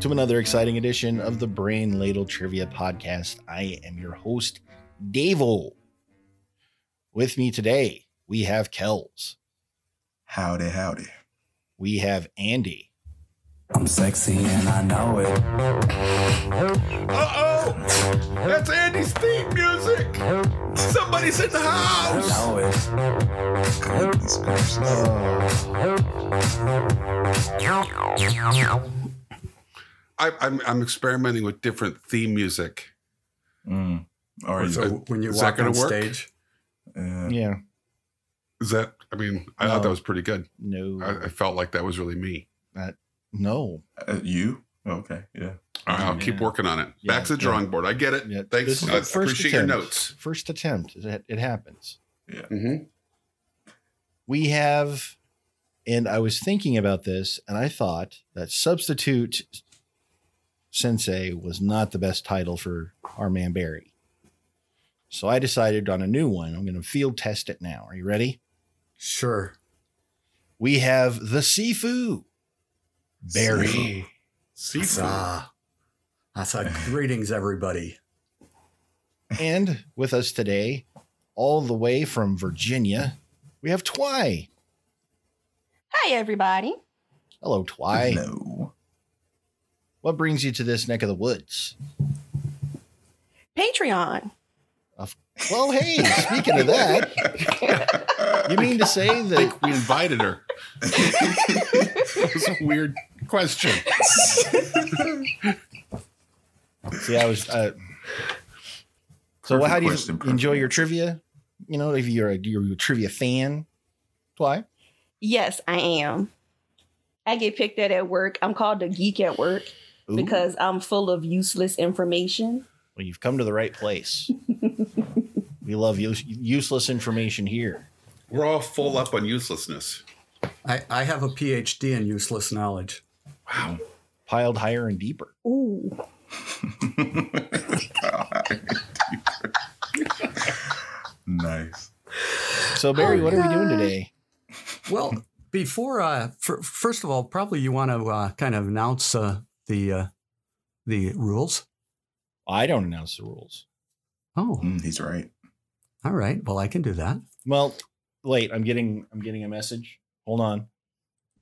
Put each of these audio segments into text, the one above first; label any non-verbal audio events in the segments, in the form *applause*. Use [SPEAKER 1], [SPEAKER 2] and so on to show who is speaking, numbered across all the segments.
[SPEAKER 1] to another exciting edition of the Brain Ladle Trivia Podcast. I am your host, Davo. With me today, we have Kells.
[SPEAKER 2] Howdy, howdy.
[SPEAKER 1] We have Andy.
[SPEAKER 3] I'm sexy and I know it.
[SPEAKER 2] Uh oh! That's Andy's theme music! Somebody's in the
[SPEAKER 3] I
[SPEAKER 2] house!
[SPEAKER 3] know it.
[SPEAKER 2] Goodness gracious.
[SPEAKER 4] I, I'm I'm experimenting with different theme music.
[SPEAKER 2] Mm. Or
[SPEAKER 4] What's
[SPEAKER 2] you,
[SPEAKER 4] up?
[SPEAKER 5] So when you
[SPEAKER 4] Is
[SPEAKER 5] walk
[SPEAKER 4] that
[SPEAKER 5] on
[SPEAKER 4] gonna work?
[SPEAKER 5] stage,
[SPEAKER 2] yeah.
[SPEAKER 1] Yeah.
[SPEAKER 4] Is that? I mean, I
[SPEAKER 1] No.
[SPEAKER 4] thought that was pretty good.
[SPEAKER 1] No.
[SPEAKER 4] I, I felt like that was really me.
[SPEAKER 1] no.
[SPEAKER 2] Uh, you? Okay, yeah.
[SPEAKER 4] All right, I'll keep
[SPEAKER 1] Yeah.
[SPEAKER 4] working on it.
[SPEAKER 1] Oh, Yeah,
[SPEAKER 4] Back to the
[SPEAKER 1] yeah.
[SPEAKER 4] drawing board. I get it.
[SPEAKER 1] Yeah, this
[SPEAKER 4] Thanks.
[SPEAKER 1] is
[SPEAKER 4] I
[SPEAKER 1] the first
[SPEAKER 4] appreciate your
[SPEAKER 1] attempt.
[SPEAKER 4] notes.
[SPEAKER 1] First attempt. It, it happens.
[SPEAKER 4] Mm-hmm.
[SPEAKER 1] We have, and I was thinking about this, and I thought that Substitute Sensei was not the best title for our man Barry. So I decided on a new one. I'm going to field test it now. Are you ready?
[SPEAKER 5] sure.
[SPEAKER 1] we have the Sifu. Barry.
[SPEAKER 4] Seafood.
[SPEAKER 5] Huzzah.
[SPEAKER 4] *laughs*
[SPEAKER 5] Huzzah. uh, Greetings, everybody.
[SPEAKER 1] and with us today, all the way from Virginia, we have Twy.
[SPEAKER 6] Hi, everybody.
[SPEAKER 1] Hello, Twy.
[SPEAKER 2] know.
[SPEAKER 1] What brings you to this neck of the woods?
[SPEAKER 6] Patreon.
[SPEAKER 1] Well, hey, speaking of that, you mean to say
[SPEAKER 4] I
[SPEAKER 1] that
[SPEAKER 4] think we invited her. that was a weird question.
[SPEAKER 1] see I was uh, so
[SPEAKER 2] Perfect
[SPEAKER 1] how do you
[SPEAKER 2] question, perfect
[SPEAKER 1] enjoy your trivia? You know, if you're a you're a trivia fan, Twy.
[SPEAKER 6] Yes, I am. I get picked at at work. I'm called a geek at work
[SPEAKER 1] Ooh,
[SPEAKER 6] because I'm full of useless information.
[SPEAKER 1] well, you've come to the right place. we love use, useless information here.
[SPEAKER 4] We're all full up on uselessness.
[SPEAKER 5] I, I have a PhD in useless knowledge.
[SPEAKER 2] Wow.
[SPEAKER 1] Piled higher and deeper.
[SPEAKER 6] Ooh.
[SPEAKER 2] *laughs* nice.
[SPEAKER 1] So Barry,
[SPEAKER 6] Oh,
[SPEAKER 1] what are we doing
[SPEAKER 6] God.
[SPEAKER 1] today?
[SPEAKER 4] *laughs*
[SPEAKER 5] Well, before, uh, fir- first of all, probably you want to uh, kind of announce uh, the uh, the rules.
[SPEAKER 1] I don't announce the rules.
[SPEAKER 5] Oh,
[SPEAKER 2] Mm, he's right.
[SPEAKER 5] all right. Well, I can do that.
[SPEAKER 1] Well, wait, I'm getting I'm getting a message. Hold on.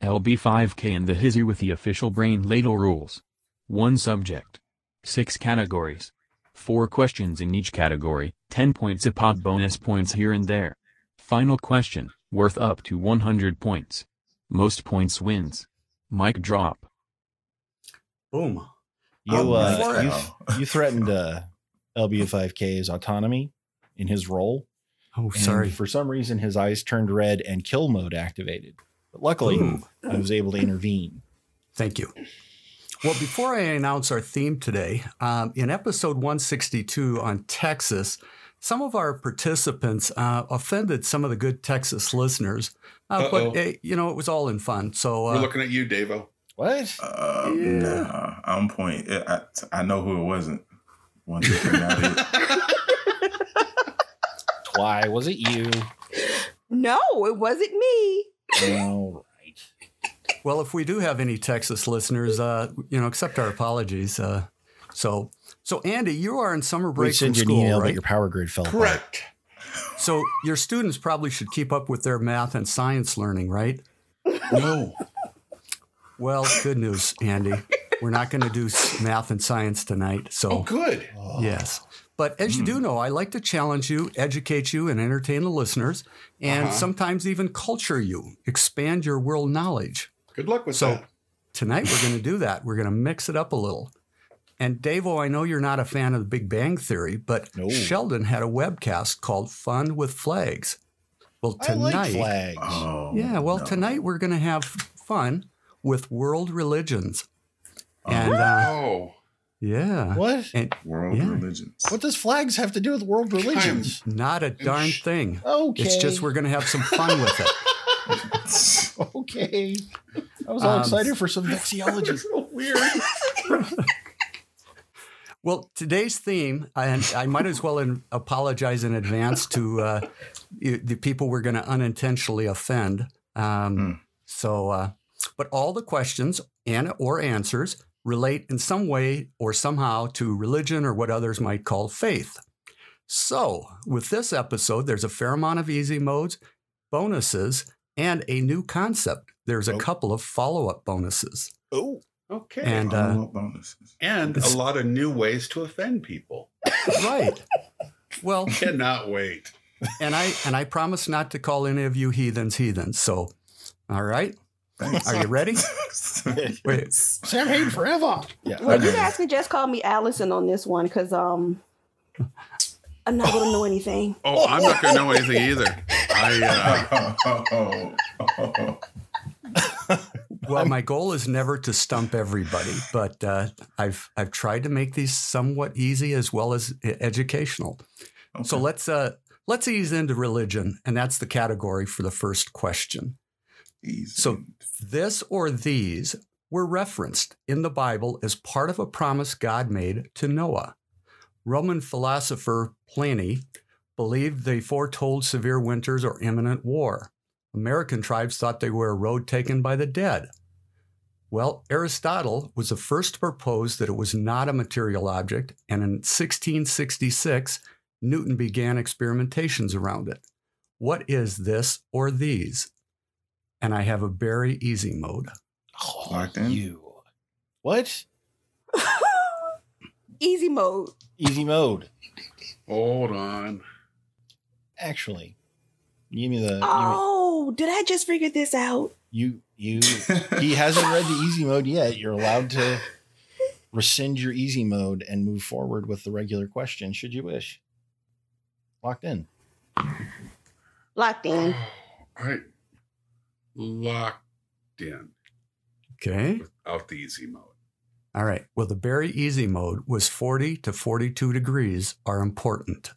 [SPEAKER 7] LB5K and the Hizzy with the official brain ladle rules. One subject. Six categories. Four questions in each category, 10 points a pop bonus points here and there. Final question, worth up to 100 points. Most points wins. Mic drop.
[SPEAKER 5] Boom.
[SPEAKER 1] You
[SPEAKER 5] Oh,
[SPEAKER 1] uh
[SPEAKER 5] right.
[SPEAKER 1] you, th- you threatened uh LBU5K's autonomy in his role.
[SPEAKER 5] Oh,
[SPEAKER 1] and
[SPEAKER 5] sorry.
[SPEAKER 1] For some reason his eyes turned red and kill mode activated. But luckily
[SPEAKER 5] Ooh.
[SPEAKER 1] I was able to intervene.
[SPEAKER 5] Thank you. Well, before I announce our theme today, um, in episode 162 on Texas, some of our participants uh, offended some of the good Texas listeners, uh,
[SPEAKER 4] Uh-oh.
[SPEAKER 5] but eh, you know it was all in fun. So
[SPEAKER 4] We're
[SPEAKER 5] uh,
[SPEAKER 4] looking at you,
[SPEAKER 1] *laughs*
[SPEAKER 4] Davo.
[SPEAKER 1] What?
[SPEAKER 2] Uh,
[SPEAKER 5] Yeah.
[SPEAKER 2] Nah, on point. eh, I, I, I know who it wasn't. One, two, three, now
[SPEAKER 5] *laughs*
[SPEAKER 2] they-
[SPEAKER 1] Why was it you?
[SPEAKER 6] No, it wasn't me.
[SPEAKER 5] *laughs*
[SPEAKER 1] All right.
[SPEAKER 5] well, if we do have any Texas listeners, uh, you know, accept our apologies. Uh, so, so Andy, you are in summer
[SPEAKER 1] We
[SPEAKER 5] break from
[SPEAKER 1] sent you an
[SPEAKER 5] school,
[SPEAKER 1] email that
[SPEAKER 5] right?
[SPEAKER 1] your power grid fell apart.
[SPEAKER 4] Correct.
[SPEAKER 5] so your students probably should keep up with their math and science learning, right?
[SPEAKER 4] No.
[SPEAKER 5] Well, good news, Andy. We're not going to do s- math and science tonight.
[SPEAKER 4] Oh,
[SPEAKER 5] So,
[SPEAKER 4] good.
[SPEAKER 1] Oh. Hmm.
[SPEAKER 5] yes. But as you do know, I like to challenge you, educate you, and entertain the listeners, and
[SPEAKER 4] Uh-huh.
[SPEAKER 5] sometimes even culture you, expand your world knowledge.
[SPEAKER 4] Good luck with
[SPEAKER 5] So-
[SPEAKER 4] that.
[SPEAKER 5] Tonight, we're going to do that. We're going to mix it up a little. And Davo, I know you're not a fan of the Big Bang Theory, but
[SPEAKER 1] No.
[SPEAKER 5] Sheldon had a webcast called Fun with Flags. Well,
[SPEAKER 1] I
[SPEAKER 5] tonight,
[SPEAKER 1] like flags.
[SPEAKER 2] Oh,
[SPEAKER 5] yeah, well,
[SPEAKER 2] no.
[SPEAKER 5] tonight we're going to have fun with world religions. And uh,
[SPEAKER 4] Oh,
[SPEAKER 5] yeah,
[SPEAKER 1] What?
[SPEAKER 5] and
[SPEAKER 2] World
[SPEAKER 5] Yeah.
[SPEAKER 2] religions.
[SPEAKER 1] What does flags have to do with world religions?
[SPEAKER 5] not a darn
[SPEAKER 4] sh-
[SPEAKER 5] thing.
[SPEAKER 1] Okay.
[SPEAKER 5] It's just we're going to have some fun with it.
[SPEAKER 1] okay. I was all
[SPEAKER 5] Um,
[SPEAKER 1] excited
[SPEAKER 5] *laughs*
[SPEAKER 1] for some *laughs* vexiology.
[SPEAKER 4] weird.
[SPEAKER 5] Well, today's theme, and I might as well in, apologize in advance to uh, you- the people we're going to unintentionally offend. Um,
[SPEAKER 2] Hmm.
[SPEAKER 5] So, uh, but all the questions and or answers relate in some way or somehow to religion or what others might call faith. So, with this episode, there's a fair amount of easy modes, bonuses, and a new concept. There's a
[SPEAKER 1] Oh.
[SPEAKER 5] couple of follow up bonuses.
[SPEAKER 1] Oh,
[SPEAKER 4] Okay.
[SPEAKER 5] And uh,
[SPEAKER 2] Follow-up bonuses.
[SPEAKER 4] and a lot of new ways to offend people.
[SPEAKER 5] right. Well,
[SPEAKER 4] Cannot *laughs* wait.
[SPEAKER 5] and I and I promise not to call any of you heathens heathens. So, all right,
[SPEAKER 2] Thanks.
[SPEAKER 5] are
[SPEAKER 2] *laughs*
[SPEAKER 5] you ready? Wait,
[SPEAKER 4] Sam Hayden forever.
[SPEAKER 6] Well, you guys can just call me Allison on this one because um, I'm not gonna know anything.
[SPEAKER 4] Oh, I'm not going to know anything either. I, uh,
[SPEAKER 2] Oh,
[SPEAKER 5] Well, my goal is never to stump everybody, but uh, I've I've tried to make these somewhat easy as well as e- educational.
[SPEAKER 2] oh.
[SPEAKER 5] So let's uh, let's ease into religion, and that's the category for the first question. so- This or these were referenced in the Bible as part of a promise God made to Noah. Roman philosopher Pliny believed they foretold severe winters or imminent war. American tribes thought they were a road taken by the dead. Well, Aristotle was the first to propose that it was not a material object, and in 1666, Newton began experimentations around it. What is this or these? And I have a very easy mode.
[SPEAKER 2] Locked in?
[SPEAKER 1] you. What?
[SPEAKER 6] Easy mode.
[SPEAKER 1] Easy mode.
[SPEAKER 4] *laughs* hold *laughs* on. *sighs*
[SPEAKER 1] Actually, give me the.
[SPEAKER 6] Oh, did I just figure this out?
[SPEAKER 1] You you. He hasn't read the easy mode yet. You're allowed to rescind your easy mode and move forward with the regular question, should you wish. Locked in.
[SPEAKER 6] Locked in.
[SPEAKER 4] All right. Locked in
[SPEAKER 5] Okay.
[SPEAKER 4] without the easy mode.
[SPEAKER 5] All right. Well, the very easy mode was 40 to 42 degrees are important.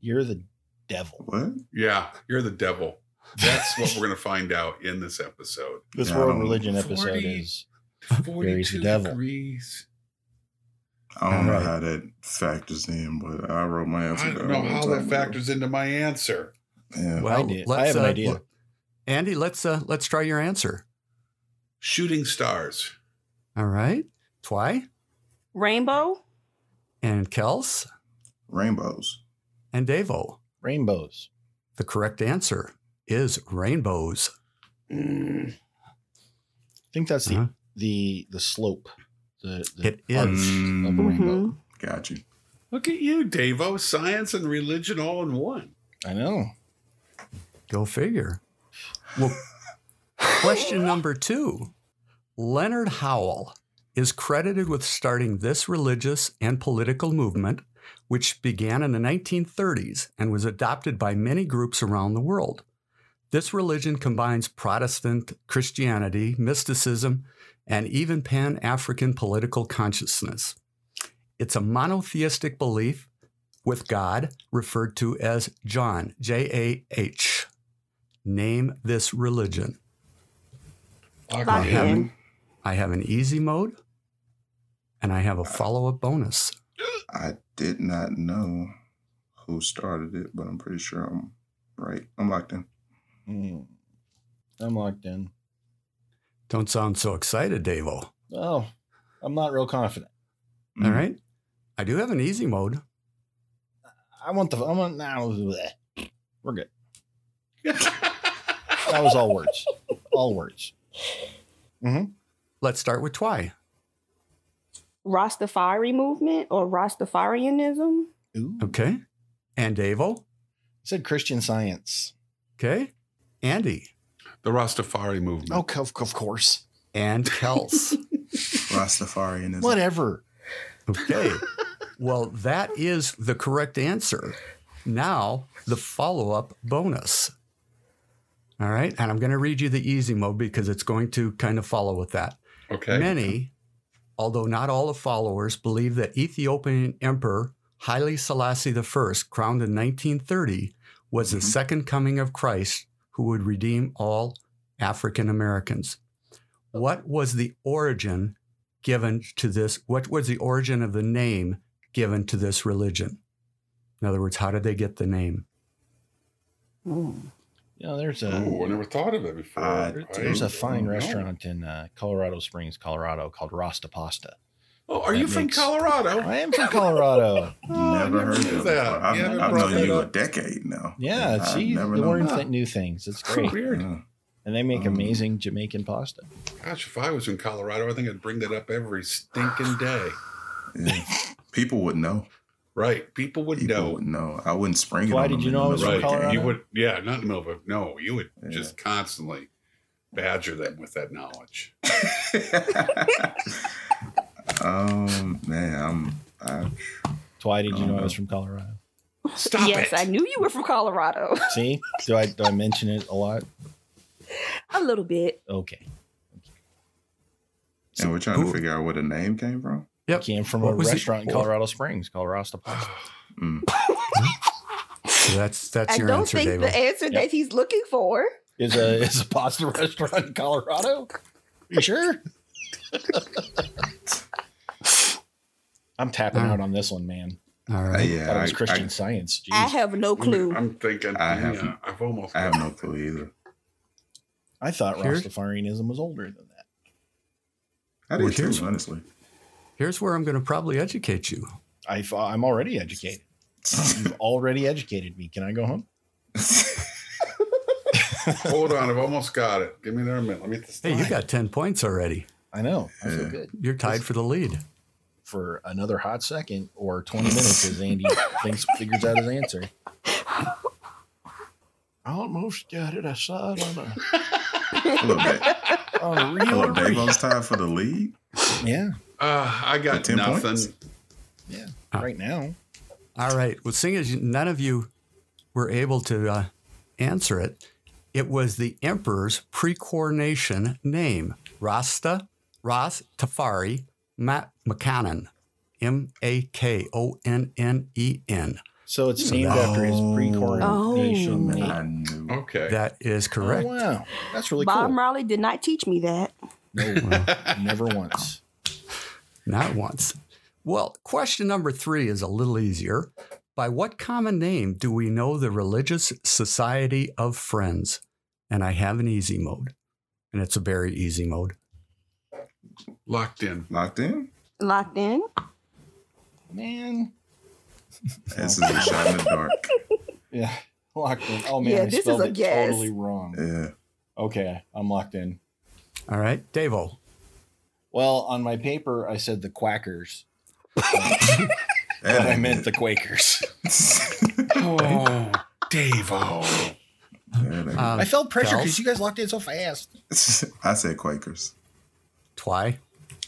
[SPEAKER 1] You're the devil.
[SPEAKER 2] What?
[SPEAKER 4] Yeah, you're the devil. That's *laughs* what we're going to find out in this *laughs* episode.
[SPEAKER 1] This
[SPEAKER 2] Yeah, I
[SPEAKER 1] world
[SPEAKER 2] don't-
[SPEAKER 1] religion episode
[SPEAKER 4] 40.
[SPEAKER 1] is
[SPEAKER 4] 42
[SPEAKER 1] devil.
[SPEAKER 4] degrees.
[SPEAKER 2] I don't know
[SPEAKER 5] Alright.
[SPEAKER 2] how that factors in, but I wrote my answer.
[SPEAKER 4] I
[SPEAKER 2] down
[SPEAKER 4] don't know
[SPEAKER 2] one
[SPEAKER 4] how
[SPEAKER 2] time
[SPEAKER 4] that
[SPEAKER 2] ago.
[SPEAKER 4] factors into my answer.
[SPEAKER 2] Yeah.
[SPEAKER 5] Well, uh,
[SPEAKER 1] did- I have an idea.
[SPEAKER 5] look- Andy, let's uh, let's try your answer.
[SPEAKER 4] Shooting stars.
[SPEAKER 5] All right. Twy
[SPEAKER 6] Rainbow.
[SPEAKER 5] and Kels
[SPEAKER 2] Rainbows.
[SPEAKER 5] and Davo.
[SPEAKER 1] rainbows.
[SPEAKER 5] The correct answer is rainbows.
[SPEAKER 1] I think that's the
[SPEAKER 5] Uh-huh.
[SPEAKER 1] the the slope. The, the
[SPEAKER 5] It is.
[SPEAKER 1] arc of a
[SPEAKER 2] Mm,
[SPEAKER 1] rainbow.
[SPEAKER 6] Mhm.
[SPEAKER 4] Mm-hmm.
[SPEAKER 2] got you.
[SPEAKER 4] Look at you, Davo. Science and religion all in one.
[SPEAKER 1] I know.
[SPEAKER 5] Go figure. Well, question number two Leonard Howell is credited with starting this religious and political movement, which began in the 1930s and was adopted by many groups around the world. This religion combines Protestant Christianity, mysticism, and even pan African political consciousness. It's a monotheistic belief with God, referred to as John, J A H. Name this religion.
[SPEAKER 6] Locked in.
[SPEAKER 5] I have an easy mode and I have a follow up bonus.
[SPEAKER 2] I did not know who started it, but I'm pretty sure I'm right. I'm locked in.
[SPEAKER 1] Mm. I'm locked in.
[SPEAKER 5] Don't sound so excited, Davo.
[SPEAKER 1] Oh, I'm not real confident.
[SPEAKER 5] All
[SPEAKER 2] Mm.
[SPEAKER 5] right. I do have an easy mode.
[SPEAKER 1] I want the. I want now. We're good.
[SPEAKER 4] *laughs*
[SPEAKER 1] That was all words. all words.
[SPEAKER 5] Let's start with Twy.
[SPEAKER 6] Rastafari movement or Rastafarianism.
[SPEAKER 1] Ooh.
[SPEAKER 5] Okay. And Davo.
[SPEAKER 1] It said Christian Science.
[SPEAKER 5] Okay. Andy.
[SPEAKER 4] The Rastafari movement.
[SPEAKER 1] Oh, of, of course.
[SPEAKER 5] And Kels.
[SPEAKER 2] Rastafarianism.
[SPEAKER 1] Whatever.
[SPEAKER 5] Okay. Well, that is the correct answer. Now, the follow up bonus. All right. And I'm going to read you the easy mode because it's going to kind of follow with that.
[SPEAKER 4] Okay.
[SPEAKER 5] Many, although not all of followers, believe that Ethiopian Emperor Haile Selassie I, crowned in 1930, was the
[SPEAKER 2] Mhm.
[SPEAKER 5] second coming of Christ who would redeem all African Americans. What was the origin given to this? What was the origin of the name given to this religion? In other words, how did they get the name?
[SPEAKER 1] You know, there's a
[SPEAKER 4] Ooh, I never thought of it before.
[SPEAKER 2] Uh,
[SPEAKER 4] I
[SPEAKER 1] there's a
[SPEAKER 4] don't
[SPEAKER 1] fine
[SPEAKER 4] know.
[SPEAKER 1] restaurant in uh, Colorado Springs, Colorado called Rasta Pasta.
[SPEAKER 4] Oh, are
[SPEAKER 1] that
[SPEAKER 4] you from
[SPEAKER 1] makes-
[SPEAKER 4] Colorado?
[SPEAKER 1] I am from Colorado.
[SPEAKER 4] Oh, I
[SPEAKER 2] never heard
[SPEAKER 4] knew
[SPEAKER 2] of that. before. I've,
[SPEAKER 4] You haven't
[SPEAKER 2] I've
[SPEAKER 4] brought
[SPEAKER 2] known
[SPEAKER 4] that
[SPEAKER 2] you a
[SPEAKER 4] up.
[SPEAKER 2] decade now. *laughs*
[SPEAKER 1] Yeah,
[SPEAKER 2] I've
[SPEAKER 1] see,
[SPEAKER 2] never
[SPEAKER 1] you
[SPEAKER 2] known
[SPEAKER 1] learn
[SPEAKER 2] that.
[SPEAKER 1] th- new things. It's
[SPEAKER 4] *laughs*
[SPEAKER 1] great,
[SPEAKER 4] Weird.
[SPEAKER 2] Yeah.
[SPEAKER 1] and they make
[SPEAKER 2] Um,
[SPEAKER 1] amazing Jamaican pasta.
[SPEAKER 4] Gosh, if I was in Colorado, I think I'd bring that up every stinking day.
[SPEAKER 2] Yeah. People would know.
[SPEAKER 4] Right. People would
[SPEAKER 2] People
[SPEAKER 4] know.
[SPEAKER 2] would know. I wouldn't spring it.
[SPEAKER 1] Why
[SPEAKER 2] on
[SPEAKER 1] did
[SPEAKER 2] them
[SPEAKER 1] you
[SPEAKER 2] in
[SPEAKER 1] know
[SPEAKER 2] the
[SPEAKER 1] I was from
[SPEAKER 2] middle of the
[SPEAKER 1] Colorado?
[SPEAKER 4] You
[SPEAKER 2] game.
[SPEAKER 4] would, yeah, not in the middle of it. No, you would
[SPEAKER 2] Yeah.
[SPEAKER 4] just constantly badger them with that
[SPEAKER 1] *laughs*
[SPEAKER 4] knowledge.
[SPEAKER 2] um, man, I'm. I,
[SPEAKER 1] So Why did you
[SPEAKER 2] Oh,
[SPEAKER 1] know I
[SPEAKER 2] no.
[SPEAKER 1] was from Colorado?
[SPEAKER 4] Stop
[SPEAKER 6] yes,
[SPEAKER 4] it.
[SPEAKER 6] I knew you were from Colorado.
[SPEAKER 1] See, do I do I mention it a lot?
[SPEAKER 6] *laughs* a little bit.
[SPEAKER 1] Okay,
[SPEAKER 2] and we're trying
[SPEAKER 5] who-
[SPEAKER 2] to figure out where the name came from.
[SPEAKER 1] I came from a
[SPEAKER 5] What was it?
[SPEAKER 1] restaurant in Colorado Springs called Rasta Pasta.
[SPEAKER 2] Mm.
[SPEAKER 5] That's that's
[SPEAKER 6] I
[SPEAKER 5] your
[SPEAKER 6] don't
[SPEAKER 5] answer,
[SPEAKER 6] think
[SPEAKER 5] David.
[SPEAKER 6] the answer that he's looking for.
[SPEAKER 1] Is a is a pasta *laughs* restaurant in Colorado? You sure? I'm tapping out on this one, man.
[SPEAKER 5] All
[SPEAKER 2] Uh,
[SPEAKER 5] right.
[SPEAKER 1] That
[SPEAKER 2] yeah,
[SPEAKER 1] was
[SPEAKER 2] I-
[SPEAKER 1] Christian
[SPEAKER 2] I,
[SPEAKER 1] Science. Jeez.
[SPEAKER 6] I
[SPEAKER 1] I,
[SPEAKER 6] have no clue.
[SPEAKER 4] I'm thinking.
[SPEAKER 2] I
[SPEAKER 4] I
[SPEAKER 2] have-
[SPEAKER 4] yeah, I've almost.
[SPEAKER 2] I have no clue either.
[SPEAKER 1] thought
[SPEAKER 5] Here?
[SPEAKER 1] Rastafarianism was older than that.
[SPEAKER 2] I
[SPEAKER 5] Well,
[SPEAKER 2] did too,
[SPEAKER 5] here's-
[SPEAKER 2] honestly.
[SPEAKER 5] Here's where I'm going to probably educate you.
[SPEAKER 1] I thought I'm already educated. You've already educated me. Can I go home?
[SPEAKER 4] *laughs* Hold on, I've almost got it. Give me another minute. Let me. Get this
[SPEAKER 5] Hey, you
[SPEAKER 4] line.
[SPEAKER 5] got 10 points already.
[SPEAKER 1] I know. I feel
[SPEAKER 2] Yeah.
[SPEAKER 1] good.
[SPEAKER 5] You're tied for the lead.
[SPEAKER 1] For another hot second or 20 minutes as Andy thinks figures out his answer. I almost got it. I saw it on *laughs*
[SPEAKER 2] Hello, Dave.
[SPEAKER 1] a, on
[SPEAKER 2] Hello, Dave. I was tied for the lead.
[SPEAKER 1] Yeah.
[SPEAKER 4] Uh, I
[SPEAKER 2] With
[SPEAKER 4] got
[SPEAKER 2] 10
[SPEAKER 4] nothing.
[SPEAKER 2] points?
[SPEAKER 1] Yeah. Right now.
[SPEAKER 5] All right. Well, seeing as you- none of you were able to uh, answer it, it was the emperor's pre coronation name Rasta Ras Tafari Mat Makanen. M A K O N N E N.
[SPEAKER 1] So it's named after his pre-coronation.
[SPEAKER 6] Oh.
[SPEAKER 1] name.
[SPEAKER 2] I knew.
[SPEAKER 4] Okay.
[SPEAKER 5] That is correct.
[SPEAKER 1] Oh, wow. That's really
[SPEAKER 6] Bob
[SPEAKER 1] cool.
[SPEAKER 6] Marley did not teach me that.
[SPEAKER 1] Never once.
[SPEAKER 5] Not once. Well, question number three is a little easier. By what common name do we know the Religious Society of Friends? And I have an easy mode, and it's a very easy mode.
[SPEAKER 4] Locked in.
[SPEAKER 2] Locked in?
[SPEAKER 6] Locked in.
[SPEAKER 1] Man. Oh.
[SPEAKER 2] This is a shot in the dark.
[SPEAKER 1] Yeah. *laughs* Locked in. Oh man,
[SPEAKER 6] Yeah,
[SPEAKER 1] I
[SPEAKER 6] this is
[SPEAKER 1] spelled
[SPEAKER 6] a
[SPEAKER 1] it
[SPEAKER 6] guess.
[SPEAKER 1] totally wrong.
[SPEAKER 2] Yeah.
[SPEAKER 1] Okay, I'm locked in.
[SPEAKER 5] All right, Davo.
[SPEAKER 1] Well, on my paper I said the quackers, but
[SPEAKER 2] That
[SPEAKER 1] I meant the Quakers.
[SPEAKER 2] *laughs*
[SPEAKER 4] Oh, Dave. Oh,
[SPEAKER 2] ain't it.
[SPEAKER 5] Um,
[SPEAKER 1] I felt pressure
[SPEAKER 5] Delph?
[SPEAKER 1] because you guys locked in so fast.
[SPEAKER 2] *laughs* I said Quakers.
[SPEAKER 5] Twy,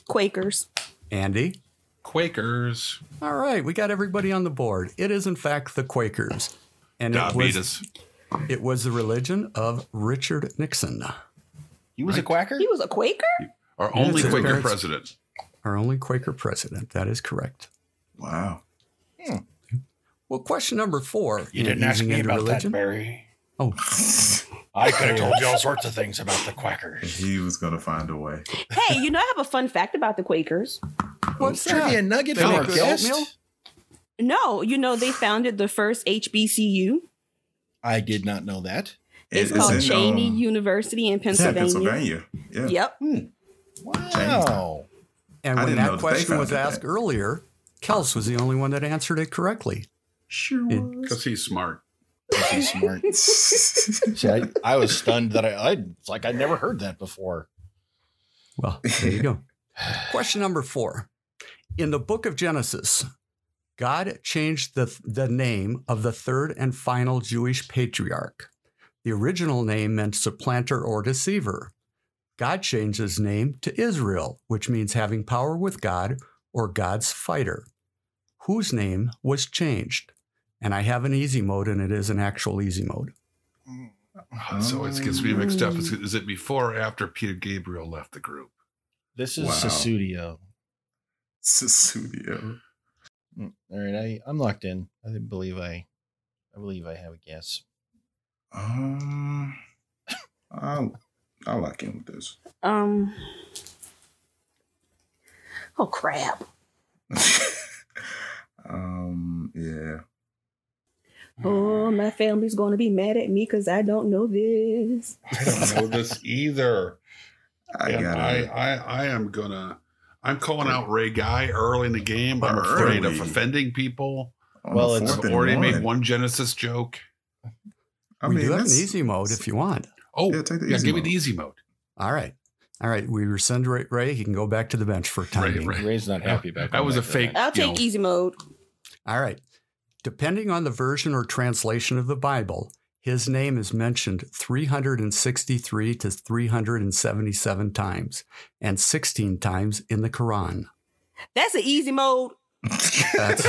[SPEAKER 6] Quakers.
[SPEAKER 5] Andy.
[SPEAKER 4] Quakers.
[SPEAKER 5] All right, we got everybody on the board. It is in fact the Quakers, and it was,
[SPEAKER 4] Diabetes.
[SPEAKER 5] it was the religion of Richard Nixon,
[SPEAKER 1] You was a
[SPEAKER 4] Right.
[SPEAKER 1] quacker?
[SPEAKER 6] He was a Quaker?
[SPEAKER 4] Our only
[SPEAKER 5] That's it.
[SPEAKER 4] Quaker
[SPEAKER 5] Parents-
[SPEAKER 4] president.
[SPEAKER 5] our only Quaker president. That is correct.
[SPEAKER 2] Wow.
[SPEAKER 5] Well, question number four. in easing into religion.
[SPEAKER 1] Barry.
[SPEAKER 5] Oh,
[SPEAKER 1] I could have told you all sorts of things about the quackers.
[SPEAKER 2] *laughs* He was going to find a way.
[SPEAKER 6] Hey, you know I have a fun fact about the Quakers.
[SPEAKER 5] what's
[SPEAKER 1] Trivia
[SPEAKER 5] that?
[SPEAKER 1] nugget
[SPEAKER 4] They
[SPEAKER 1] for
[SPEAKER 4] make
[SPEAKER 1] our
[SPEAKER 4] good
[SPEAKER 1] guest.
[SPEAKER 5] oatmeal?
[SPEAKER 6] No, you know they founded the first HBCU.
[SPEAKER 1] I did not know that.
[SPEAKER 6] It's
[SPEAKER 2] It-
[SPEAKER 6] called
[SPEAKER 2] in,
[SPEAKER 6] Cheney
[SPEAKER 2] um,
[SPEAKER 6] University in
[SPEAKER 2] it's in
[SPEAKER 6] Pennsylvania.
[SPEAKER 2] Pennsylvania. Yeah.
[SPEAKER 6] Yep.
[SPEAKER 1] Wow.
[SPEAKER 5] And
[SPEAKER 2] I
[SPEAKER 5] when
[SPEAKER 2] didn't know that
[SPEAKER 5] that
[SPEAKER 2] they
[SPEAKER 5] question was
[SPEAKER 2] founded
[SPEAKER 5] asked
[SPEAKER 2] that.
[SPEAKER 5] earlier, Kels was the only one that answered it correctly.
[SPEAKER 2] Sure.
[SPEAKER 5] Yeah.
[SPEAKER 4] Because he's smart.
[SPEAKER 1] That's smart. *laughs*
[SPEAKER 2] *laughs*
[SPEAKER 1] See, I, I was stunned that I, I it's like I'd never heard that before.
[SPEAKER 5] Well, there
[SPEAKER 2] *sighs*
[SPEAKER 5] you go. question number four. In the book of Genesis, God changed the, the name of the third and final Jewish patriarch. The original name meant supplanter or deceiver. God changed his name to Israel, which means having power with God or God's fighter, whose name was changed. And I have an easy mode, and it is an actual easy mode.
[SPEAKER 4] Oh, so it gets me mixed up. Is, is it before or after Peter Gabriel left the group?
[SPEAKER 1] This is
[SPEAKER 2] Wow.
[SPEAKER 1] Susudio.
[SPEAKER 2] Susudio.
[SPEAKER 1] Mm, All right, I I'm locked in. I didn't believe I, I believe I have a guess.
[SPEAKER 2] Um, I'll, I'll lock in with this. *laughs*
[SPEAKER 6] Um Oh crap.
[SPEAKER 2] um, yeah.
[SPEAKER 6] Oh, my family's going to be mad at me because I don't know this.
[SPEAKER 4] I don't know this either.
[SPEAKER 2] I
[SPEAKER 4] and
[SPEAKER 2] got
[SPEAKER 4] I,
[SPEAKER 2] it.
[SPEAKER 4] I, I am gonna. I'm calling out Ray Guy early in the game. I'm afraid of
[SPEAKER 2] Early.
[SPEAKER 4] offending people.
[SPEAKER 2] On
[SPEAKER 1] Well,
[SPEAKER 2] the
[SPEAKER 1] it's
[SPEAKER 2] fourth
[SPEAKER 4] I've
[SPEAKER 2] and
[SPEAKER 4] already made
[SPEAKER 2] one.
[SPEAKER 4] one Genesis joke.
[SPEAKER 2] I
[SPEAKER 5] we
[SPEAKER 2] mean,
[SPEAKER 5] do have an
[SPEAKER 2] that's-
[SPEAKER 5] easy mode if you want.
[SPEAKER 4] Oh,
[SPEAKER 2] Yeah, take the
[SPEAKER 4] yeah,
[SPEAKER 2] easy
[SPEAKER 4] give
[SPEAKER 2] mode.
[SPEAKER 4] me the easy mode.
[SPEAKER 5] All right. All right. We rescind Ray. Ray. He can go back to the bench for timing.
[SPEAKER 4] Right.
[SPEAKER 1] Ray's not happy about
[SPEAKER 4] That was
[SPEAKER 1] going
[SPEAKER 4] a
[SPEAKER 1] back
[SPEAKER 4] fake-
[SPEAKER 1] to
[SPEAKER 6] I'll
[SPEAKER 4] You
[SPEAKER 6] take
[SPEAKER 4] know.
[SPEAKER 6] easy mode.
[SPEAKER 5] All right. Depending on the version or translation of the Bible, his name is mentioned 363 to 377 times and 16 times in the Quran.
[SPEAKER 6] That's an easy mode.
[SPEAKER 5] *laughs*
[SPEAKER 2] *laughs*
[SPEAKER 5] That's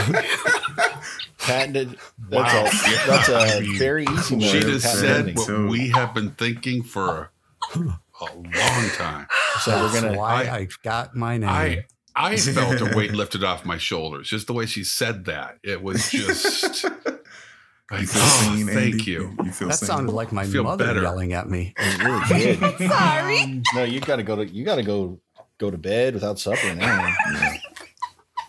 [SPEAKER 4] *laughs*
[SPEAKER 1] Patented. That's, *laughs* a, that's a very easy one.
[SPEAKER 4] She
[SPEAKER 2] Well,
[SPEAKER 4] just
[SPEAKER 2] Pat
[SPEAKER 4] said
[SPEAKER 2] Bending,
[SPEAKER 4] what
[SPEAKER 2] so-
[SPEAKER 4] we have been thinking for a, a long time.
[SPEAKER 1] So we're
[SPEAKER 5] that's
[SPEAKER 4] *laughs*
[SPEAKER 1] gonna.
[SPEAKER 5] why
[SPEAKER 4] I-
[SPEAKER 5] I, got my name.
[SPEAKER 4] I I felt a weight lifted off my shoulders. Just the way she said that, it
[SPEAKER 2] *laughs*
[SPEAKER 4] was just like,
[SPEAKER 2] feel
[SPEAKER 4] oh,
[SPEAKER 2] seen,
[SPEAKER 4] thank
[SPEAKER 2] Andy?
[SPEAKER 4] you.
[SPEAKER 2] You feel
[SPEAKER 5] that
[SPEAKER 2] seen?
[SPEAKER 5] sounded like my
[SPEAKER 4] Feel
[SPEAKER 5] mother
[SPEAKER 4] better.
[SPEAKER 5] yelling at me.
[SPEAKER 1] Oh, you did.
[SPEAKER 4] *laughs*
[SPEAKER 6] Sorry.
[SPEAKER 1] No, you got to go to. You got to go. Go to bed without supper
[SPEAKER 4] *laughs*
[SPEAKER 1] now.
[SPEAKER 2] Yeah.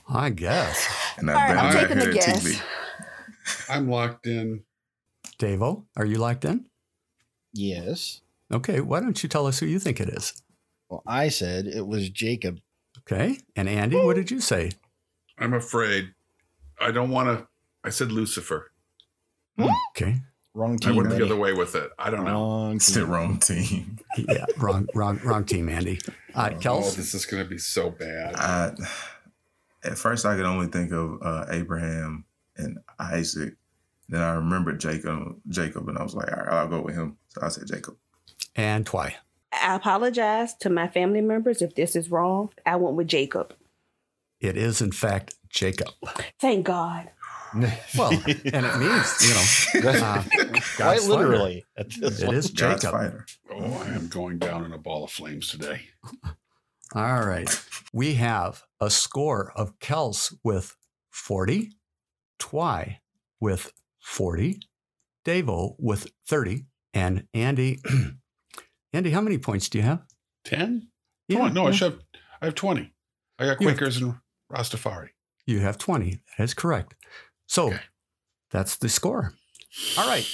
[SPEAKER 5] I guess.
[SPEAKER 2] And
[SPEAKER 6] All right,
[SPEAKER 2] been
[SPEAKER 4] I'm
[SPEAKER 2] back
[SPEAKER 6] taking
[SPEAKER 2] here
[SPEAKER 6] a
[SPEAKER 2] at
[SPEAKER 6] guess.
[SPEAKER 2] TV.
[SPEAKER 4] I'm locked in.
[SPEAKER 5] Davo, are you locked in?
[SPEAKER 1] Yes.
[SPEAKER 5] Okay. Why don't you tell us who you think it is?
[SPEAKER 1] Well, I said it was Jacob.
[SPEAKER 5] Okay. And Andy, what did you say?
[SPEAKER 4] I'm afraid. I don't want to. I said Lucifer.
[SPEAKER 5] Okay.
[SPEAKER 1] Wrong
[SPEAKER 4] I
[SPEAKER 1] team.
[SPEAKER 4] went the
[SPEAKER 1] buddy.
[SPEAKER 4] other way with it. I don't know.
[SPEAKER 1] Wrong
[SPEAKER 2] *laughs* It's
[SPEAKER 1] team.
[SPEAKER 2] the wrong team.
[SPEAKER 5] Yeah. Wrong, wrong, wrong team, Andy. Uh,
[SPEAKER 4] Oh,
[SPEAKER 5] Kels?
[SPEAKER 4] this is going to be so bad.
[SPEAKER 2] I, at first, I could only think of uh, Abraham and Isaac. Then I remembered Jacob, Jacob, and I was like, all right, I'll go with him. So I said Jacob.
[SPEAKER 5] and Twy.
[SPEAKER 6] I apologize to my family members if this is wrong. I went with Jacob.
[SPEAKER 5] It is, in fact, Jacob.
[SPEAKER 6] Thank God.
[SPEAKER 5] Well, and it means, you know, uh,
[SPEAKER 1] Quite
[SPEAKER 5] God's
[SPEAKER 1] literally. At this
[SPEAKER 5] fighter. it
[SPEAKER 1] one.
[SPEAKER 5] is
[SPEAKER 2] God's
[SPEAKER 5] Jacob.
[SPEAKER 2] fighter.
[SPEAKER 4] oh, I am going down in a ball of flames today.
[SPEAKER 5] All right. We have a score of Kels with 40, Twy with 40, Davo with 30, and Andy. *clears throat* Andy, how many points do you have?
[SPEAKER 4] 10?
[SPEAKER 5] Yeah,
[SPEAKER 4] no, I
[SPEAKER 5] yeah.
[SPEAKER 4] should have. I have 20. I got
[SPEAKER 5] You have-
[SPEAKER 4] Quakers and Rastafari.
[SPEAKER 5] You have 20. That is correct. So
[SPEAKER 4] Okay.
[SPEAKER 5] that's the score. All right.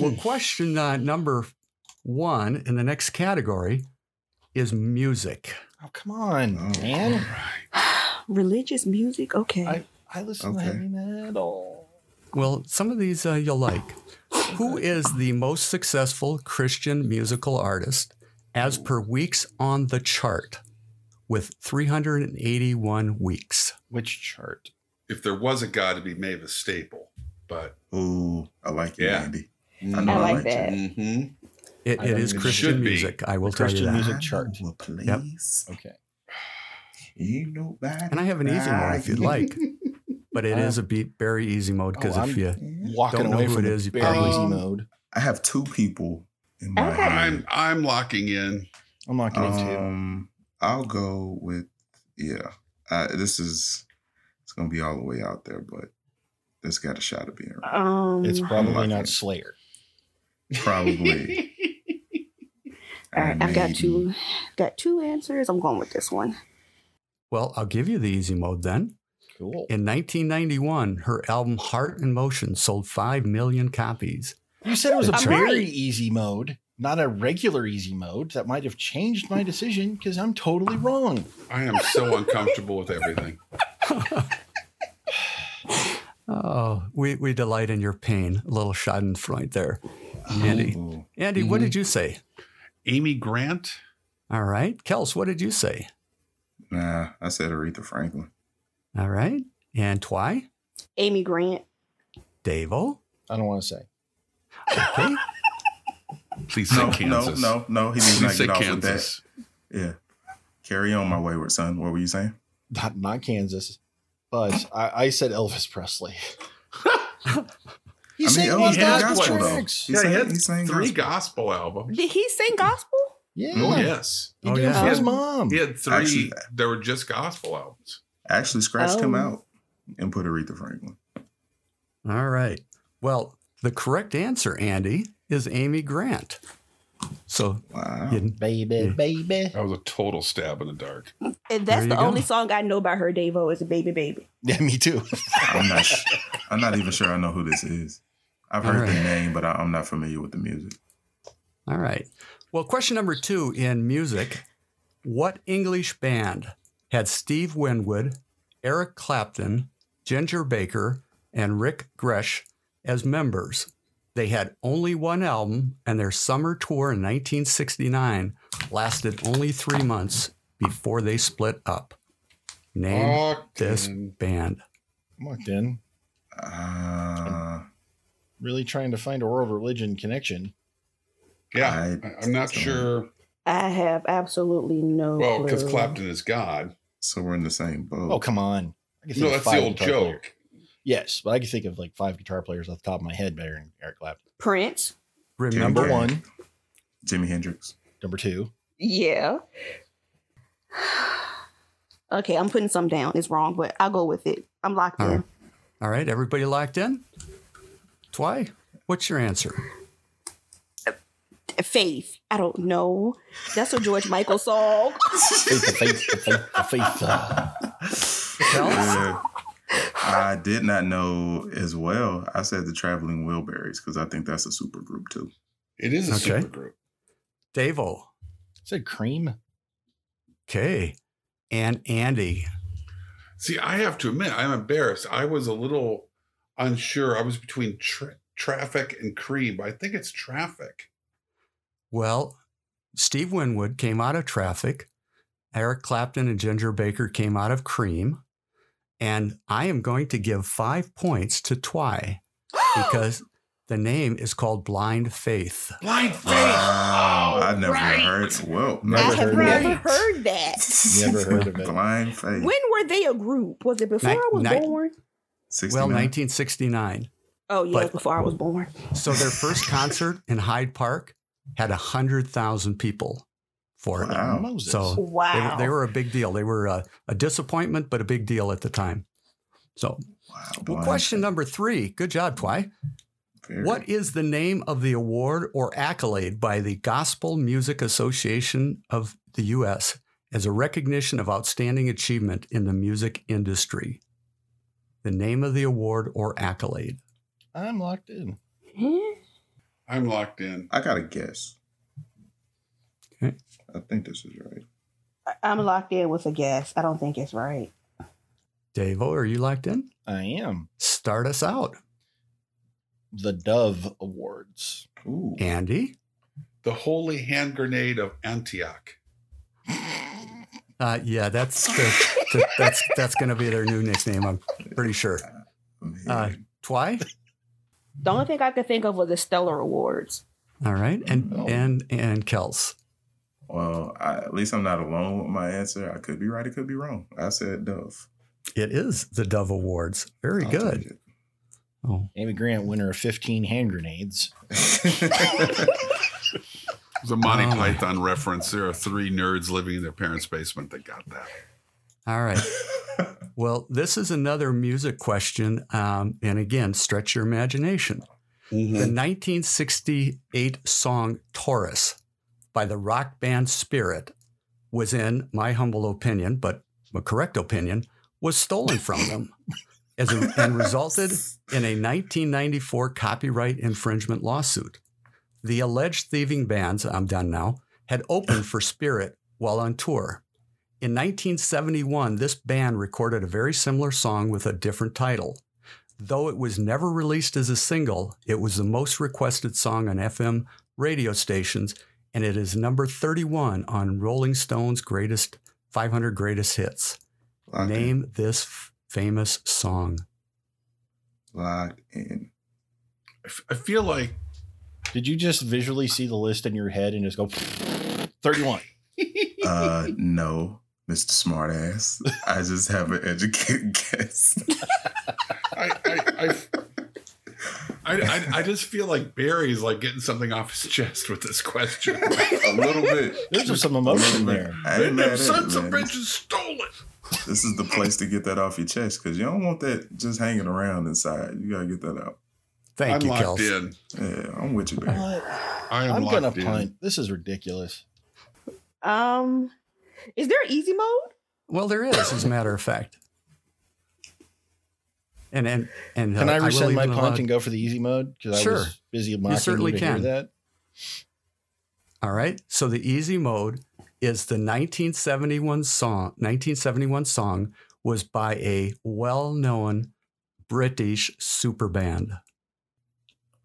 [SPEAKER 5] Well, question uh, number one in the next category is music.
[SPEAKER 1] *laughs* Oh, come on,
[SPEAKER 2] Oh.
[SPEAKER 1] man.
[SPEAKER 6] Religious music. Okay.
[SPEAKER 1] I listen to
[SPEAKER 2] Okay.
[SPEAKER 1] heavy metal.
[SPEAKER 5] Well, some of these uh, you'll like. Who is the most successful Christian musical artist as per weeks on the chart with 381 weeks?
[SPEAKER 1] Which chart?
[SPEAKER 4] If there was a God, it'd be Mavis Staple. But
[SPEAKER 2] Ooh, I like you,
[SPEAKER 4] Yeah.
[SPEAKER 2] Andy.
[SPEAKER 1] I
[SPEAKER 2] know
[SPEAKER 6] I like
[SPEAKER 2] like
[SPEAKER 6] that.
[SPEAKER 4] Mhm.
[SPEAKER 5] It,
[SPEAKER 1] I
[SPEAKER 5] it
[SPEAKER 1] don't
[SPEAKER 5] is
[SPEAKER 1] even-
[SPEAKER 5] Christian
[SPEAKER 4] Should be.
[SPEAKER 5] music. I will
[SPEAKER 1] Christian
[SPEAKER 5] tell you that.
[SPEAKER 1] music chart.
[SPEAKER 2] I know a place.
[SPEAKER 1] Okay.
[SPEAKER 2] You know that.
[SPEAKER 5] And I have an easy one if you'd like, but it is
[SPEAKER 1] *laughs* Uh,
[SPEAKER 5] a beat very easy mode because
[SPEAKER 1] oh,
[SPEAKER 5] if
[SPEAKER 1] I'm-
[SPEAKER 5] you
[SPEAKER 1] Walking
[SPEAKER 5] Don't know
[SPEAKER 1] away
[SPEAKER 5] who
[SPEAKER 1] from
[SPEAKER 5] it
[SPEAKER 1] it
[SPEAKER 5] is,
[SPEAKER 1] is.
[SPEAKER 5] you
[SPEAKER 1] Very
[SPEAKER 4] probably-
[SPEAKER 1] easy
[SPEAKER 4] Um,
[SPEAKER 1] mode.
[SPEAKER 2] I have two people in my
[SPEAKER 6] Okay.
[SPEAKER 4] I'm
[SPEAKER 2] head.
[SPEAKER 4] I'm locking in.
[SPEAKER 1] I'm not going to.
[SPEAKER 2] Um, I'll go with yeah. Uh, this is it's gonna be all the way out there, but this got a shot of being
[SPEAKER 6] *laughs*
[SPEAKER 2] right.
[SPEAKER 6] Um,
[SPEAKER 1] It's probably
[SPEAKER 2] like
[SPEAKER 1] not
[SPEAKER 2] it.
[SPEAKER 1] Slayer.
[SPEAKER 2] probably.
[SPEAKER 6] all right, I've got
[SPEAKER 2] Maybe.
[SPEAKER 6] two, got two answers. I'm going with this one.
[SPEAKER 5] Well, I'll give you the easy mode then.
[SPEAKER 1] Cool.
[SPEAKER 5] In 1991, her album Heart in Motion sold 5 million copies.
[SPEAKER 1] You said it was a
[SPEAKER 5] I'm
[SPEAKER 1] very
[SPEAKER 6] right.
[SPEAKER 1] easy mode, not a regular easy mode. That might have changed my decision because I'm totally wrong.
[SPEAKER 4] I am *laughs* so uncomfortable with everything.
[SPEAKER 5] Oh, we, we delight in your pain. A little schadenfreude there.
[SPEAKER 1] Oh.
[SPEAKER 5] Andy,
[SPEAKER 2] Ooh.
[SPEAKER 5] Andy what
[SPEAKER 1] Mm-hmm.
[SPEAKER 5] did you say?
[SPEAKER 4] Amy Grant.
[SPEAKER 5] All right. Kels, what did you say?
[SPEAKER 2] Nah, I said Aretha Franklin.
[SPEAKER 5] All right. And Twy,
[SPEAKER 6] Amy Grant.
[SPEAKER 5] Davo.
[SPEAKER 1] I don't want to say.
[SPEAKER 5] Okay.
[SPEAKER 4] Please say
[SPEAKER 2] No, no,
[SPEAKER 4] Kansas.
[SPEAKER 2] no, no. He did
[SPEAKER 4] Please
[SPEAKER 2] not
[SPEAKER 4] say
[SPEAKER 2] get off with that.
[SPEAKER 4] Kansas.
[SPEAKER 2] Yeah. Carry on, my wayward son. What were you saying?
[SPEAKER 1] Not, not Kansas, but I, I said Elvis Presley. oh, he
[SPEAKER 2] I mean,
[SPEAKER 1] sang
[SPEAKER 2] Elvis
[SPEAKER 1] all
[SPEAKER 4] was
[SPEAKER 2] did
[SPEAKER 4] not
[SPEAKER 1] those
[SPEAKER 2] gospel though.
[SPEAKER 1] tracks.
[SPEAKER 2] He
[SPEAKER 4] Yeah, he
[SPEAKER 2] sang-
[SPEAKER 4] had
[SPEAKER 2] he sang
[SPEAKER 4] three
[SPEAKER 2] gospel.
[SPEAKER 4] gospel albums.
[SPEAKER 6] Did he sing gospel?
[SPEAKER 1] Yeah.
[SPEAKER 4] Oh yes,
[SPEAKER 1] He
[SPEAKER 5] Oh,
[SPEAKER 1] did it
[SPEAKER 5] yeah.
[SPEAKER 1] for his
[SPEAKER 4] Yeah.
[SPEAKER 1] mom.
[SPEAKER 4] he had three.
[SPEAKER 2] Actually-
[SPEAKER 4] they were just gospel albums.
[SPEAKER 2] Actually, scratched him
[SPEAKER 6] Oh.
[SPEAKER 2] out and put Aretha Franklin.
[SPEAKER 5] All right. Well, the correct answer, Andy, is Amy Grant. So
[SPEAKER 2] Wow.
[SPEAKER 5] you,
[SPEAKER 1] Baby, baby.
[SPEAKER 4] That was a total stab in the dark.
[SPEAKER 6] And
[SPEAKER 5] There
[SPEAKER 6] that's
[SPEAKER 5] you
[SPEAKER 6] the
[SPEAKER 5] go.
[SPEAKER 6] only song I know by her. Devo is "Baby Baby."
[SPEAKER 1] *laughs* Yeah, me too.
[SPEAKER 2] I'm not. sh- I'm not even sure I know who this is. I've
[SPEAKER 5] All
[SPEAKER 2] heard the
[SPEAKER 5] right.
[SPEAKER 2] name, but I, I'm not familiar with the music.
[SPEAKER 5] All right. Well, question number two in music What English band had Steve Winwood, Eric Clapton, Ginger Baker, and Rick Gresh as members? They had only one album, and their summer tour in 1969 lasted only three months before they split up. Name this
[SPEAKER 1] Oh.
[SPEAKER 5] band.
[SPEAKER 1] Walked in,
[SPEAKER 2] Uh,
[SPEAKER 1] really trying to find a world religion connection.
[SPEAKER 4] Yeah, I, am not sure.
[SPEAKER 6] I have absolutely no.
[SPEAKER 4] Well, because
[SPEAKER 6] clue.
[SPEAKER 4] Clapton is God.
[SPEAKER 2] so we're in the same boat.
[SPEAKER 1] Oh, come on. I can think
[SPEAKER 4] No,
[SPEAKER 1] of
[SPEAKER 4] that's the
[SPEAKER 1] five
[SPEAKER 4] old
[SPEAKER 1] guitar players.
[SPEAKER 4] joke.
[SPEAKER 1] Yes, but I can think of like five guitar players off the top of my head better than Eric Clapton.
[SPEAKER 6] Prince.
[SPEAKER 5] Remember,
[SPEAKER 1] Number
[SPEAKER 2] Okay.
[SPEAKER 1] one,
[SPEAKER 2] Jimi Hendrix.
[SPEAKER 1] number two.
[SPEAKER 6] Yeah. *sighs* Okay, I'm putting some down. It's wrong, but I'll go with it. I'm locked
[SPEAKER 5] All
[SPEAKER 6] in.
[SPEAKER 5] right. all right, everybody locked in? Twy, what's your answer?
[SPEAKER 6] Faith. I don't know. That's a George Michael song. *gasps*
[SPEAKER 1] Faith, the faith, the faith, the
[SPEAKER 4] *laughs*
[SPEAKER 1] faith. Uh,
[SPEAKER 5] Kel?
[SPEAKER 1] *laughs*
[SPEAKER 2] Yeah. I did not know as well. I said the Traveling Wilburys because I think that's a super group too.
[SPEAKER 4] It is a
[SPEAKER 5] Okay.
[SPEAKER 4] super group.
[SPEAKER 5] Davo.
[SPEAKER 1] said cream.
[SPEAKER 5] Okay. And Andy.
[SPEAKER 4] See, I have to admit, I'm embarrassed. I was a little unsure. I was between tra- traffic and cream. I think it's traffic.
[SPEAKER 5] Well, Steve Winwood came out of traffic. Eric Clapton and Ginger Baker came out of cream. And I am going to give five points to Twy because the name is called Blind Faith.
[SPEAKER 4] Blind faith.
[SPEAKER 2] Wow. I've never
[SPEAKER 4] right.
[SPEAKER 2] heard. Well,
[SPEAKER 6] Oh, I
[SPEAKER 1] Never
[SPEAKER 6] have
[SPEAKER 1] heard of
[SPEAKER 6] *laughs* never
[SPEAKER 1] it.
[SPEAKER 6] heard that.
[SPEAKER 1] Never heard of it.
[SPEAKER 2] Blind Faith.
[SPEAKER 6] When were they a group? Was it before
[SPEAKER 5] Night-
[SPEAKER 6] I was
[SPEAKER 5] night-
[SPEAKER 6] born?
[SPEAKER 5] Well,
[SPEAKER 2] 69?
[SPEAKER 5] 1969.
[SPEAKER 6] Oh yeah,
[SPEAKER 5] But-
[SPEAKER 6] before I was born.
[SPEAKER 5] So their first concert in Hyde Park had 100,000 people for it.
[SPEAKER 2] Wow.
[SPEAKER 1] Moses.
[SPEAKER 5] So- They,
[SPEAKER 6] Wow.
[SPEAKER 5] were- they were a big deal. They were a, a disappointment, but a big deal at the time. So,
[SPEAKER 2] Wow,
[SPEAKER 5] well,
[SPEAKER 2] Blind
[SPEAKER 5] question
[SPEAKER 2] Faith.
[SPEAKER 5] number three. Good job, Twy.
[SPEAKER 2] Very-
[SPEAKER 5] What is the name of the award or accolade by the Gospel Music Association of the U.S. as a recognition of outstanding achievement in the music industry? The name of the award or accolade.
[SPEAKER 1] I'm locked in.
[SPEAKER 6] Hmm?
[SPEAKER 4] *sighs* I'm locked in.
[SPEAKER 2] I got a guess.
[SPEAKER 5] Okay.
[SPEAKER 2] I think this is right.
[SPEAKER 6] I- I'm locked in with a guess. I don't think it's right.
[SPEAKER 5] Dave, are you locked in?
[SPEAKER 1] I am.
[SPEAKER 5] Start us out.
[SPEAKER 1] The Dove Awards.
[SPEAKER 2] Ooh.
[SPEAKER 5] Andy?
[SPEAKER 4] The holy hand grenade of Antioch.
[SPEAKER 5] Uh, yeah, that's the, the- that's that's going to be their new nickname. I'm pretty sure.
[SPEAKER 2] Man.
[SPEAKER 5] Uh, Twy.
[SPEAKER 6] The only thing I could think of was the Stellar Awards.
[SPEAKER 5] All right, and
[SPEAKER 2] No.
[SPEAKER 5] and and Kels.
[SPEAKER 2] well, I, at least I'm not alone with my answer. I could be right. I could be wrong. I said Dove.
[SPEAKER 5] It is the Dove Awards. Very
[SPEAKER 2] I'll
[SPEAKER 5] good.
[SPEAKER 2] take it.
[SPEAKER 5] Oh,
[SPEAKER 1] Amy Grant, winner of 15 hand grenades.
[SPEAKER 2] *laughs*
[SPEAKER 4] It's a Monty
[SPEAKER 5] Oh.
[SPEAKER 4] Python reference. There are three nerds living in their parents' basement that got that.
[SPEAKER 5] all right. Well, this is another music question. Um, and again, stretch your imagination. The 1968 song Taurus by the rock band Spirit was, in my humble opinion, but a correct opinion, was stolen from them as a, and resulted in a 1994 copyright infringement lawsuit. The alleged thieving bands, I'm done now, had opened for Spirit while on tour. In 1971, this band recorded a very similar song with a different title. Though it was never released as a single, it was the most requested song on FM radio stations, and it is number 31 on Rolling Stone's greatest 500 greatest hits.
[SPEAKER 2] Locked in.
[SPEAKER 5] Name this f- famous song.
[SPEAKER 2] Locked in.
[SPEAKER 4] I f- I feel like
[SPEAKER 1] Did you just visually see the list in your head and just go 31?
[SPEAKER 2] Uh, no, Mr. Smartass. I just have an educated *laughs* guess.
[SPEAKER 4] I, I, I, I, I, I just feel like Barry's like getting something off his chest with this question.
[SPEAKER 2] a little bit.
[SPEAKER 1] There's some emotion there.
[SPEAKER 2] I ain't
[SPEAKER 4] And
[SPEAKER 2] mad
[SPEAKER 4] them
[SPEAKER 2] at
[SPEAKER 4] sons
[SPEAKER 2] it,
[SPEAKER 4] of
[SPEAKER 2] man.
[SPEAKER 4] bitches stole it.
[SPEAKER 2] This is the place to get that off your chest because you don't want that just hanging around inside. You gotta get that out.
[SPEAKER 5] Thank
[SPEAKER 4] I'm
[SPEAKER 5] you,
[SPEAKER 4] locked
[SPEAKER 5] Kels.
[SPEAKER 4] in.
[SPEAKER 2] Yeah, I'm with you,
[SPEAKER 5] Uh-huh.
[SPEAKER 2] Barry.
[SPEAKER 1] What?
[SPEAKER 4] I am
[SPEAKER 1] I'm
[SPEAKER 4] locked
[SPEAKER 1] going to
[SPEAKER 4] in.
[SPEAKER 1] punt. This is ridiculous.
[SPEAKER 6] Um, is there easy mode?
[SPEAKER 5] Well, there is, as a matter of fact. And and and
[SPEAKER 1] Can
[SPEAKER 5] uh,
[SPEAKER 1] I
[SPEAKER 5] will
[SPEAKER 1] resend my
[SPEAKER 5] even allow-
[SPEAKER 1] punt and go for the easy mode? Because I
[SPEAKER 5] Sure.
[SPEAKER 1] was busy mocking you,
[SPEAKER 5] certainly
[SPEAKER 1] to
[SPEAKER 5] can.
[SPEAKER 1] hear that.
[SPEAKER 5] All right. So the easy mode is the 1971 song. 1971 song was by a well-known British super band.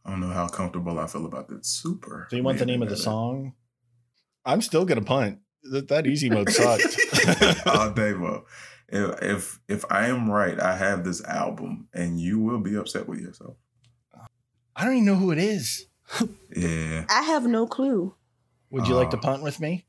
[SPEAKER 2] I don't know how comfortable I feel about that. Super.
[SPEAKER 1] So you want the
[SPEAKER 2] Man,
[SPEAKER 1] name of the
[SPEAKER 2] that- *laughs*
[SPEAKER 1] song? I'm still gonna punt. That, that easy mode *laughs*
[SPEAKER 5] *laughs*
[SPEAKER 1] sucked.
[SPEAKER 2] *laughs* all day well if, if if i am right i have this album and you will be upset with yourself
[SPEAKER 1] I don't even know who it is.
[SPEAKER 2] yeah
[SPEAKER 6] I have no clue.
[SPEAKER 1] Would you like to
[SPEAKER 2] Oh.
[SPEAKER 1] punt with me?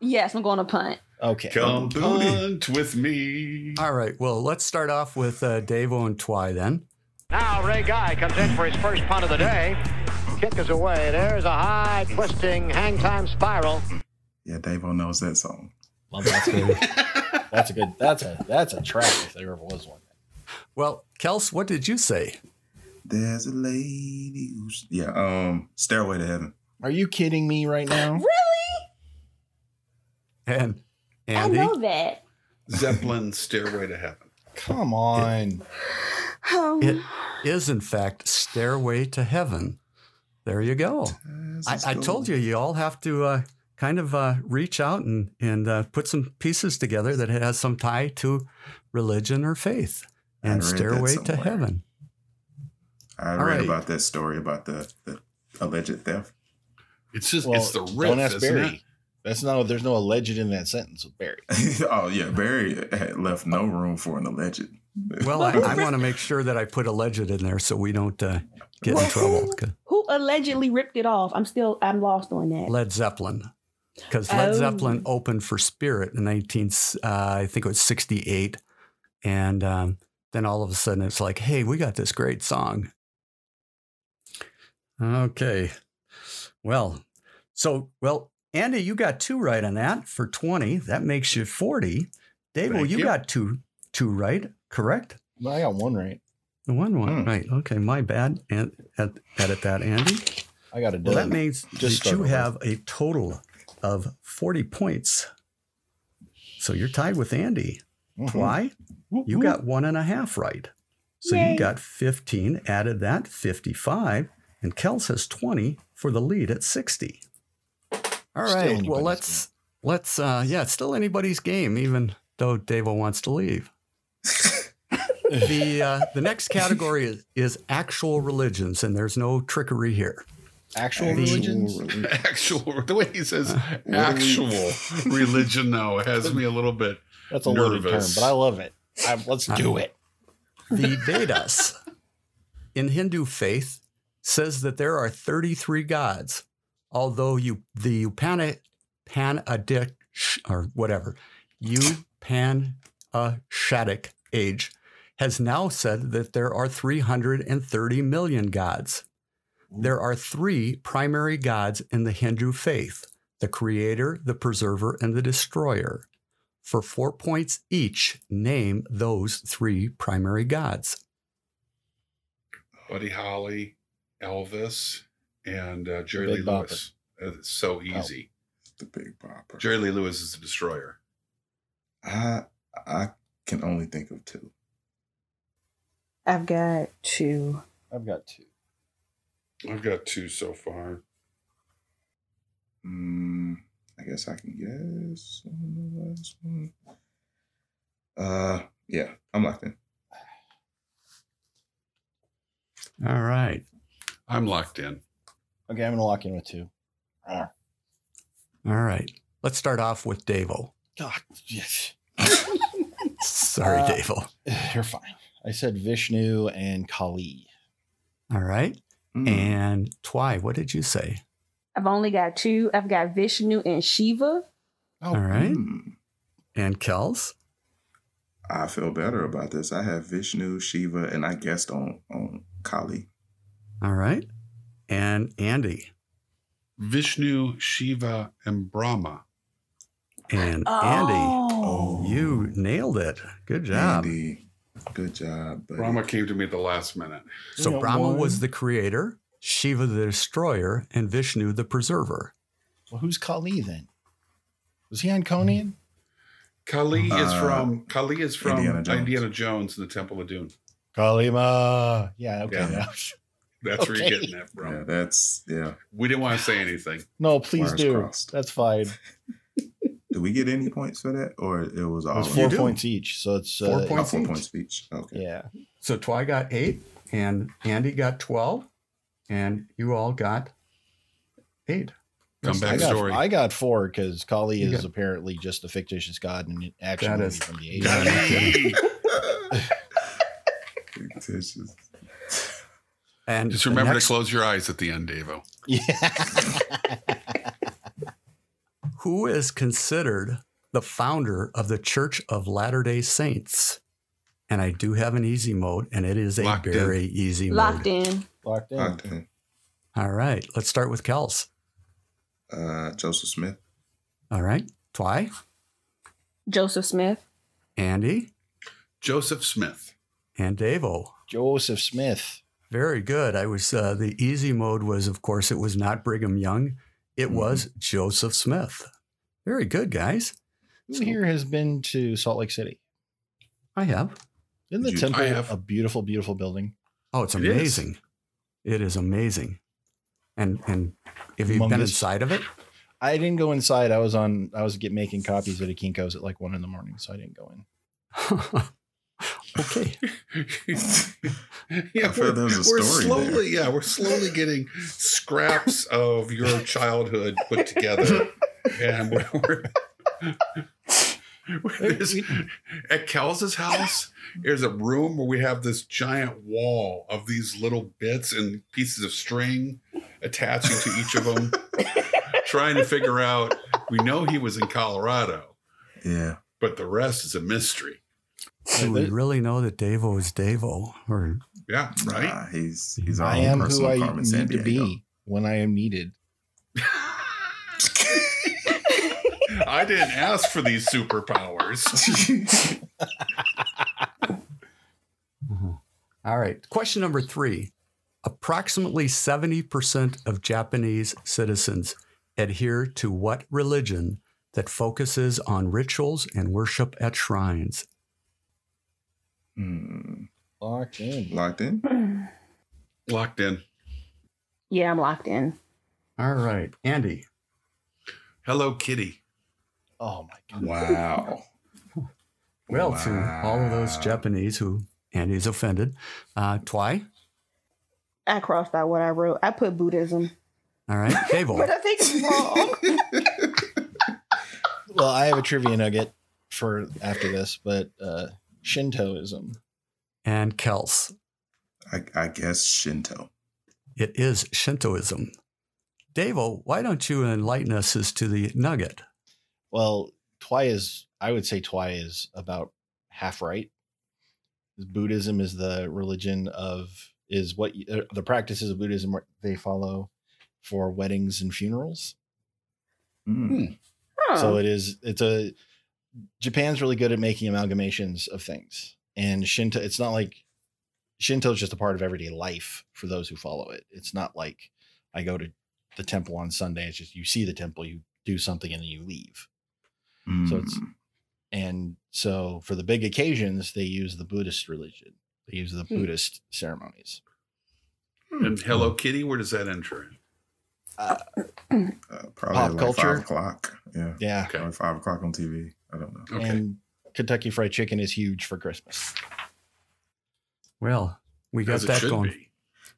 [SPEAKER 6] Yes, I'm going to punt.
[SPEAKER 1] Okay.
[SPEAKER 4] Come
[SPEAKER 2] Booty.
[SPEAKER 4] punt with me.
[SPEAKER 5] All right. Well, let's start off with uh, Davo and Twy then.
[SPEAKER 8] Now Ray Guy comes in for his first punt of the day. Kick is away. There's a high twisting hang time spiral.
[SPEAKER 2] yeah dave knows that song
[SPEAKER 1] Love that story.
[SPEAKER 4] *laughs*
[SPEAKER 1] that's a good. That's a that's a track if there ever was one.
[SPEAKER 5] Well, Kels, what did you say?
[SPEAKER 2] there's a lady who's yeah um stairway to heaven
[SPEAKER 1] Are you kidding me right now?
[SPEAKER 5] And
[SPEAKER 6] I
[SPEAKER 5] Andy,
[SPEAKER 6] know that.
[SPEAKER 4] Zeppelin Stairway to Heaven.
[SPEAKER 1] Come on.
[SPEAKER 6] Um,
[SPEAKER 5] it is in fact "Stairway to Heaven." There you go. I, I told you, you all have to uh, kind of uh, reach out and and uh, put some pieces together that has some tie to religion or faith.
[SPEAKER 2] I read
[SPEAKER 5] And
[SPEAKER 2] that
[SPEAKER 5] Stairway to
[SPEAKER 2] somewhere.
[SPEAKER 5] Heaven.
[SPEAKER 2] i read
[SPEAKER 5] All right.
[SPEAKER 2] about that story about the, the alleged theft
[SPEAKER 4] It's just
[SPEAKER 1] Well,
[SPEAKER 4] it's the riff,
[SPEAKER 1] don't ask
[SPEAKER 4] isn't
[SPEAKER 1] Barry.
[SPEAKER 4] it?
[SPEAKER 1] That's not. There's no alleged in that sentence with Barry.
[SPEAKER 2] *laughs* oh yeah barry had left no room for an alleged *laughs*
[SPEAKER 5] Well, I, I want to make sure that I put alleged in there so we don't uh, get in
[SPEAKER 6] Well,
[SPEAKER 5] trouble.
[SPEAKER 6] who allegedly ripped it off? I'm still, I'm lost on that.
[SPEAKER 5] Led Zeppelin. Because Led
[SPEAKER 6] Oh.
[SPEAKER 5] Zeppelin opened for Spirit in 19, uh, I think it was 68. And um, then all of a sudden it's like, hey, we got this great song. Okay. Well, so, well, Andy, you got two right on that for 20. That makes you 40. Dave, well,
[SPEAKER 4] Thank
[SPEAKER 5] you,
[SPEAKER 4] you.
[SPEAKER 5] got two, two right, correct?
[SPEAKER 1] No, I got one right.
[SPEAKER 5] The One, one,
[SPEAKER 2] Hmm.
[SPEAKER 5] right. Okay, my bad. And ed- edit that, Andy.
[SPEAKER 1] I got a
[SPEAKER 5] Well, that
[SPEAKER 1] done.
[SPEAKER 5] means
[SPEAKER 1] Just
[SPEAKER 5] that
[SPEAKER 1] start
[SPEAKER 5] you
[SPEAKER 1] over.
[SPEAKER 5] have a total of 40 points. So you're tied with Andy.
[SPEAKER 1] Mhm.
[SPEAKER 5] Why?
[SPEAKER 1] Mm-hmm.
[SPEAKER 5] You got one and a half right. So
[SPEAKER 6] Yay.
[SPEAKER 5] you got 15, added that, 55. And Kels has 20 for the lead at 60. All
[SPEAKER 1] Still
[SPEAKER 5] right. Well,
[SPEAKER 1] anybody's
[SPEAKER 5] let's, let's, uh, yeah, it's still anybody's game, even though Dave wants
[SPEAKER 1] *laughs*
[SPEAKER 5] to leave. the uh, the next category is, is actual religions, and there's no trickery here.
[SPEAKER 1] actual religions.
[SPEAKER 4] *laughs* Actual, the way he says actual *laughs* religion now has me a little bit.
[SPEAKER 1] That's a loaded term,
[SPEAKER 4] Nervous.
[SPEAKER 1] but I love it. I, let's do it.
[SPEAKER 5] The Vedas in Hindu faith says that there are 33 gods, although you the Upana Panadic or whatever Upanishadic age has now said that there are 330 million gods. There are three primary gods in the Hindu faith the creator, the preserver, and the destroyer. For four points each, name those three primary gods.
[SPEAKER 4] Buddy Holly, Elvis, and uh, Jerry
[SPEAKER 1] Big
[SPEAKER 4] Lee
[SPEAKER 1] Bopper.
[SPEAKER 4] Lewis. Uh, It's so easy.
[SPEAKER 2] the big popper
[SPEAKER 4] Jerry Lee Lewis is the destroyer.
[SPEAKER 2] i i can only think of two
[SPEAKER 6] I've got two.
[SPEAKER 1] I've got two.
[SPEAKER 4] I've got two so far.
[SPEAKER 2] Mm, I guess I can guess on the last one. Uh, yeah, I'm locked in.
[SPEAKER 5] All right.
[SPEAKER 4] I'm locked in.
[SPEAKER 1] Okay, I'm gonna lock in with two. Ah,
[SPEAKER 5] All right. Let's start off with Davo.
[SPEAKER 1] God, yes.
[SPEAKER 5] Sorry,
[SPEAKER 1] Uh,
[SPEAKER 5] Davo.
[SPEAKER 1] *sighs* You're fine. I said Vishnu and Kali.
[SPEAKER 5] All right.
[SPEAKER 2] Mm.
[SPEAKER 5] And Twy, what did you say?
[SPEAKER 6] I've only got two. I've got Vishnu and Shiva.
[SPEAKER 1] Oh,
[SPEAKER 5] All right.
[SPEAKER 2] Mm.
[SPEAKER 5] And Kels?
[SPEAKER 2] I feel better about this. I have Vishnu, Shiva, and I guessed on on Kali.
[SPEAKER 5] All right. And Andy.
[SPEAKER 4] Vishnu, Shiva, and Brahma.
[SPEAKER 5] And
[SPEAKER 6] Oh.
[SPEAKER 5] Andy, you nailed it. Good job.
[SPEAKER 2] Andy, good job. Buddy.
[SPEAKER 4] Brahma came to me at the last minute.
[SPEAKER 5] So
[SPEAKER 1] You got
[SPEAKER 5] Brahma
[SPEAKER 1] one.
[SPEAKER 5] was the creator, Shiva the destroyer, and Vishnu the preserver.
[SPEAKER 1] Well, who's Kali then? Was he on Conan?
[SPEAKER 4] Kali is
[SPEAKER 2] Uh,
[SPEAKER 4] from Kali is from
[SPEAKER 2] Indiana
[SPEAKER 4] Indiana
[SPEAKER 2] Jones.
[SPEAKER 4] Jones. and the Temple of Doom.
[SPEAKER 1] Kalima. Yeah. *laughs* Okay.
[SPEAKER 4] Yeah.
[SPEAKER 1] now.
[SPEAKER 4] That's where
[SPEAKER 1] Okay.
[SPEAKER 4] you're getting that from.
[SPEAKER 2] Yeah, that's yeah.
[SPEAKER 4] We didn't want to say anything.
[SPEAKER 1] No, please
[SPEAKER 2] Wires
[SPEAKER 1] do.
[SPEAKER 2] crossed.
[SPEAKER 1] That's fine.
[SPEAKER 2] Do we get any points for that, or it was all
[SPEAKER 1] It's
[SPEAKER 2] in?
[SPEAKER 1] four
[SPEAKER 5] do.
[SPEAKER 1] points each, so it's
[SPEAKER 5] Four
[SPEAKER 1] uh,
[SPEAKER 2] Oh,
[SPEAKER 5] points
[SPEAKER 2] four
[SPEAKER 5] each.
[SPEAKER 2] points each. Okay.
[SPEAKER 1] Yeah.
[SPEAKER 5] So Twy got eight, and Andy got twelve, and you all got eight.
[SPEAKER 1] I
[SPEAKER 4] Comeback
[SPEAKER 1] got
[SPEAKER 4] story.
[SPEAKER 1] I got four because Kali
[SPEAKER 5] You
[SPEAKER 1] is
[SPEAKER 5] got-
[SPEAKER 1] apparently just a fictitious god in an action
[SPEAKER 5] That
[SPEAKER 1] movie
[SPEAKER 5] is-
[SPEAKER 1] from the eighties.
[SPEAKER 5] that is-
[SPEAKER 2] Fictitious.
[SPEAKER 5] And
[SPEAKER 4] Just
[SPEAKER 5] the
[SPEAKER 4] remember
[SPEAKER 5] next-
[SPEAKER 4] to close your eyes at the end, Davo.
[SPEAKER 1] *laughs* Yeah.
[SPEAKER 5] who is considered the founder of the Church of Latter Day Saints. And I do have an easy mode, and it is a
[SPEAKER 4] Locked in.
[SPEAKER 5] very easy
[SPEAKER 6] Locked
[SPEAKER 5] mode.
[SPEAKER 6] in.
[SPEAKER 1] Locked in.
[SPEAKER 2] Locked in.
[SPEAKER 5] All right, let's start with Kels.
[SPEAKER 2] Uh, Joseph Smith.
[SPEAKER 5] All right, Twy,
[SPEAKER 6] Joseph Smith.
[SPEAKER 5] Andy,
[SPEAKER 4] Joseph Smith.
[SPEAKER 5] and Davo.
[SPEAKER 1] Joseph Smith.
[SPEAKER 5] Very good. I was uh, the easy mode was, of course, it was not Brigham Young, it
[SPEAKER 4] Mm-hmm.
[SPEAKER 5] was Joseph Smith. Very good, guys.
[SPEAKER 1] Who
[SPEAKER 5] So-
[SPEAKER 1] here has been to Salt Lake City?
[SPEAKER 5] I have.
[SPEAKER 1] Isn't the
[SPEAKER 2] You- I
[SPEAKER 1] temple
[SPEAKER 4] have.
[SPEAKER 1] a beautiful, beautiful building?
[SPEAKER 5] Oh, it's
[SPEAKER 4] It is.
[SPEAKER 5] amazing. It is amazing. And and if you've
[SPEAKER 1] Humongous.
[SPEAKER 5] been inside of it, *laughs*
[SPEAKER 1] I didn't go inside. I was on. I was get making copies at a Kinko's at like one in the morning, so I didn't go in.
[SPEAKER 5] okay.
[SPEAKER 4] *laughs* yeah,
[SPEAKER 2] I feel
[SPEAKER 4] we're,
[SPEAKER 2] there's a story
[SPEAKER 4] we're slowly, yeah, we're slowly getting scraps of your childhood put together, and we're, we're there's- at Kels's house. There's a room where we have this giant wall of these little bits and pieces of string attaching to each of them, trying to figure out. We know he was in Colorado,
[SPEAKER 2] Yeah.
[SPEAKER 4] but the rest is a mystery.
[SPEAKER 5] Do we really know that Davo is Davo? Or
[SPEAKER 4] Yeah, right.
[SPEAKER 2] Nah, he's he's our
[SPEAKER 1] I
[SPEAKER 2] own
[SPEAKER 1] am who
[SPEAKER 2] personal
[SPEAKER 1] I
[SPEAKER 2] Carmen
[SPEAKER 1] need to
[SPEAKER 2] Sandiego.
[SPEAKER 1] be when I am needed.
[SPEAKER 4] I didn't ask for these superpowers.
[SPEAKER 5] all right. Question number three. Approximately 70% of Japanese citizens adhere to what religion that focuses on rituals and worship at shrines?
[SPEAKER 2] Hmm.
[SPEAKER 1] Locked in.
[SPEAKER 2] Locked in.
[SPEAKER 4] *laughs* Locked in.
[SPEAKER 6] Yeah, I'm locked in.
[SPEAKER 5] All right. Andy.
[SPEAKER 4] Hello Kitty.
[SPEAKER 1] Oh my god.
[SPEAKER 2] Wow.
[SPEAKER 5] Well, to all of those
[SPEAKER 2] Wow.
[SPEAKER 5] Japanese who Andy's offended. Uh, Twy.
[SPEAKER 6] I crossed out what I wrote. I put Buddhism.
[SPEAKER 1] *laughs*
[SPEAKER 5] All right.
[SPEAKER 6] But
[SPEAKER 5] Davo.
[SPEAKER 6] I think it's wrong.
[SPEAKER 1] Well, I have a trivia nugget for after this, but uh Shintoism.
[SPEAKER 5] and Kels.
[SPEAKER 2] I, I guess Shinto.
[SPEAKER 5] It is Shintoism. Davo, why don't you enlighten us as to the nugget?
[SPEAKER 1] Well, Twi is I would say Twi is about half right. Buddhism is the religion of is what uh, the practices of Buddhism what they follow for weddings and funerals.
[SPEAKER 2] Hmm.
[SPEAKER 1] So
[SPEAKER 6] *laughs* Huh.
[SPEAKER 1] it is it's a Japan's really good at making amalgamations of things. And Shinto it's not like Shinto is just a part of everyday life for those who follow it. It's not like I go to the temple on Sunday. It's just you see the temple, you do something and then you leave. So it's-
[SPEAKER 2] Hmm.
[SPEAKER 1] And so for the big occasions, they use the Buddhist religion. They use the Buddhist ceremonies.
[SPEAKER 2] Hmm.
[SPEAKER 4] And Hello Kitty, where does that enter in?
[SPEAKER 2] uh, probably
[SPEAKER 1] pop
[SPEAKER 2] like
[SPEAKER 1] culture.
[SPEAKER 2] five o'clock. Yeah.
[SPEAKER 1] Yeah.
[SPEAKER 4] Okay.
[SPEAKER 2] Probably five o'clock on TV. I don't know.
[SPEAKER 4] Okay.
[SPEAKER 1] And Kentucky Fried Chicken is huge for Christmas.
[SPEAKER 5] Well, we got
[SPEAKER 4] As it
[SPEAKER 5] that
[SPEAKER 4] should
[SPEAKER 5] going.
[SPEAKER 4] be.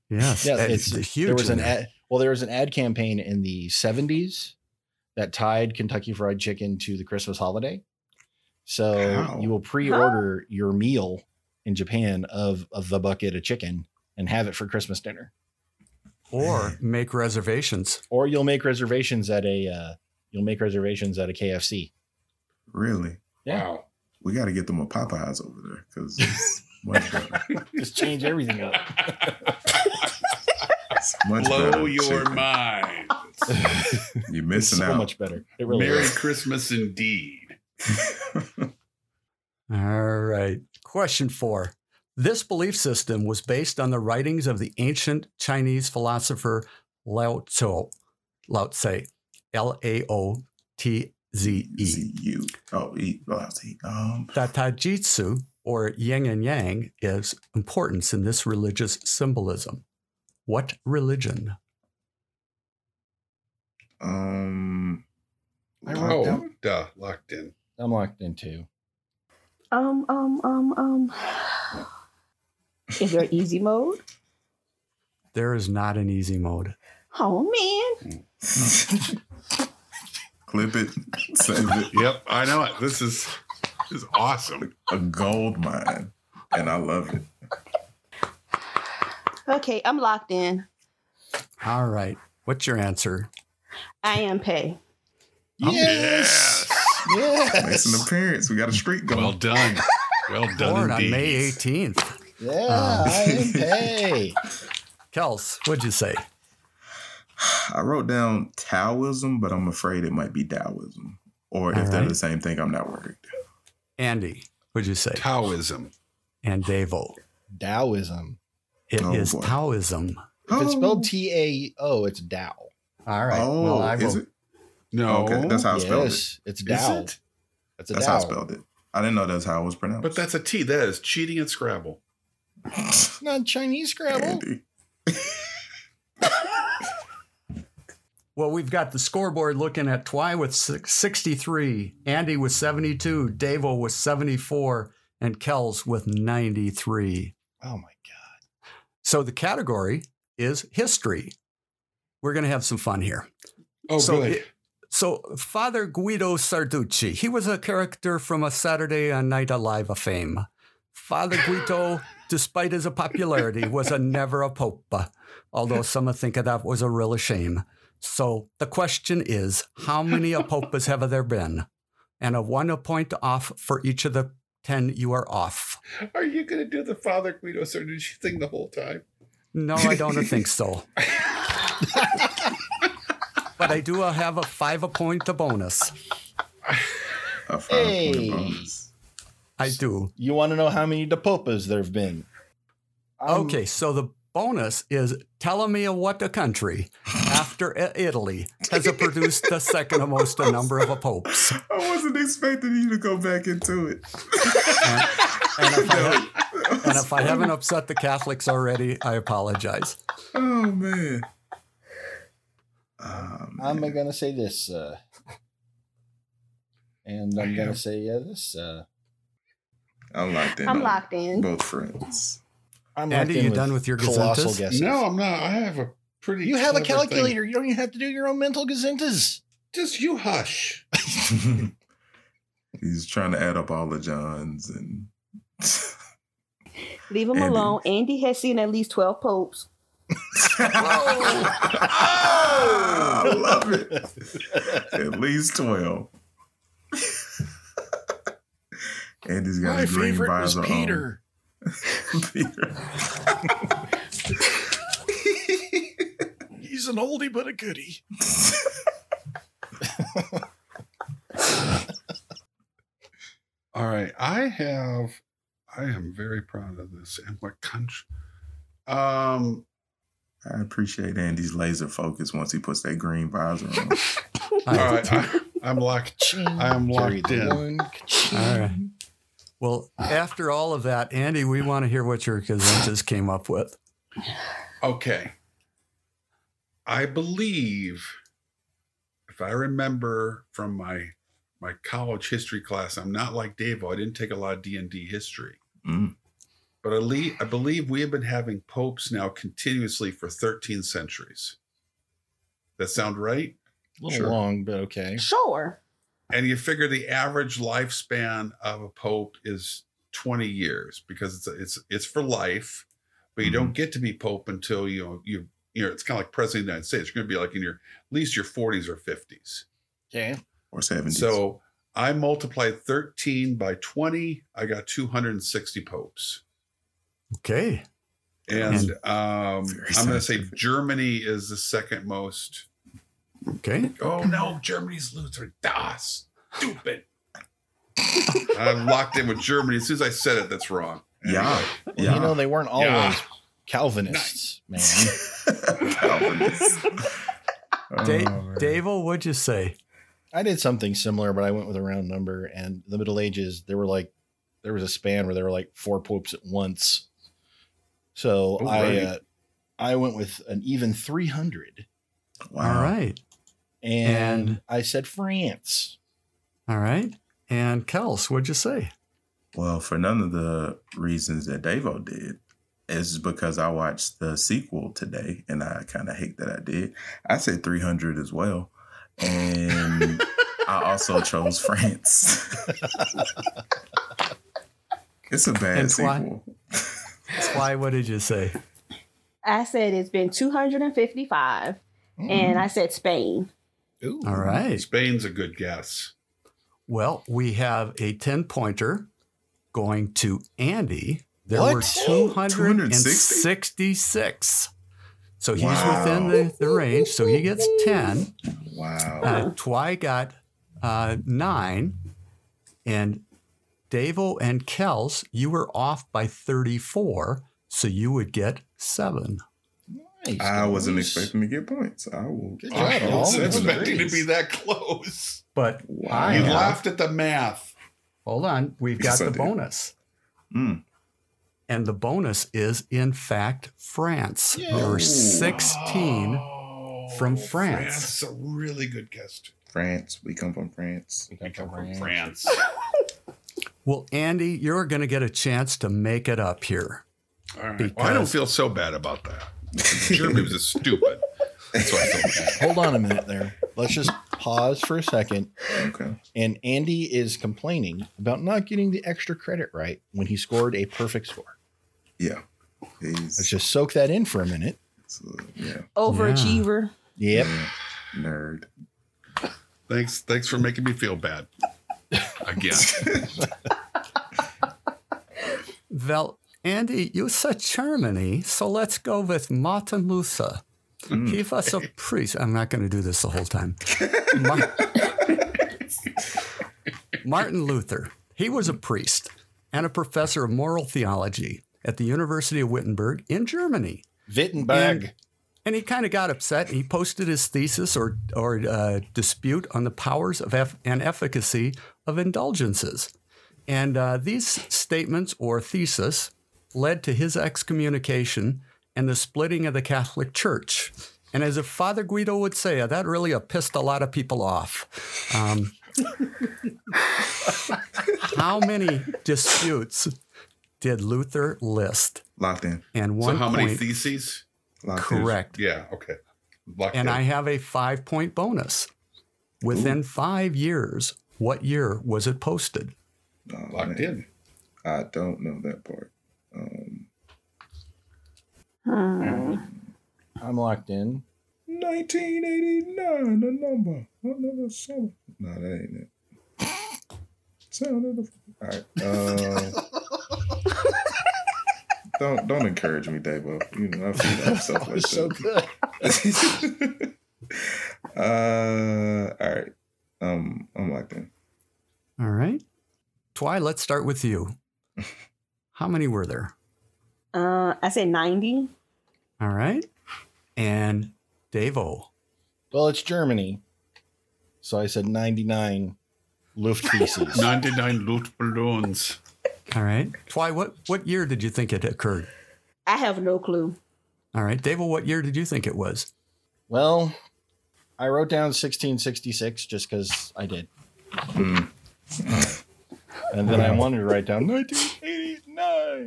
[SPEAKER 5] Yes,
[SPEAKER 1] Yeah,
[SPEAKER 5] and
[SPEAKER 1] it's,
[SPEAKER 5] huge.
[SPEAKER 1] There was
[SPEAKER 5] in
[SPEAKER 1] an ad, well, there was an ad campaign in the '70s that tied Kentucky Fried Chicken to the Christmas holiday. So
[SPEAKER 2] How?
[SPEAKER 1] you will pre-order your meal in Japan of of the bucket of chicken and have it for Christmas dinner,
[SPEAKER 5] or make reservations.
[SPEAKER 1] or you'll make reservations at a uh, you'll make reservations at a KFC.
[SPEAKER 2] Really?
[SPEAKER 1] Yeah. *laughs*
[SPEAKER 4] Wow.
[SPEAKER 2] We got to get them a Popeyes over there because it's much better.
[SPEAKER 1] Just change everything up.
[SPEAKER 2] It's much
[SPEAKER 4] Blow
[SPEAKER 2] better
[SPEAKER 4] your
[SPEAKER 2] chicken.
[SPEAKER 4] mind.
[SPEAKER 2] You're
[SPEAKER 1] It's
[SPEAKER 2] missing
[SPEAKER 1] so
[SPEAKER 2] out.
[SPEAKER 1] much better. It really
[SPEAKER 4] Merry
[SPEAKER 1] is.
[SPEAKER 4] Christmas indeed.
[SPEAKER 5] All right. Question four. This belief system was based on the writings of the ancient Chinese philosopher Lao Tzu, Lao Tse, L A O T Z E.
[SPEAKER 2] Z U. Oh, E. Oh, I was E. Um,
[SPEAKER 5] The Tajitsu or yin and yang, is importance in this religious symbolism. What religion?
[SPEAKER 2] Um,
[SPEAKER 1] I
[SPEAKER 2] locked
[SPEAKER 1] wrote
[SPEAKER 4] Oh,
[SPEAKER 1] down-
[SPEAKER 2] out?
[SPEAKER 4] duh, locked in.
[SPEAKER 1] I'm locked in too.
[SPEAKER 6] Um, um, um, um. Is there easy mode?
[SPEAKER 5] There is not an easy mode.
[SPEAKER 6] Oh man.
[SPEAKER 2] Clip it, *laughs* save it.
[SPEAKER 4] Yep, I know it. This is this is awesome.
[SPEAKER 2] A gold mine, and I love it.
[SPEAKER 6] Okay, I'm locked in.
[SPEAKER 5] All right. What's your answer?
[SPEAKER 6] I am pay.
[SPEAKER 4] oh,
[SPEAKER 1] Yes.
[SPEAKER 2] *laughs*
[SPEAKER 1] Yes.
[SPEAKER 2] Makes an appearance. We got a streak going.
[SPEAKER 4] Well done. Well done
[SPEAKER 5] Born on
[SPEAKER 4] indeed.
[SPEAKER 5] May 18th.
[SPEAKER 1] Yeah,
[SPEAKER 5] Um,
[SPEAKER 1] I
[SPEAKER 2] *laughs*
[SPEAKER 1] am pay.
[SPEAKER 5] Kels, what'd you say?
[SPEAKER 2] I wrote down Taoism, but I'm afraid it might be Taoism. Or if
[SPEAKER 5] All
[SPEAKER 2] they're
[SPEAKER 5] right.
[SPEAKER 2] the same thing, I'm not worried.
[SPEAKER 5] Andy, what'd you say?
[SPEAKER 4] Taoism.
[SPEAKER 5] And Davo.
[SPEAKER 1] Taoism.
[SPEAKER 5] It is
[SPEAKER 2] Oh, boy.
[SPEAKER 5] Taoism.
[SPEAKER 1] If it's spelled T A O, it's Tao.
[SPEAKER 5] All right.
[SPEAKER 2] Oh,
[SPEAKER 5] well, I
[SPEAKER 2] is
[SPEAKER 5] will
[SPEAKER 2] it?
[SPEAKER 4] No,
[SPEAKER 2] Okay, that's how I spelled it.
[SPEAKER 1] Yes, it's
[SPEAKER 4] Is
[SPEAKER 1] Tao.
[SPEAKER 4] it?
[SPEAKER 1] It's a
[SPEAKER 2] That's
[SPEAKER 1] Tao.
[SPEAKER 2] how I spelled it. I didn't know that's how it was pronounced.
[SPEAKER 4] But that's a T. That is cheating at Scrabble.
[SPEAKER 1] It's not Chinese Scrabble.
[SPEAKER 2] Andy.
[SPEAKER 5] Well, we've got the scoreboard looking at Twy with six- 63, Andy with 72, Davo with 74, and Kells with 93.
[SPEAKER 1] Oh my
[SPEAKER 5] So the category is history. We're going to have some fun here.
[SPEAKER 4] Oh,
[SPEAKER 5] so,
[SPEAKER 4] good.
[SPEAKER 5] it- so Father Guido Sarducci, he was a character from a Saturday Night Alive of fame. Father Guido, despite his popularity, was a never a pope, although some think that was a real shame. So the question is, how many apopas have there been? And a one point off for each of the ten you are off.
[SPEAKER 4] Are you going to do the Father Guido Sarducci thing the whole time?
[SPEAKER 5] No, I don't think so. but I do uh, have a five a point bonus.
[SPEAKER 2] A five
[SPEAKER 1] Hey.
[SPEAKER 2] point bonus. *laughs*
[SPEAKER 5] I do.
[SPEAKER 1] You want to know how many Dapopas there have been? I'm-
[SPEAKER 5] Okay, so the bonus is telling me what a country after I- Italy has produced the second most number of a popes.
[SPEAKER 2] I wasn't expecting you to go back into it.
[SPEAKER 5] And, and if, I ha- and if I haven't upset the Catholics already, I apologize.
[SPEAKER 2] Oh man. Oh, man.
[SPEAKER 1] I'm gonna say this, uh, and I'm gonna say yeah, this. Uh,
[SPEAKER 2] I'm locked in.
[SPEAKER 6] I'm
[SPEAKER 2] on
[SPEAKER 6] locked in.
[SPEAKER 2] Both friends.
[SPEAKER 1] I'm
[SPEAKER 5] Andy,
[SPEAKER 1] locked in
[SPEAKER 5] you done with your
[SPEAKER 1] colossal
[SPEAKER 5] gazintas?
[SPEAKER 1] guesses.
[SPEAKER 4] No, I'm not. I have a pretty.
[SPEAKER 1] you have a
[SPEAKER 4] clever thing.
[SPEAKER 1] calculator. You don't even have to do your own mental gazintas.
[SPEAKER 4] Just you hush.
[SPEAKER 2] *laughs* He's trying to add up all the Johns and
[SPEAKER 6] Leave him
[SPEAKER 2] Andy.
[SPEAKER 6] alone. Andy has seen at least twelve popes.
[SPEAKER 2] Ah, *laughs* I love it. At least 12. Andy's got
[SPEAKER 4] My
[SPEAKER 2] a green
[SPEAKER 4] favorite was
[SPEAKER 2] visor uh,
[SPEAKER 4] Peter.
[SPEAKER 2] on. Peter.
[SPEAKER 4] He's an oldie but a goodie. *laughs* All right, I have. I am very proud of this. And what country? Um,
[SPEAKER 2] *laughs* I appreciate Andy's laser focus once he puts that green visor on.
[SPEAKER 5] All
[SPEAKER 4] all
[SPEAKER 5] right.
[SPEAKER 4] right, I, I'm locked. I am
[SPEAKER 1] Carry
[SPEAKER 4] locked
[SPEAKER 1] the
[SPEAKER 4] in.
[SPEAKER 1] one.
[SPEAKER 5] All right. Well, after all of that, Andy, we want to hear what your gazintas came up with.
[SPEAKER 4] Okay. I believe, if I remember from my my college history class, I'm not like Dave. I didn't take a lot of D and D history.
[SPEAKER 2] Mm.
[SPEAKER 4] But I, le- I believe we have been having popes now continuously for 13 centuries. That sound right?
[SPEAKER 1] A little
[SPEAKER 4] Sure.
[SPEAKER 1] long, but okay.
[SPEAKER 6] Sure.
[SPEAKER 4] And you figure the average lifespan of a pope is 20 years because it's it's it's for life, but you don't get to be pope until you know you you know it's kind of like president of the United States. You're going to be like in your at least your 40s or 50s.
[SPEAKER 1] Okay.
[SPEAKER 2] Or 70s. *laughs*
[SPEAKER 4] So I multiplied 13 by 20. I got 260 popes.
[SPEAKER 5] Okay.
[SPEAKER 4] and um,
[SPEAKER 2] Very
[SPEAKER 4] I'm going to say
[SPEAKER 2] scientific.
[SPEAKER 4] Germany is the second most.
[SPEAKER 5] Okay.
[SPEAKER 4] Oh no, Germany's Lutheran. Das *laughs* stupid. I'm locked in with Germany. As soon as I said it, that's wrong.
[SPEAKER 2] yeah.
[SPEAKER 1] Well,
[SPEAKER 2] yeah.
[SPEAKER 1] You know they weren't always
[SPEAKER 4] Yeah.
[SPEAKER 1] Calvinists, man.
[SPEAKER 2] Calvinist.
[SPEAKER 5] Da-
[SPEAKER 2] Oh, man.
[SPEAKER 5] Davo, what'd you say?
[SPEAKER 1] I did something similar, but I went with a round number. And the Middle Ages, there were like there was a span where there were like four popes at once. So
[SPEAKER 4] Oh,
[SPEAKER 1] I
[SPEAKER 4] right.
[SPEAKER 1] uh, I went with an even 300
[SPEAKER 2] Wow.
[SPEAKER 5] All right.
[SPEAKER 1] and,
[SPEAKER 5] And-
[SPEAKER 1] I said France.
[SPEAKER 5] All right. And Kels, what'd you say?
[SPEAKER 2] Well, for none of the reasons that Davo did, it's because I watched the sequel today and I kind of hate that I did. I said 300 as well. And I also chose France. *laughs* it's a bad
[SPEAKER 5] And why?
[SPEAKER 2] sequel.
[SPEAKER 5] Why? What did you say?
[SPEAKER 6] I said it's been 255,
[SPEAKER 1] Mm-hmm.
[SPEAKER 6] and I said Spain.
[SPEAKER 4] Ooh.
[SPEAKER 5] All right.
[SPEAKER 4] Spain's a good guess.
[SPEAKER 5] Well, we have a 10 pointer going to Andy. There
[SPEAKER 1] What?
[SPEAKER 5] were
[SPEAKER 1] Oh,
[SPEAKER 5] 266. So he's
[SPEAKER 2] Wow.
[SPEAKER 5] within the, the range. So he gets 10.
[SPEAKER 2] Wow.
[SPEAKER 5] Uh, Twy got uh, nine. And Davo and Kels, you were off by 34. So you would get seven.
[SPEAKER 1] Nice,
[SPEAKER 2] I wasn't
[SPEAKER 1] guys.
[SPEAKER 2] expecting to get points. I will.
[SPEAKER 1] Good job,
[SPEAKER 4] I
[SPEAKER 1] Al.
[SPEAKER 4] wasn't
[SPEAKER 1] That's
[SPEAKER 4] expecting to
[SPEAKER 1] great.
[SPEAKER 4] be that close.
[SPEAKER 5] But
[SPEAKER 2] Wow.
[SPEAKER 5] I
[SPEAKER 4] You
[SPEAKER 5] have-
[SPEAKER 4] laughed at the math.
[SPEAKER 5] hold on, we've got
[SPEAKER 2] Yes, I
[SPEAKER 5] the
[SPEAKER 2] did.
[SPEAKER 5] bonus.
[SPEAKER 2] Mm.
[SPEAKER 5] And the bonus is, in fact, France. There
[SPEAKER 1] Yay.
[SPEAKER 5] were 16.
[SPEAKER 4] Oh,
[SPEAKER 5] from France.
[SPEAKER 4] France, a really good guess. too.
[SPEAKER 2] France. We come from France.
[SPEAKER 4] We come from France.
[SPEAKER 5] Well, Andy, you're going to get a chance to make it up here.
[SPEAKER 4] All right. Well, I don't
[SPEAKER 5] Because-
[SPEAKER 4] feel so bad about that. Germany was just stupid. That's why I feel bad.
[SPEAKER 1] Hold on a minute there. Let's just pause for a second.
[SPEAKER 2] Okay.
[SPEAKER 1] And Andy is complaining about not getting the extra credit right when he scored a perfect score.
[SPEAKER 2] Yeah.
[SPEAKER 1] Let's
[SPEAKER 2] He's,
[SPEAKER 1] just soak that in for a minute.
[SPEAKER 2] uh, yeah.
[SPEAKER 6] Overachiever.
[SPEAKER 1] Yep.
[SPEAKER 2] Nerd.
[SPEAKER 4] Thanks, thanks for making me feel bad. Again,
[SPEAKER 5] Well, Andy, you said Germany, so let's go with Martin Luther. Give us a priest. I'm not going to do this the whole time. Mar- Martin Luther. He was a priest and a professor of moral theology at the University of Wittenberg in Germany.
[SPEAKER 1] Wittenberg.
[SPEAKER 5] And- And he kind of got upset. He posted his thesis or, or uh, dispute on the powers of eff- and efficacy of indulgences. And uh, these statements or thesis led to his excommunication and the splitting of the Catholic Church. And as if Father Guido would say, that really uh, pissed a lot of people off. Um, *laughs* how many disputes did Luther list?
[SPEAKER 2] Locked in.
[SPEAKER 5] And *laughs*
[SPEAKER 4] so
[SPEAKER 5] one
[SPEAKER 4] how many
[SPEAKER 5] point-
[SPEAKER 4] theses?
[SPEAKER 2] Locked in.
[SPEAKER 5] correct.
[SPEAKER 4] Yeah, okay. Locked
[SPEAKER 5] and
[SPEAKER 4] in.
[SPEAKER 5] I have a five point bonus. Within five years, what year was it posted?
[SPEAKER 2] Oh,
[SPEAKER 4] locked
[SPEAKER 2] man.
[SPEAKER 4] in.
[SPEAKER 2] I don't know that part. Um,
[SPEAKER 1] I'm locked in.
[SPEAKER 2] 1989, the number. Another summer. No, that ain't it. Sound of the. All right. Uh, don't don't encourage me, Davo. You know I feed off stuff like
[SPEAKER 1] So
[SPEAKER 2] that.
[SPEAKER 1] good.
[SPEAKER 2] *laughs* uh, all right. Um, I'm locked in.
[SPEAKER 5] All right. Twy, let's start with *laughs* you. How many were there?
[SPEAKER 6] Uh, I said 90.
[SPEAKER 5] All right. And Davo.
[SPEAKER 1] Well, it's Germany. So I said 99 Luftfeces.
[SPEAKER 4] 99 loot balloons.
[SPEAKER 5] All right. Twy, what, what year did you think it occurred?
[SPEAKER 6] I have no clue.
[SPEAKER 5] All right. Davo, what year did you think it was?
[SPEAKER 1] well, I wrote down 1666 just because I did. and then I wanted to write down 1989.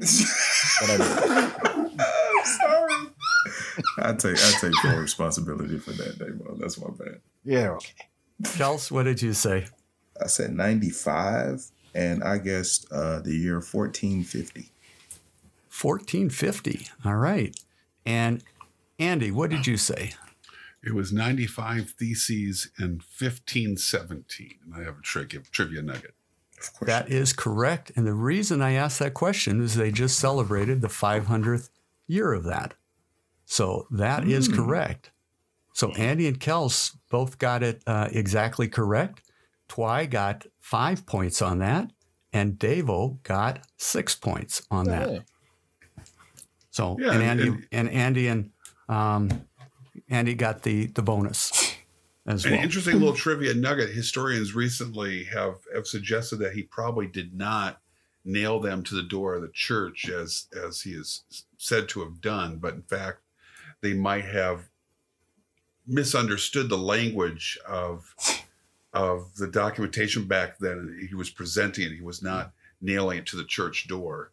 [SPEAKER 1] but I didn't.
[SPEAKER 2] I'm sorry. I take I take full responsibility for that, Davo. That's my bad.
[SPEAKER 1] Yeah. okay.
[SPEAKER 5] Kels, what did you say?
[SPEAKER 2] I said 95, and I guessed uh, the year *laughs* 1450.
[SPEAKER 5] 1450. All right. And Andy, what did you say?
[SPEAKER 4] It was 95 theses and 1517. And I have a trivia, trivia nugget.
[SPEAKER 2] Of course.
[SPEAKER 5] That is correct. And the reason I asked that question is they just celebrated the 500th year of that. So that is
[SPEAKER 4] Hmm.
[SPEAKER 5] correct. So Andy and Kels both got it uh, exactly correct. Twy got five points on that, and Davo got six points on that.
[SPEAKER 1] Yeah.
[SPEAKER 5] So
[SPEAKER 4] Yeah,
[SPEAKER 5] and
[SPEAKER 4] and-
[SPEAKER 5] Andy
[SPEAKER 4] and-
[SPEAKER 5] and, Andy and um, Andy got the the bonus as
[SPEAKER 4] An
[SPEAKER 5] well.
[SPEAKER 4] interesting little trivia nugget historians recently have, have suggested that he probably did not nail them to the door of the church as as he is said to have done, but in fact, they might have misunderstood the language of of the documentation back then. He was presenting it; he was not nailing it to the church door.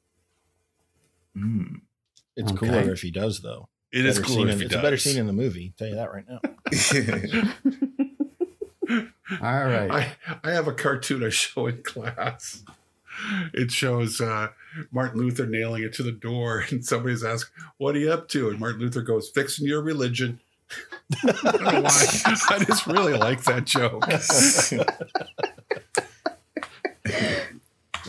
[SPEAKER 2] Mm.
[SPEAKER 1] It's
[SPEAKER 5] Okay.
[SPEAKER 1] cooler if he does, though.
[SPEAKER 4] It is
[SPEAKER 1] Better
[SPEAKER 4] cool
[SPEAKER 1] scene
[SPEAKER 4] if
[SPEAKER 1] in-
[SPEAKER 4] he
[SPEAKER 1] It's a better
[SPEAKER 4] does.
[SPEAKER 1] scene in the movie. Tell you that right now.
[SPEAKER 5] All right.
[SPEAKER 4] I, I have a cartoon I show in class. It shows uh, Martin Luther nailing it to the door, *laughs* and somebody's asked, What are you up to? And Martin Luther goes, Fixing your religion. I don't know why. *laughs* I just really like that joke. *laughs*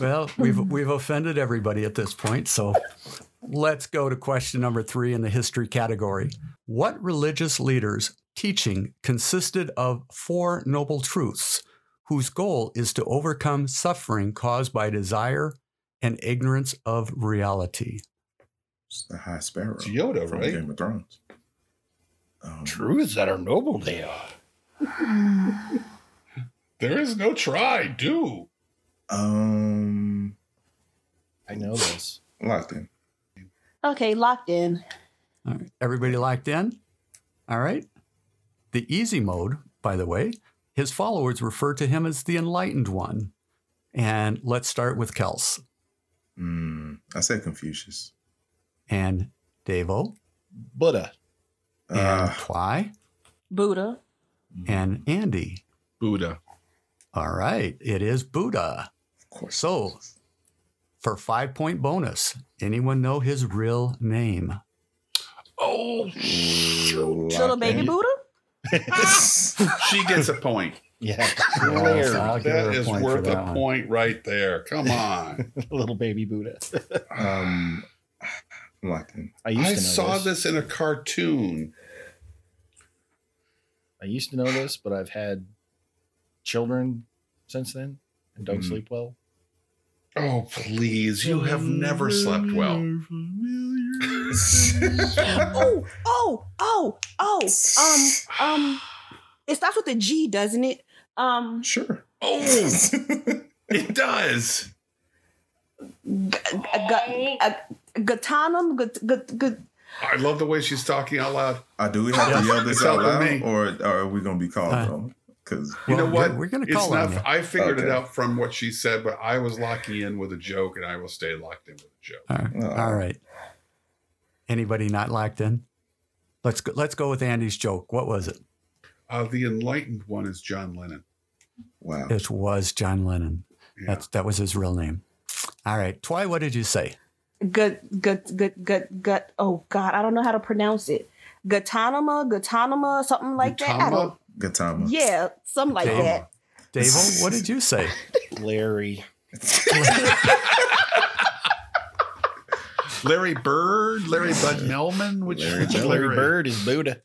[SPEAKER 5] Well, we've we've offended everybody at this point, so let's go to question number 3 in the history category. What religious leaders teaching consisted of four noble truths whose goal is to overcome suffering caused by desire and ignorance of reality?
[SPEAKER 2] It's the High Sparrow.
[SPEAKER 4] It's Yoda,
[SPEAKER 2] from
[SPEAKER 4] right?
[SPEAKER 2] Game of Thrones. Um,
[SPEAKER 9] Truths that are noble they are.
[SPEAKER 4] There is no try, do.
[SPEAKER 2] um,
[SPEAKER 1] I know this.
[SPEAKER 2] locked in.
[SPEAKER 6] okay, locked in.
[SPEAKER 5] All right. Everybody locked in? All right. The easy mode, by the way, his followers refer to him as the enlightened one. And let's start with Kels
[SPEAKER 2] Mm, I said Confucius.
[SPEAKER 5] and Devo
[SPEAKER 1] Buddha.
[SPEAKER 5] and
[SPEAKER 2] Uh,
[SPEAKER 5] Twy
[SPEAKER 6] Buddha.
[SPEAKER 5] and Andy.
[SPEAKER 4] Buddha.
[SPEAKER 5] All right. It is Buddha.
[SPEAKER 2] of course.
[SPEAKER 5] So for five point bonus, anyone know his real name?
[SPEAKER 4] Oh,
[SPEAKER 6] Little baby Buddha?
[SPEAKER 4] *laughs* she gets a point.
[SPEAKER 1] *laughs* Yeah.
[SPEAKER 5] so
[SPEAKER 1] Rare
[SPEAKER 5] I'll give her
[SPEAKER 4] that
[SPEAKER 5] a
[SPEAKER 4] is
[SPEAKER 5] point for
[SPEAKER 4] worth
[SPEAKER 5] that
[SPEAKER 4] a
[SPEAKER 5] one.
[SPEAKER 4] point right there. Come on.
[SPEAKER 1] little baby Buddha. *laughs*
[SPEAKER 2] um, I'm locked in.
[SPEAKER 1] I used to
[SPEAKER 4] I
[SPEAKER 1] know
[SPEAKER 4] saw
[SPEAKER 1] this.
[SPEAKER 4] this in a cartoon.
[SPEAKER 1] I used to know this, but I've had children since then and don't
[SPEAKER 4] Mm-hmm.
[SPEAKER 2] Mhm.
[SPEAKER 1] sleep well.
[SPEAKER 4] Oh, please. You have never slept well.
[SPEAKER 6] oh, oh, oh, oh. Um, um, it starts with a G, doesn't it? Um,
[SPEAKER 2] Sure.
[SPEAKER 5] *laughs*
[SPEAKER 4] Oh, it does.
[SPEAKER 6] g- g- g- Gatanam, g- g- g-
[SPEAKER 4] I love the way she's talking out loud.
[SPEAKER 2] Uh, do we have to yell this
[SPEAKER 4] It's
[SPEAKER 2] out
[SPEAKER 4] up to
[SPEAKER 2] loud,
[SPEAKER 4] me.
[SPEAKER 2] or, or are we gonna be called
[SPEAKER 5] Uh,
[SPEAKER 2] on? Because
[SPEAKER 5] Well,
[SPEAKER 4] You know what?
[SPEAKER 5] we're- We're going to
[SPEAKER 4] It's
[SPEAKER 5] call on
[SPEAKER 4] not,
[SPEAKER 5] you.
[SPEAKER 4] I figured it
[SPEAKER 2] Okay.
[SPEAKER 4] out from what she said, but I was locking in with a joke, and I will stay locked in with a joke.
[SPEAKER 5] All right.
[SPEAKER 2] Oh.
[SPEAKER 5] All right. Anybody not locked in? Let's go, let's go with Andy's joke. What was it?
[SPEAKER 4] Uh, the enlightened one is John Lennon.
[SPEAKER 2] wow,
[SPEAKER 5] It was John Lennon. That's that was his real name. All right, Twy, what did you say?
[SPEAKER 6] g- g- g- g- g- oh God, I don't know how to pronounce it. Gatanama, Gatanama, something like that. I don't,
[SPEAKER 2] Gautama.
[SPEAKER 4] Gautama?
[SPEAKER 2] *laughs*
[SPEAKER 6] yeah, something like
[SPEAKER 5] Gautama.
[SPEAKER 6] that.
[SPEAKER 5] Davo, what did you
[SPEAKER 4] *laughs*
[SPEAKER 5] say?
[SPEAKER 1] Larry.
[SPEAKER 4] Larry Bird, Larry Bud Melman, which
[SPEAKER 2] Larry
[SPEAKER 4] which
[SPEAKER 2] Joe
[SPEAKER 1] Larry Bird is Buddha.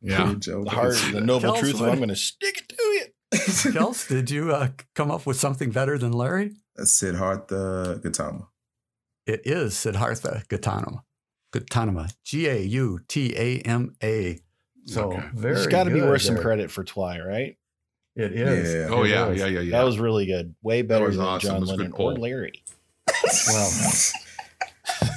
[SPEAKER 4] Yeah.
[SPEAKER 2] Good joke.
[SPEAKER 1] The hard, the noble
[SPEAKER 5] Tell us
[SPEAKER 1] truth of
[SPEAKER 5] what-
[SPEAKER 1] I'm going to stick it to you.
[SPEAKER 5] Kels, did you uh, come up with something better than Larry?
[SPEAKER 2] Uh, Siddhartha Gautama.
[SPEAKER 5] It is Siddhartha Gautama. Gautama. G A U T A M A. So
[SPEAKER 4] Okay.
[SPEAKER 5] very
[SPEAKER 1] it's got to be
[SPEAKER 5] good
[SPEAKER 1] worth some
[SPEAKER 5] there.
[SPEAKER 1] credit for Twy, right?
[SPEAKER 5] It is.
[SPEAKER 2] Yeah.
[SPEAKER 4] Oh
[SPEAKER 5] It
[SPEAKER 4] yeah,
[SPEAKER 5] was.
[SPEAKER 4] yeah, yeah, yeah.
[SPEAKER 1] That was really good. Way better
[SPEAKER 4] was
[SPEAKER 1] than
[SPEAKER 4] awesome. It
[SPEAKER 1] John
[SPEAKER 4] was a good
[SPEAKER 1] Lennon or
[SPEAKER 4] poll.
[SPEAKER 1] Larry.
[SPEAKER 2] *laughs*
[SPEAKER 5] Well,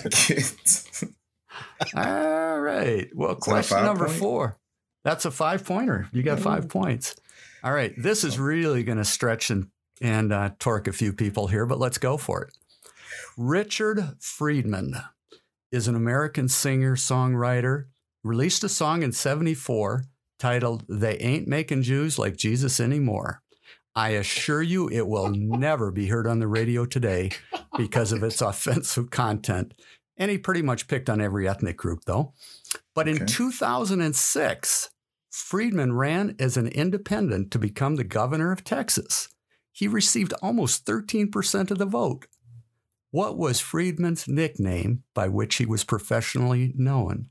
[SPEAKER 2] it's
[SPEAKER 5] *laughs* all right. Well,
[SPEAKER 2] that a
[SPEAKER 5] question
[SPEAKER 2] five
[SPEAKER 5] number
[SPEAKER 2] point?
[SPEAKER 5] four. That's a five pointer. You got five points. All right. This is really going to stretch and, and uh, torque a few people here, but let's go for it. Richard Friedman is an American singer songwriter, released a song in 74 titled They Ain't Making Jews Like Jesus Anymore. I assure you, it will never be heard on the radio today because of its offensive content. And he pretty much picked on every ethnic group, though. But in
[SPEAKER 2] Okay.
[SPEAKER 5] 2006, Friedman ran as an independent to become the governor of Texas. He received almost 13% of the vote. What was Friedman's nickname by which he was professionally known?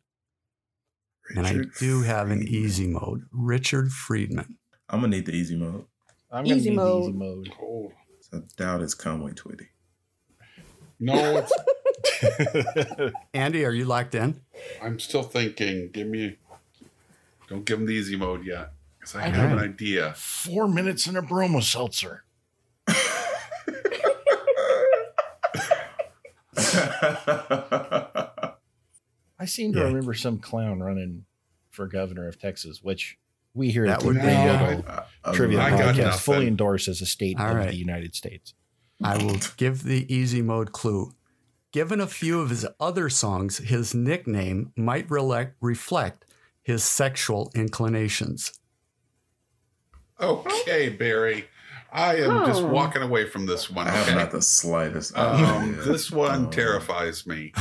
[SPEAKER 5] And I
[SPEAKER 2] Richard
[SPEAKER 5] do have an
[SPEAKER 2] Friedman.
[SPEAKER 5] easy mode. Richard Friedman.
[SPEAKER 2] I'm gonna need the easy mode.
[SPEAKER 1] I'm going to
[SPEAKER 6] Easy
[SPEAKER 1] need the
[SPEAKER 6] mode.
[SPEAKER 1] easy mode.
[SPEAKER 4] Oh,
[SPEAKER 2] So I doubt it's Conway Twitty.
[SPEAKER 4] no, it's,
[SPEAKER 5] Andy, are you locked in?
[SPEAKER 4] I'm still thinking. Give me. Don't give him the easy mode yet, because I have
[SPEAKER 5] don't.
[SPEAKER 4] an idea.
[SPEAKER 1] Four minutes in a bromo seltzer. I seem to
[SPEAKER 5] Yeah.
[SPEAKER 1] remember some clown running for governor of Texas, which we here at
[SPEAKER 5] That
[SPEAKER 1] the
[SPEAKER 5] would be,
[SPEAKER 1] Green
[SPEAKER 5] uh,
[SPEAKER 1] Eagle
[SPEAKER 2] I- I-
[SPEAKER 1] Trivia
[SPEAKER 4] I got
[SPEAKER 1] Podcast
[SPEAKER 4] nothing.
[SPEAKER 1] fully endorse as a state
[SPEAKER 5] All
[SPEAKER 1] of
[SPEAKER 5] right.
[SPEAKER 1] the United States.
[SPEAKER 5] I will give the easy mode clue. Given a few of his other songs, his nickname might relec- reflect his sexual inclinations.
[SPEAKER 4] Okay, Barry. I am just
[SPEAKER 6] Oh.
[SPEAKER 4] walking away from this one.
[SPEAKER 2] I have
[SPEAKER 4] okay?
[SPEAKER 2] not the slightest. *laughs*
[SPEAKER 4] Um,
[SPEAKER 2] idea.
[SPEAKER 4] this one
[SPEAKER 2] Um,
[SPEAKER 4] terrifies me.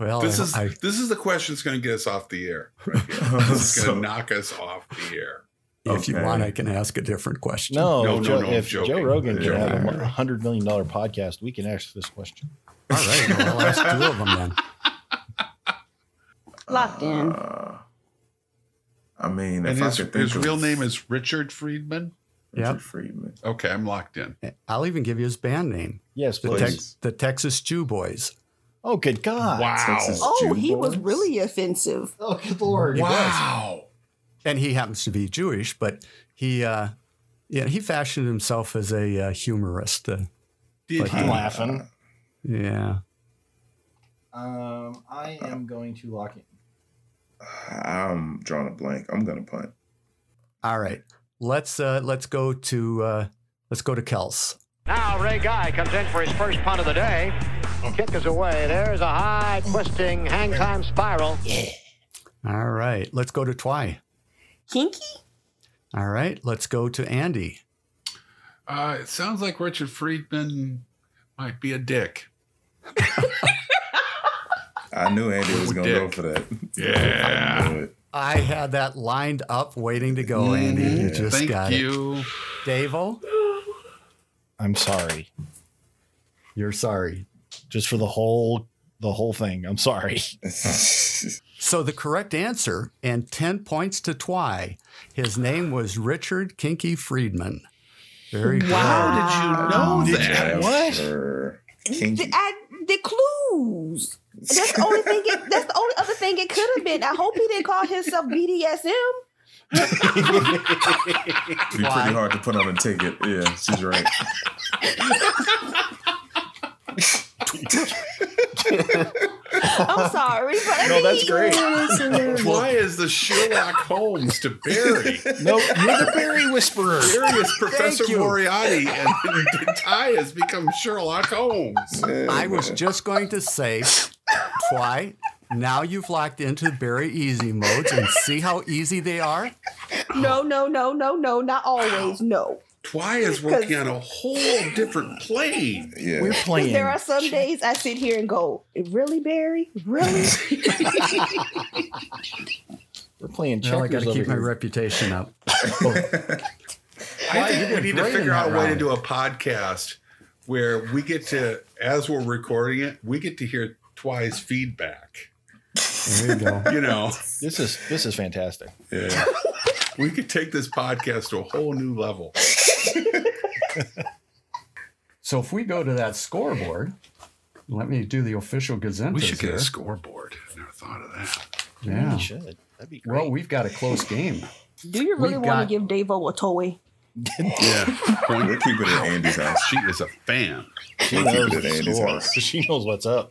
[SPEAKER 5] Well,
[SPEAKER 4] This
[SPEAKER 5] I-
[SPEAKER 4] is
[SPEAKER 5] Oh, I,
[SPEAKER 4] this is the question that's going to get us off
[SPEAKER 2] *laughs*
[SPEAKER 4] the air. This is
[SPEAKER 2] so-
[SPEAKER 4] going to knock us off the air.
[SPEAKER 5] if you
[SPEAKER 2] okay.
[SPEAKER 5] want, I can ask a different question.
[SPEAKER 1] No,
[SPEAKER 4] No, no,
[SPEAKER 1] Joe,
[SPEAKER 4] no, I'm
[SPEAKER 1] if
[SPEAKER 4] joking.
[SPEAKER 1] Joe Rogan can
[SPEAKER 2] Yeah.
[SPEAKER 1] have a hundred million dollar podcast, we can ask this question.
[SPEAKER 5] All right, well, I'll ask two of them then.
[SPEAKER 6] Locked in.
[SPEAKER 2] Uh, I mean,
[SPEAKER 4] And
[SPEAKER 2] if
[SPEAKER 4] his,
[SPEAKER 2] I could think
[SPEAKER 4] his
[SPEAKER 2] of
[SPEAKER 4] real name is Richard Friedman.
[SPEAKER 2] Richard
[SPEAKER 5] Yep.
[SPEAKER 2] Friedman.
[SPEAKER 4] Okay, I'm locked in.
[SPEAKER 5] *laughs* I'll even give you his band name,
[SPEAKER 1] Yes,
[SPEAKER 5] the,
[SPEAKER 1] please.
[SPEAKER 5] Tex the Texas Jew Boys.
[SPEAKER 1] oh, good God!
[SPEAKER 4] Wow.
[SPEAKER 2] Texas.
[SPEAKER 6] Oh,
[SPEAKER 2] Jew
[SPEAKER 6] he was
[SPEAKER 2] boys?
[SPEAKER 6] really offensive.
[SPEAKER 1] Oh, good Lord!
[SPEAKER 4] Wow.
[SPEAKER 5] And he happens to be Jewish, but he, uh, yeah, he fashioned himself as a uh, humorist. Uh,
[SPEAKER 4] Did
[SPEAKER 5] But
[SPEAKER 4] he?
[SPEAKER 1] I'm laughing.
[SPEAKER 5] yeah.
[SPEAKER 1] Um, I am going to lock it.
[SPEAKER 2] I'm drawing a blank. I'm gonna punt.
[SPEAKER 5] All right. Let's uh, let's go to uh, let's go to Kels.
[SPEAKER 8] Now Ray Guy comes in for his first punt of the day. Kick is away. There's a high twisting hang time spiral.
[SPEAKER 5] All right. Let's go to Twy.
[SPEAKER 6] Kinky?
[SPEAKER 5] All right. Let's go to Andy.
[SPEAKER 4] Uh, it sounds like Richard Friedman might be a dick.
[SPEAKER 2] I knew Andy was gonna go
[SPEAKER 4] Oh, Dick. Ah.
[SPEAKER 2] for that.
[SPEAKER 4] Yeah.
[SPEAKER 2] I knew it.
[SPEAKER 5] I had that lined up, waiting to go. Andy, you just
[SPEAKER 4] Mm-hmm. Thank
[SPEAKER 5] got it.
[SPEAKER 4] you.
[SPEAKER 5] Davo,
[SPEAKER 1] I'm sorry,
[SPEAKER 5] you're sorry.
[SPEAKER 1] just for the whole the whole thing. I'm sorry.
[SPEAKER 5] So the correct answer and ten points to Twy. His name was Richard Kinky Friedman. Very
[SPEAKER 2] *laughs*
[SPEAKER 5] good.
[SPEAKER 4] How did you know that?
[SPEAKER 1] What?
[SPEAKER 2] Sure.
[SPEAKER 6] The,
[SPEAKER 2] Kinky.
[SPEAKER 6] I, the clues. That's the only thing. It, that's the only other thing it could have been. I hope he didn't call himself BDSM.
[SPEAKER 2] It'd be pretty hard to put on a ticket. Yeah, she's right.
[SPEAKER 6] I'm sorry, but
[SPEAKER 1] No, that's great.
[SPEAKER 6] *laughs*
[SPEAKER 4] Why is the Sherlock Holmes to
[SPEAKER 5] *laughs*
[SPEAKER 4] Barry?
[SPEAKER 1] No, you're the Barry Whisperer.
[SPEAKER 4] Barry is Professor
[SPEAKER 5] you.
[SPEAKER 4] Moriarty, and, and Ty has become Sherlock Holmes.
[SPEAKER 5] I was just going to say, Twy. Now you've locked into the very easy modes and see how easy they are.
[SPEAKER 6] no, no, no, no, no, not always. No,
[SPEAKER 4] Twy is working on a whole different plane.
[SPEAKER 2] Yeah.
[SPEAKER 1] We're
[SPEAKER 6] because
[SPEAKER 1] playing.
[SPEAKER 6] there are some days I sit here and go, "Really, Barry? Really?"
[SPEAKER 1] we're playing checkers.
[SPEAKER 5] Well, I got to
[SPEAKER 1] over
[SPEAKER 5] keep my
[SPEAKER 1] here.
[SPEAKER 5] reputation up.
[SPEAKER 4] I think we need to
[SPEAKER 5] great
[SPEAKER 4] figure
[SPEAKER 5] in
[SPEAKER 4] out a
[SPEAKER 5] that
[SPEAKER 4] way to
[SPEAKER 5] round.
[SPEAKER 4] do a podcast where we get to, as we're recording it, we get to hear Twy's feedback.
[SPEAKER 5] There you go.
[SPEAKER 4] You know,
[SPEAKER 1] This is this is fantastic.
[SPEAKER 4] yeah. we could take this podcast to a whole new level.
[SPEAKER 5] So if we go to that scoreboard, let me do the official Gazette.
[SPEAKER 4] We should get a scoreboard. Never thought of that.
[SPEAKER 5] Yeah.
[SPEAKER 1] We should. That'd be great.
[SPEAKER 5] Well, we've got a close game.
[SPEAKER 6] Do you really
[SPEAKER 5] We've got-
[SPEAKER 6] want to give Davo a toy?
[SPEAKER 4] Yeah.
[SPEAKER 2] We're keeping it at Andy's house.
[SPEAKER 4] She is a fan.
[SPEAKER 1] she
[SPEAKER 2] we'll keep
[SPEAKER 1] knows
[SPEAKER 2] it at
[SPEAKER 1] the
[SPEAKER 2] Andy's
[SPEAKER 1] score.
[SPEAKER 2] house.
[SPEAKER 1] *laughs* She knows what's up.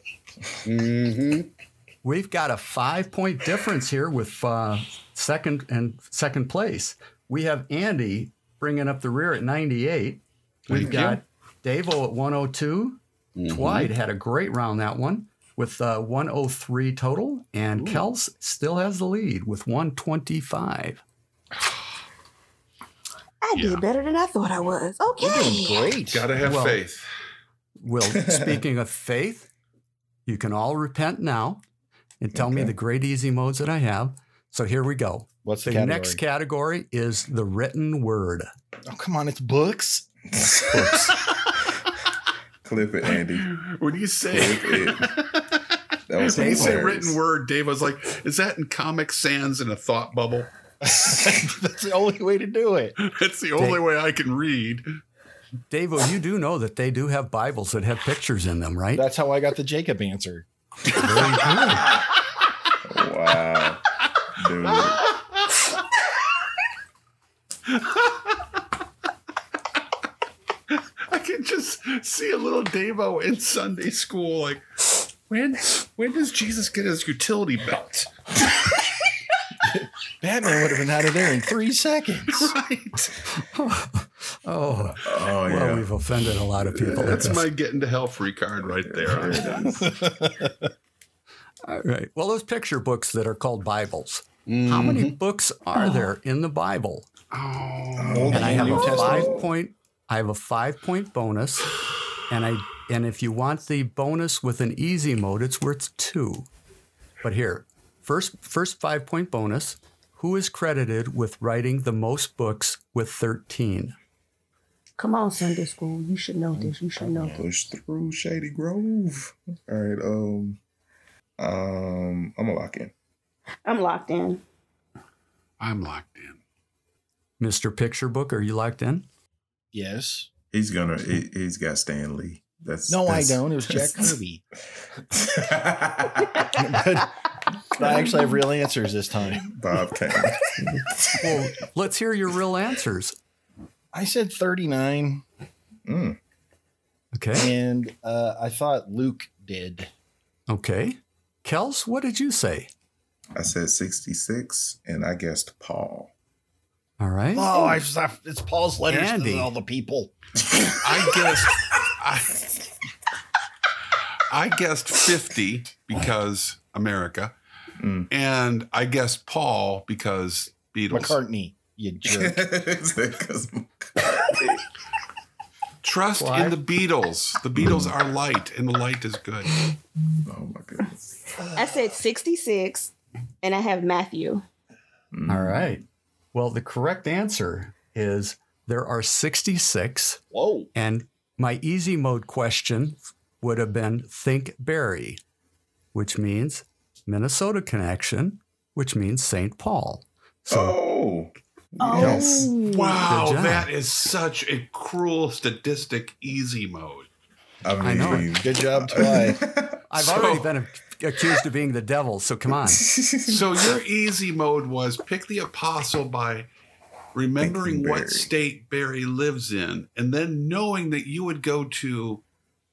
[SPEAKER 5] We've got a five point difference here with uh, second and second place. We have Andy bringing up the rear at 98. We've
[SPEAKER 4] Thank you. Mm-hmm.
[SPEAKER 5] got Davo at 102. Twyde had a great round that one with uh, 103 total, and Kels still has the lead with 125.
[SPEAKER 6] I
[SPEAKER 4] Yeah.
[SPEAKER 6] did better than I thought I was.
[SPEAKER 1] We're doing
[SPEAKER 6] Okay.
[SPEAKER 1] great.
[SPEAKER 4] Gotta have
[SPEAKER 5] Well-
[SPEAKER 4] faith. *laughs*
[SPEAKER 5] Well, speaking of faith, you can all repent now and tell me the great easy modes that I have. So here we go.
[SPEAKER 1] What's the,
[SPEAKER 5] The
[SPEAKER 1] category?
[SPEAKER 5] next category is the written word.
[SPEAKER 1] oh, come on, it's books. *laughs*
[SPEAKER 2] Clip it, Andy.
[SPEAKER 4] *laughs* When you say
[SPEAKER 2] Clip it. That was
[SPEAKER 4] when you say
[SPEAKER 2] hilarious.
[SPEAKER 4] written word, Dave I was like, is that in Comic Sans in a thought bubble? *laughs*
[SPEAKER 1] That's the only way to do it.
[SPEAKER 4] That's the only way I can read.
[SPEAKER 5] Dave, you do know that they do have Bibles that have pictures in them, right?
[SPEAKER 1] That's how I got the Jacob answer.
[SPEAKER 2] Wow. Dude.
[SPEAKER 1] *laughs*
[SPEAKER 4] I can just see a little Devo in Sunday school. Like, when when does Jesus get his utility belt? *laughs*
[SPEAKER 1] Batman would have been out of there in three seconds.
[SPEAKER 4] Right.
[SPEAKER 5] Oh,
[SPEAKER 2] Oh
[SPEAKER 5] well,
[SPEAKER 2] yeah.
[SPEAKER 5] we've offended a lot of people.
[SPEAKER 4] That's
[SPEAKER 5] with this.
[SPEAKER 4] my getting to hell free card right there. I'm done.
[SPEAKER 5] All right. Well, those picture books that are called Bibles. How many books are there in the Bible?
[SPEAKER 1] Old
[SPEAKER 5] And I have
[SPEAKER 1] New
[SPEAKER 5] a
[SPEAKER 1] Testament.
[SPEAKER 5] five point. I have a five point bonus, and I and if you want the bonus with an easy mode, it's worth two. But here, first first five point bonus. Who is credited with writing the most books with thirteen?
[SPEAKER 6] Come on, Sunday school. You should know this. You should know this.
[SPEAKER 2] Push through Shady Grove. All right. Um. Um. I'm gonna lock in.
[SPEAKER 6] I'm locked in.
[SPEAKER 4] I'm locked in.
[SPEAKER 5] Mr. Picture Book, are you locked in?
[SPEAKER 1] Yes.
[SPEAKER 2] He's gonna. He, he's got Stan Lee. That's
[SPEAKER 1] No, I
[SPEAKER 2] that's-
[SPEAKER 1] don't. It was Jack
[SPEAKER 2] *laughs* that's-
[SPEAKER 1] Kirby.
[SPEAKER 2] *laughs*
[SPEAKER 1] but, but I actually have real answers this time.
[SPEAKER 2] Bob Kane.
[SPEAKER 5] Well, let's hear your real answers.
[SPEAKER 1] I said 39,
[SPEAKER 2] Mm.
[SPEAKER 5] Okay.
[SPEAKER 1] and uh, I thought Luke did.
[SPEAKER 5] Okay. Kels, what did you say?
[SPEAKER 2] I said 66, and I guessed Paul. *laughs*
[SPEAKER 5] All right.
[SPEAKER 1] Oh, I, I, it's Paul's letters
[SPEAKER 5] Andy.
[SPEAKER 1] to all the people.
[SPEAKER 4] I guessed I, I guessed 50 because America.
[SPEAKER 2] Mm.
[SPEAKER 4] And I guessed Paul because Beatles.
[SPEAKER 1] McCartney, you *laughs* jerk.
[SPEAKER 2] Is that 'cause-
[SPEAKER 4] Trust in the Beatles. The Beatles are light, and the light is good.
[SPEAKER 2] oh my goodness.
[SPEAKER 6] I said 66, and I have Matthew.
[SPEAKER 5] All right. Well, the correct answer is there are 66.
[SPEAKER 1] Whoa.
[SPEAKER 5] And my easy mode question would have been think Barry, which means Minnesota connection, which means St. Paul. So
[SPEAKER 2] Oh. Yes.
[SPEAKER 6] Oh,
[SPEAKER 4] Wow,
[SPEAKER 5] Good job.
[SPEAKER 4] that is such a cruel statistic easy mode.
[SPEAKER 2] I mean,
[SPEAKER 5] know.
[SPEAKER 1] Good job, Twy.
[SPEAKER 5] I've
[SPEAKER 4] so-
[SPEAKER 5] already been ac- accused of being the devil. So come
[SPEAKER 2] *laughs*
[SPEAKER 5] on.
[SPEAKER 4] So your easy mode was pick the apostle by remembering
[SPEAKER 2] Thinking
[SPEAKER 4] what
[SPEAKER 2] Barry.
[SPEAKER 4] state Barry lives in and then knowing that you would go to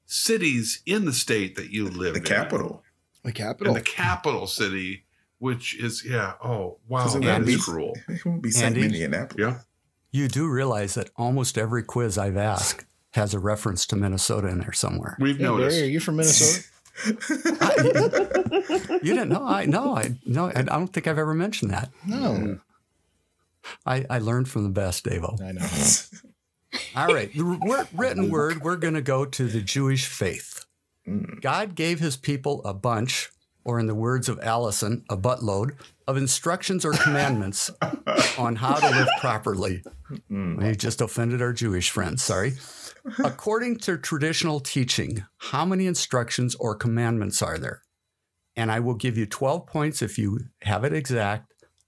[SPEAKER 4] cities in the state that you
[SPEAKER 2] *laughs*
[SPEAKER 4] live
[SPEAKER 2] the
[SPEAKER 4] in.
[SPEAKER 2] capital.
[SPEAKER 1] the
[SPEAKER 4] In
[SPEAKER 1] capital.
[SPEAKER 4] the capital city, which is yeah, oh wow,
[SPEAKER 2] Isn't
[SPEAKER 4] that
[SPEAKER 2] that
[SPEAKER 4] is
[SPEAKER 2] beast?
[SPEAKER 4] cruel.
[SPEAKER 2] It won't be St.
[SPEAKER 5] Andy?
[SPEAKER 2] Minneapolis.
[SPEAKER 4] Yeah.
[SPEAKER 5] You do realize that almost every quiz I've asked has a reference to Minnesota in there somewhere.
[SPEAKER 4] We've
[SPEAKER 1] Hey,
[SPEAKER 4] noticed.
[SPEAKER 1] Barry, are you from Minnesota?
[SPEAKER 5] You didn't know? I no, I no, I I don't think I've ever mentioned that.
[SPEAKER 1] *laughs* No.
[SPEAKER 5] I, I learned from the best, Davo.
[SPEAKER 1] I know.
[SPEAKER 5] All right. The wor- written word, we're going to go to the Jewish faith. God gave his people a bunch, or in the words of Allison, a buttload of instructions or commandments on how to live properly. We just offended our Jewish friends. Sorry. According to traditional teaching, how many instructions or commandments are there? And I will give you 12 points if you have it exact,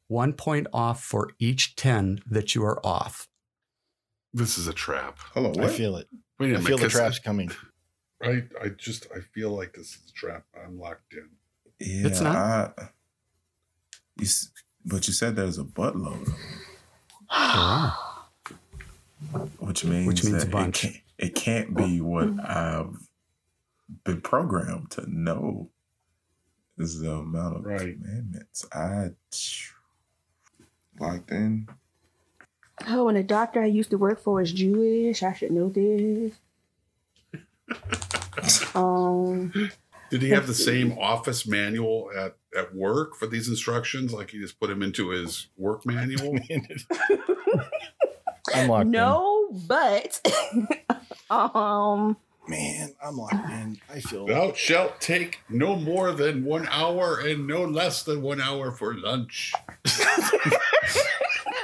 [SPEAKER 5] one point off for each 10 that you are off.
[SPEAKER 4] This is a trap.
[SPEAKER 2] Hold on.
[SPEAKER 1] I
[SPEAKER 2] What?
[SPEAKER 1] feel it.
[SPEAKER 4] Wait a
[SPEAKER 1] I
[SPEAKER 4] minute,
[SPEAKER 1] feel the
[SPEAKER 4] 'cause
[SPEAKER 1] traps coming. *laughs*
[SPEAKER 4] I, I just I feel like this is a trap. I'm locked in.
[SPEAKER 2] yeah,
[SPEAKER 5] It's not.
[SPEAKER 2] I, you, s- but you said there's a buttload. of
[SPEAKER 5] There are.
[SPEAKER 2] which means
[SPEAKER 5] Which means
[SPEAKER 2] that
[SPEAKER 5] a bunch.
[SPEAKER 2] It, can't, it can't be what I've been programmed to know. Is the amount of
[SPEAKER 4] Right.
[SPEAKER 2] commandments I locked in?
[SPEAKER 6] oh, and the doctor I used to work for is Jewish. I should know this. Um,
[SPEAKER 4] Did he have the same office manual at, at work for these instructions? Like he just put him into his work manual?
[SPEAKER 1] I'm locked in.
[SPEAKER 6] no, but *laughs* um,
[SPEAKER 1] Man, I'm locked in. I feel
[SPEAKER 4] Thou shalt take no more than one hour and no less than one hour for lunch.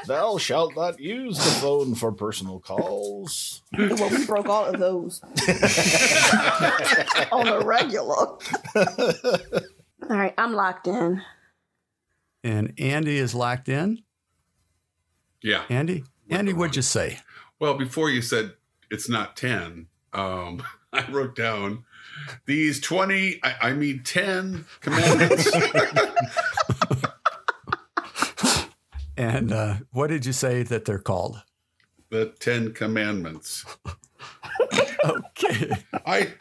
[SPEAKER 1] Thou shalt not use the phone for personal calls.
[SPEAKER 6] well, we broke all of those on a regular. All right, I'm locked in.
[SPEAKER 5] And Andy is locked in.
[SPEAKER 4] Yeah.
[SPEAKER 5] Andy,
[SPEAKER 4] We're
[SPEAKER 5] Andy,
[SPEAKER 4] going.
[SPEAKER 5] what'd you say?
[SPEAKER 4] Well, before you said it's not 10, um, *laughs* I wrote down these 20, I, I mean 10 *laughs* commandments.
[SPEAKER 5] And uh, what did you say that they're called? *laughs*
[SPEAKER 4] the 10 commandments.
[SPEAKER 5] Okay.
[SPEAKER 4] I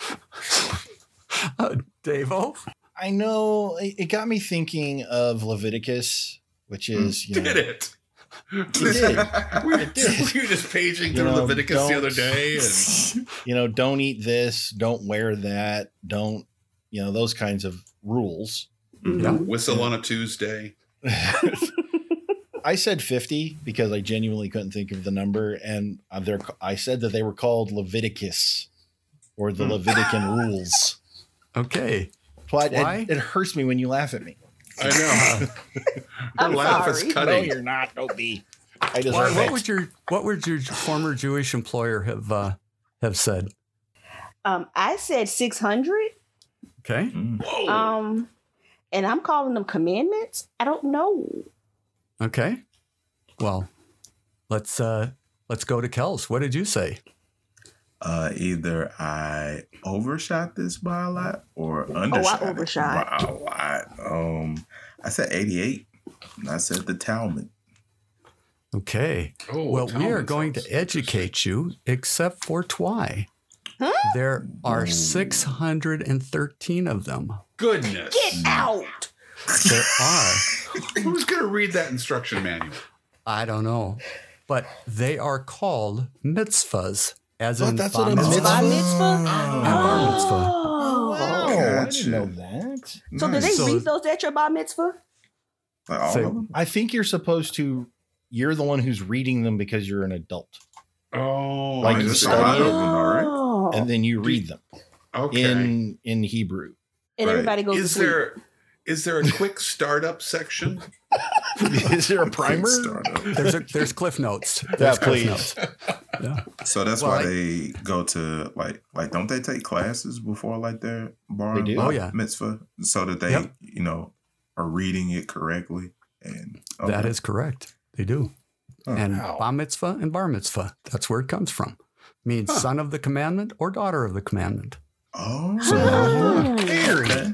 [SPEAKER 5] Uh, Davo?
[SPEAKER 1] I know it, it got me thinking of Leviticus, which
[SPEAKER 4] *laughs*
[SPEAKER 1] is you know,
[SPEAKER 4] did it.
[SPEAKER 1] did.
[SPEAKER 4] *laughs* we, were, we were just paging
[SPEAKER 1] You
[SPEAKER 4] through
[SPEAKER 1] know,
[SPEAKER 4] Leviticus the
[SPEAKER 1] don't-
[SPEAKER 4] other day, and
[SPEAKER 1] you know, don't eat this, don't wear that, don't, you know, those kinds of rules.
[SPEAKER 5] Yeah.
[SPEAKER 4] whistle on a Tuesday.
[SPEAKER 1] I said 50 because I genuinely couldn't think of the number. And uh, they're, I said that they were called Leviticus or
[SPEAKER 5] Hmm.
[SPEAKER 1] the
[SPEAKER 5] *laughs*
[SPEAKER 1] Levitican rules.
[SPEAKER 5] Okay.
[SPEAKER 1] But
[SPEAKER 5] Why?
[SPEAKER 1] it, it hurts me when you laugh at me.
[SPEAKER 4] I *laughs* know. Her
[SPEAKER 6] I'm
[SPEAKER 4] laugh
[SPEAKER 6] sorry.
[SPEAKER 4] is cutting.
[SPEAKER 1] not. Don't be. I just
[SPEAKER 5] Why, what would your What would your former Jewish employer have uh, have said?
[SPEAKER 6] Um, I said six hundred.
[SPEAKER 5] Okay.
[SPEAKER 4] Whoa.
[SPEAKER 6] Um, and I'm calling them commandments. I don't know.
[SPEAKER 5] Okay. Well, let's uh, let's go to Kels. What did you say?
[SPEAKER 2] Uh, either I overshot this by a lot or undershot. it
[SPEAKER 6] overshot.
[SPEAKER 2] by a lot. Um, I said eighty-eight. And I said the Talmud.
[SPEAKER 5] Okay.
[SPEAKER 4] Oh,
[SPEAKER 5] Well, we are
[SPEAKER 4] Talmud
[SPEAKER 5] going
[SPEAKER 4] sounds
[SPEAKER 5] to educate you, except for Twy. There are 613 of them.
[SPEAKER 4] goodness.
[SPEAKER 6] Get out.
[SPEAKER 5] There are.
[SPEAKER 4] Who's going to read that instruction manual?
[SPEAKER 5] I don't know. But they are called mitzvahs, as
[SPEAKER 1] Oh,
[SPEAKER 5] in
[SPEAKER 1] that's
[SPEAKER 5] that's
[SPEAKER 1] what a
[SPEAKER 5] mitzvah.
[SPEAKER 6] Bar
[SPEAKER 1] mitzvah-
[SPEAKER 6] mitzvah.
[SPEAKER 5] bar mitzvah.
[SPEAKER 6] Oh.
[SPEAKER 1] Wow, I
[SPEAKER 2] Gotcha.
[SPEAKER 1] didn't know that.
[SPEAKER 6] So do they
[SPEAKER 5] So-
[SPEAKER 6] read those at your bar mitzvah?
[SPEAKER 2] Like all
[SPEAKER 5] Say-
[SPEAKER 2] of them?
[SPEAKER 1] I think you're supposed to, you're the one who's reading them because you're an adult.
[SPEAKER 4] Oh,
[SPEAKER 1] Like
[SPEAKER 4] I
[SPEAKER 1] you
[SPEAKER 2] There's
[SPEAKER 4] see.
[SPEAKER 2] a lot of
[SPEAKER 1] started-
[SPEAKER 2] them, all right.
[SPEAKER 6] Oh.
[SPEAKER 1] And then you read them
[SPEAKER 4] Okay.
[SPEAKER 1] in in Hebrew. *laughs*
[SPEAKER 6] And everybody goes.
[SPEAKER 4] is
[SPEAKER 6] to sleep.
[SPEAKER 4] there is there a quick startup section?
[SPEAKER 1] Is there a primer?
[SPEAKER 2] Startup.
[SPEAKER 5] There's, a, there's cliff notes. There's cliff
[SPEAKER 1] please.
[SPEAKER 5] notes. Yeah.
[SPEAKER 2] So that's
[SPEAKER 5] Well,
[SPEAKER 2] why
[SPEAKER 5] I-
[SPEAKER 2] they go to like like don't they take classes before like their bar
[SPEAKER 1] They do.
[SPEAKER 2] and
[SPEAKER 5] Oh, yeah.
[SPEAKER 2] mitzvah so that they
[SPEAKER 5] Yep.
[SPEAKER 2] you know are reading it correctly and
[SPEAKER 5] That
[SPEAKER 2] okay.
[SPEAKER 5] is correct. They do.
[SPEAKER 2] Oh,
[SPEAKER 5] and
[SPEAKER 1] wow.
[SPEAKER 5] bar mitzvah and bar mitzvah. That's where it comes from. Means son of the commandment or daughter of the commandment.
[SPEAKER 2] oh
[SPEAKER 6] Oh.
[SPEAKER 1] *laughs* Very.
[SPEAKER 2] okay.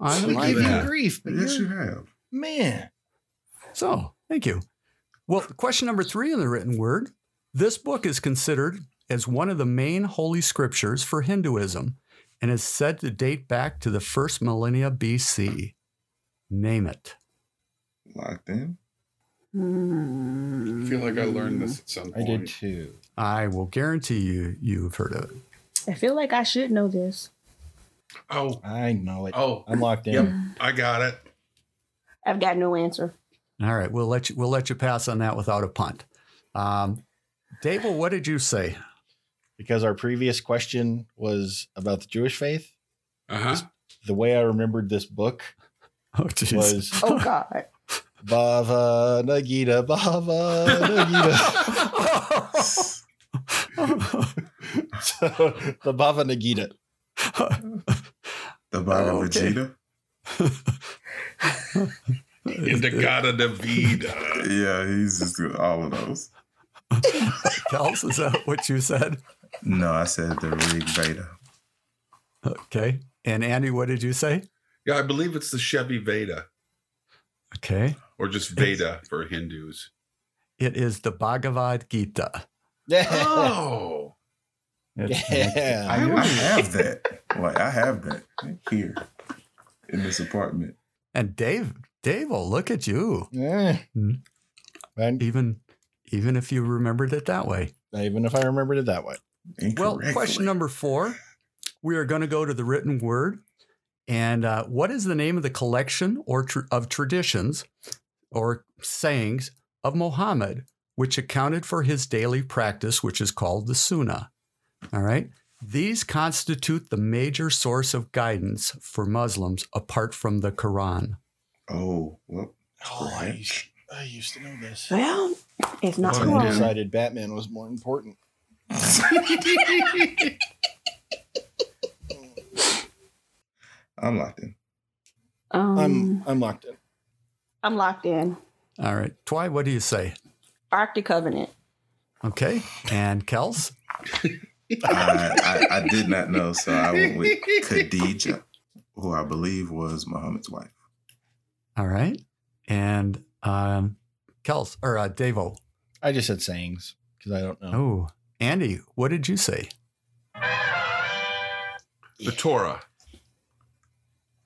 [SPEAKER 5] I
[SPEAKER 1] we
[SPEAKER 5] like
[SPEAKER 1] give
[SPEAKER 5] that.
[SPEAKER 1] you grief, but
[SPEAKER 2] yes you
[SPEAKER 1] you're,
[SPEAKER 2] have
[SPEAKER 1] man,
[SPEAKER 5] So, thank you. Well, question number three in the written word this book is considered as one of the main holy scriptures for Hinduism and is said to date back to the first millennia BC. Name it.
[SPEAKER 2] locked in
[SPEAKER 5] *laughs*
[SPEAKER 4] I feel like I learned this at some
[SPEAKER 1] I
[SPEAKER 4] point.
[SPEAKER 1] did too.
[SPEAKER 5] I will guarantee you, you've heard of it.
[SPEAKER 6] I feel like I should know this.
[SPEAKER 4] Oh,
[SPEAKER 1] I know it.
[SPEAKER 4] oh,
[SPEAKER 1] I'm locked in.
[SPEAKER 4] yep. I got it.
[SPEAKER 6] I've got no answer.
[SPEAKER 5] All right, we'll let you we'll let you pass on that without a punt. Um, Dable, what did you say? *laughs*
[SPEAKER 1] Because our previous question was about the Jewish faith.
[SPEAKER 4] Uh huh.
[SPEAKER 1] The way I remembered this book
[SPEAKER 5] Oh, jeez. *laughs*
[SPEAKER 1] was *laughs*
[SPEAKER 6] Oh God.
[SPEAKER 1] Bhava Nagita, Bhava
[SPEAKER 4] *laughs*
[SPEAKER 1] Nagita. so the Bhava Nagita.
[SPEAKER 2] the Bhagavad
[SPEAKER 5] okay.
[SPEAKER 2] Gita
[SPEAKER 4] Indicata *laughs* Davida.
[SPEAKER 2] yeah he's just doing all of those
[SPEAKER 5] Kels, is that what you said?
[SPEAKER 2] no I said the Rig Veda
[SPEAKER 5] Okay. And Andy, what did you say?
[SPEAKER 4] Yeah, I believe it's the Chevy Veda
[SPEAKER 5] Okay.
[SPEAKER 4] or just Veda for
[SPEAKER 1] *laughs*
[SPEAKER 4] Hindus.
[SPEAKER 5] It is the Bhagavad Gita.
[SPEAKER 1] Yeah.
[SPEAKER 4] Oh,
[SPEAKER 1] *laughs* yeah.
[SPEAKER 2] I, I have that like I have that here in this apartment
[SPEAKER 5] And Dave, Dave, oh, look at you.
[SPEAKER 4] Mm-hmm.
[SPEAKER 1] Mm. And
[SPEAKER 5] Even even if you remembered it that way.
[SPEAKER 1] even if I remembered it that way.
[SPEAKER 5] Well,
[SPEAKER 2] Incorrectly.
[SPEAKER 5] question number four. We are going to go to the written word. And uh, what is the name of the collection or tr- of traditions or sayings of Muhammad, which accounted for his daily practice, which is called the Sunnah? All right. These constitute the major source of guidance for Muslims apart from the Quran.
[SPEAKER 2] oh well
[SPEAKER 1] Oh, I used, I used to know this.
[SPEAKER 6] Well, it's not
[SPEAKER 1] So I
[SPEAKER 6] wrong.
[SPEAKER 1] decided Batman was more important.
[SPEAKER 2] *laughs* I'm locked in
[SPEAKER 1] I'm
[SPEAKER 6] Um, I'm,
[SPEAKER 1] I'm locked in.
[SPEAKER 6] locked in.
[SPEAKER 5] All right. Twy, what do you say?
[SPEAKER 6] Arctic Covenant.
[SPEAKER 5] Okay. And Kels?
[SPEAKER 2] I, I, I did not know, so I went with Khadija, who I believe was Muhammad's wife.
[SPEAKER 5] All right. And um, Kels or uh, Devo.
[SPEAKER 1] I just said sayings because I don't know.
[SPEAKER 5] Oh, Andy, what did you say?
[SPEAKER 4] The Torah.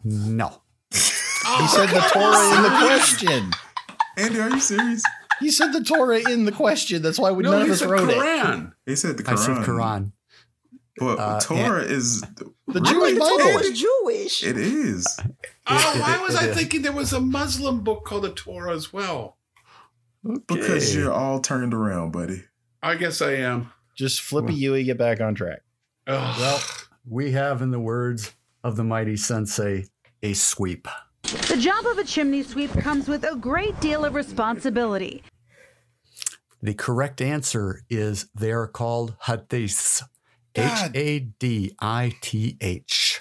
[SPEAKER 5] No.
[SPEAKER 4] Oh.
[SPEAKER 1] He said the Torah in the
[SPEAKER 4] *laughs*
[SPEAKER 1] question.
[SPEAKER 2] Andy, are you serious?
[SPEAKER 1] He said the Torah in the question. That's why we,
[SPEAKER 4] No,
[SPEAKER 1] none
[SPEAKER 4] he
[SPEAKER 1] of us
[SPEAKER 4] said
[SPEAKER 1] wrote it.
[SPEAKER 4] Quran.
[SPEAKER 2] He said the Quran.
[SPEAKER 5] I said Quran.
[SPEAKER 2] But
[SPEAKER 5] Uh,
[SPEAKER 2] Torah is
[SPEAKER 1] The
[SPEAKER 2] Really?
[SPEAKER 1] Jewish
[SPEAKER 6] It
[SPEAKER 1] Bible.
[SPEAKER 6] was Jewish.
[SPEAKER 2] It is.
[SPEAKER 4] Oh, why was I
[SPEAKER 5] Yeah.
[SPEAKER 4] thinking there was a Muslim book called the Torah as well?
[SPEAKER 2] Because
[SPEAKER 5] Okay.
[SPEAKER 2] you're all turned around, buddy.
[SPEAKER 4] I guess I am.
[SPEAKER 1] Just flip a Yui, get back on track.
[SPEAKER 4] Ugh.
[SPEAKER 5] Well, we have, in the words of the mighty sensei, a sweep.
[SPEAKER 10] The job of a chimney sweep comes with a great deal of responsibility.
[SPEAKER 5] The correct answer is they are called hadiths. H
[SPEAKER 2] God.
[SPEAKER 5] A D I T H.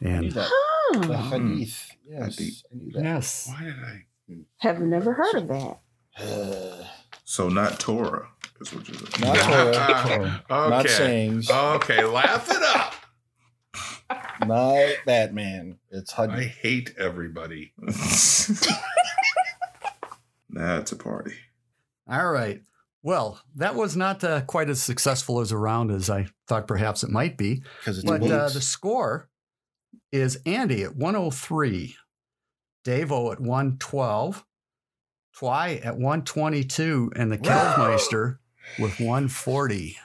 [SPEAKER 1] I knew
[SPEAKER 5] And
[SPEAKER 1] that. The Hadith. Yes, I knew
[SPEAKER 5] *sighs*
[SPEAKER 1] that.
[SPEAKER 5] yes.
[SPEAKER 4] why did I?
[SPEAKER 6] Have never heard of that.
[SPEAKER 2] So not Torah is what you're saying. *laughs*
[SPEAKER 1] Not
[SPEAKER 4] *laughs*
[SPEAKER 1] Torah. Not
[SPEAKER 4] Okay. Uh,
[SPEAKER 1] sayings.
[SPEAKER 4] Okay, laugh it up.
[SPEAKER 1] Not Batman. It's
[SPEAKER 4] I
[SPEAKER 1] Hadith.
[SPEAKER 4] hate everybody.
[SPEAKER 2] now it's a party. *laughs*
[SPEAKER 5] All right. Well, that was not uh, quite as successful as a round as I thought perhaps it might be.
[SPEAKER 1] Because it's
[SPEAKER 5] But uh, the
[SPEAKER 1] Weeks.
[SPEAKER 5] score is Andy at 103, Davo at 112, Twy at 122, and the Kelmeister with 140.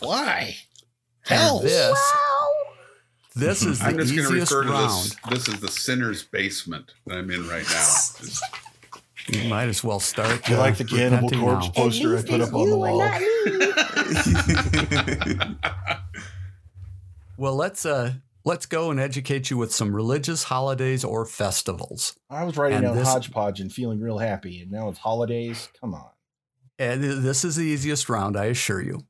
[SPEAKER 1] Why?
[SPEAKER 5] And this, this
[SPEAKER 1] Hmm.
[SPEAKER 5] is the
[SPEAKER 4] I'm just going to
[SPEAKER 5] easiest
[SPEAKER 4] refer to
[SPEAKER 5] round.
[SPEAKER 4] this. This is the sinner's basement that I'm in right now.
[SPEAKER 5] You might as well start.
[SPEAKER 1] You
[SPEAKER 5] uh,
[SPEAKER 1] like the Cannibal
[SPEAKER 5] repenting
[SPEAKER 1] Corpse
[SPEAKER 5] now.
[SPEAKER 6] At
[SPEAKER 1] poster I
[SPEAKER 6] least
[SPEAKER 1] put
[SPEAKER 6] it's
[SPEAKER 1] up on the
[SPEAKER 6] you and
[SPEAKER 1] wall?
[SPEAKER 6] not
[SPEAKER 1] *laughs*
[SPEAKER 6] me.
[SPEAKER 5] Well, let's uh, let's go and educate you with some religious holidays or festivals.
[SPEAKER 1] I was writing
[SPEAKER 5] And
[SPEAKER 1] down
[SPEAKER 5] this-
[SPEAKER 1] hodgepodge and feeling real happy, and now it's holidays. Come on.
[SPEAKER 5] And th- this is the easiest round, I assure you.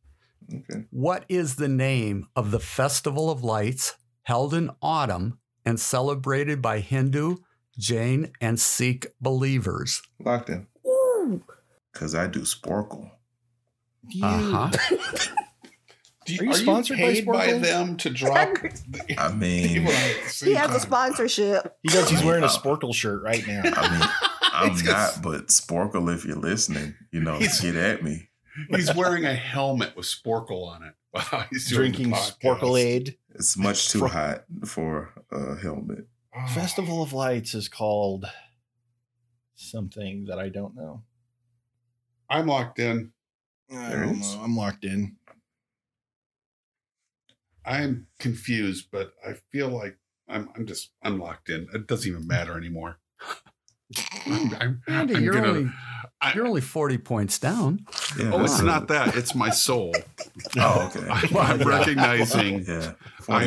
[SPEAKER 2] okay.
[SPEAKER 5] What is the name of the Festival of Lights held in autumn and celebrated by Hindu, Jain, and Sikh believers?
[SPEAKER 2] Locked in.
[SPEAKER 6] Ooh.
[SPEAKER 2] Cause I do sparkle.
[SPEAKER 5] Uh-huh.
[SPEAKER 4] Do
[SPEAKER 1] Are you sponsored by
[SPEAKER 4] paid by,
[SPEAKER 1] Sparkle?
[SPEAKER 4] them to drop? *laughs*
[SPEAKER 2] I mean
[SPEAKER 6] He has a sponsorship.
[SPEAKER 1] He goes, he's wearing a
[SPEAKER 2] Uh,
[SPEAKER 1] Sporkle shirt right now.
[SPEAKER 2] I mean I'm
[SPEAKER 4] It's
[SPEAKER 2] not,
[SPEAKER 4] just-
[SPEAKER 2] but sparkle if you're listening, you know,
[SPEAKER 4] He's-
[SPEAKER 2] get at me.
[SPEAKER 4] He's wearing a helmet with Sporkle on it. Wow, *laughs* he's doing
[SPEAKER 1] Drinking
[SPEAKER 4] the podcast.
[SPEAKER 1] Sporkleade.
[SPEAKER 2] It's
[SPEAKER 4] *laughs*
[SPEAKER 2] much too
[SPEAKER 1] Fro-
[SPEAKER 2] hot for a helmet.
[SPEAKER 4] Oh.
[SPEAKER 1] Festival of Lights is called something that I don't know.
[SPEAKER 4] I'm locked in.
[SPEAKER 1] I
[SPEAKER 2] There
[SPEAKER 1] don't
[SPEAKER 2] is.
[SPEAKER 1] know. I'm locked in.
[SPEAKER 4] I'm confused, but I feel like I'm. I'm just. I'm locked in. It doesn't even matter anymore. I'm, I'm,
[SPEAKER 5] *laughs* Andy,
[SPEAKER 4] I'm
[SPEAKER 5] you're
[SPEAKER 4] gonna-
[SPEAKER 5] only
[SPEAKER 4] I-
[SPEAKER 5] you're only forty points down.
[SPEAKER 2] Yeah,
[SPEAKER 4] Oh, it's
[SPEAKER 2] that's a-
[SPEAKER 4] not that. It's my soul.
[SPEAKER 2] Oh,
[SPEAKER 4] *laughs*
[SPEAKER 2] okay.
[SPEAKER 4] I'm, I'm recognizing
[SPEAKER 2] Yeah.
[SPEAKER 4] I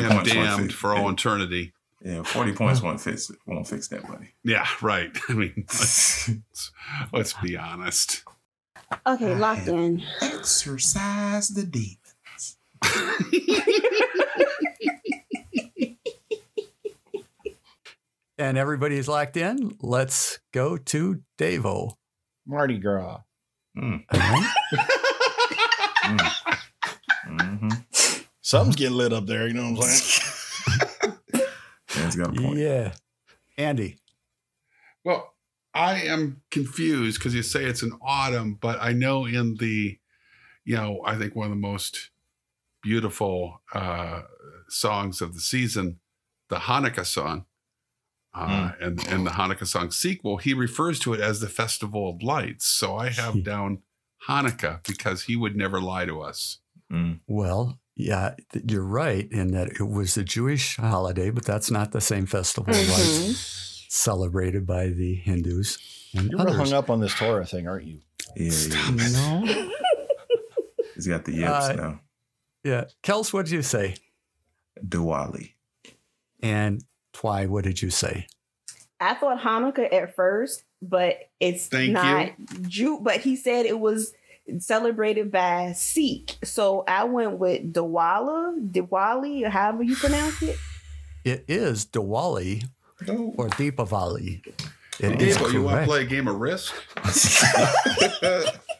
[SPEAKER 2] 40
[SPEAKER 4] am
[SPEAKER 2] points won't
[SPEAKER 4] damned
[SPEAKER 2] fix-
[SPEAKER 4] for all eternity.
[SPEAKER 2] Yeah, forty points won't fix it. Won't fix that,
[SPEAKER 4] *laughs*
[SPEAKER 2] buddy.
[SPEAKER 4] Yeah, right. I mean, let's, let's be honest.
[SPEAKER 6] Okay, locked in.
[SPEAKER 2] Exercise the deep.
[SPEAKER 5] And everybody's locked in. Let's go to Davo.
[SPEAKER 1] Mardi Gras.
[SPEAKER 2] Mm-hmm.
[SPEAKER 1] Something's getting lit up there. You know what I'm saying?
[SPEAKER 2] Man's got a point.
[SPEAKER 5] Yeah. Andy.
[SPEAKER 4] Well, I am confused because you say it's an autumn, but I know in the, you know, I think one of the most beautiful uh, songs of the season, the Hanukkah song, uh, and and the Hanukkah song sequel, he refers to it as the Festival of Lights. So I have down Hanukkah because he would never lie to us.
[SPEAKER 2] Mm.
[SPEAKER 5] Well, yeah, th- you're right in that it was a Jewish holiday, but that's not the same festival of
[SPEAKER 1] Mm-hmm.
[SPEAKER 6] Mm-hmm.
[SPEAKER 5] lights celebrated by the Hindus
[SPEAKER 1] *laughs*
[SPEAKER 5] and
[SPEAKER 1] You're real
[SPEAKER 5] others.
[SPEAKER 1] hung up on this Torah thing, aren't you?
[SPEAKER 2] Yeah, yeah.
[SPEAKER 5] No.
[SPEAKER 2] He's got the yips
[SPEAKER 5] Uh,
[SPEAKER 2] now.
[SPEAKER 5] Yeah. Kels, what did you say?
[SPEAKER 2] Diwali.
[SPEAKER 5] And Twy, what did you say?
[SPEAKER 6] I thought Hanukkah at first, but it's
[SPEAKER 4] Thank
[SPEAKER 6] not Jew. But he said it was celebrated by Sikh, so I went with Diwali, Diwali, or however you pronounce it.
[SPEAKER 5] It is Diwali
[SPEAKER 2] No.
[SPEAKER 5] or Deepavali. It is
[SPEAKER 4] Dave, you want
[SPEAKER 5] correct.
[SPEAKER 4] to play a game of Risk? *laughs*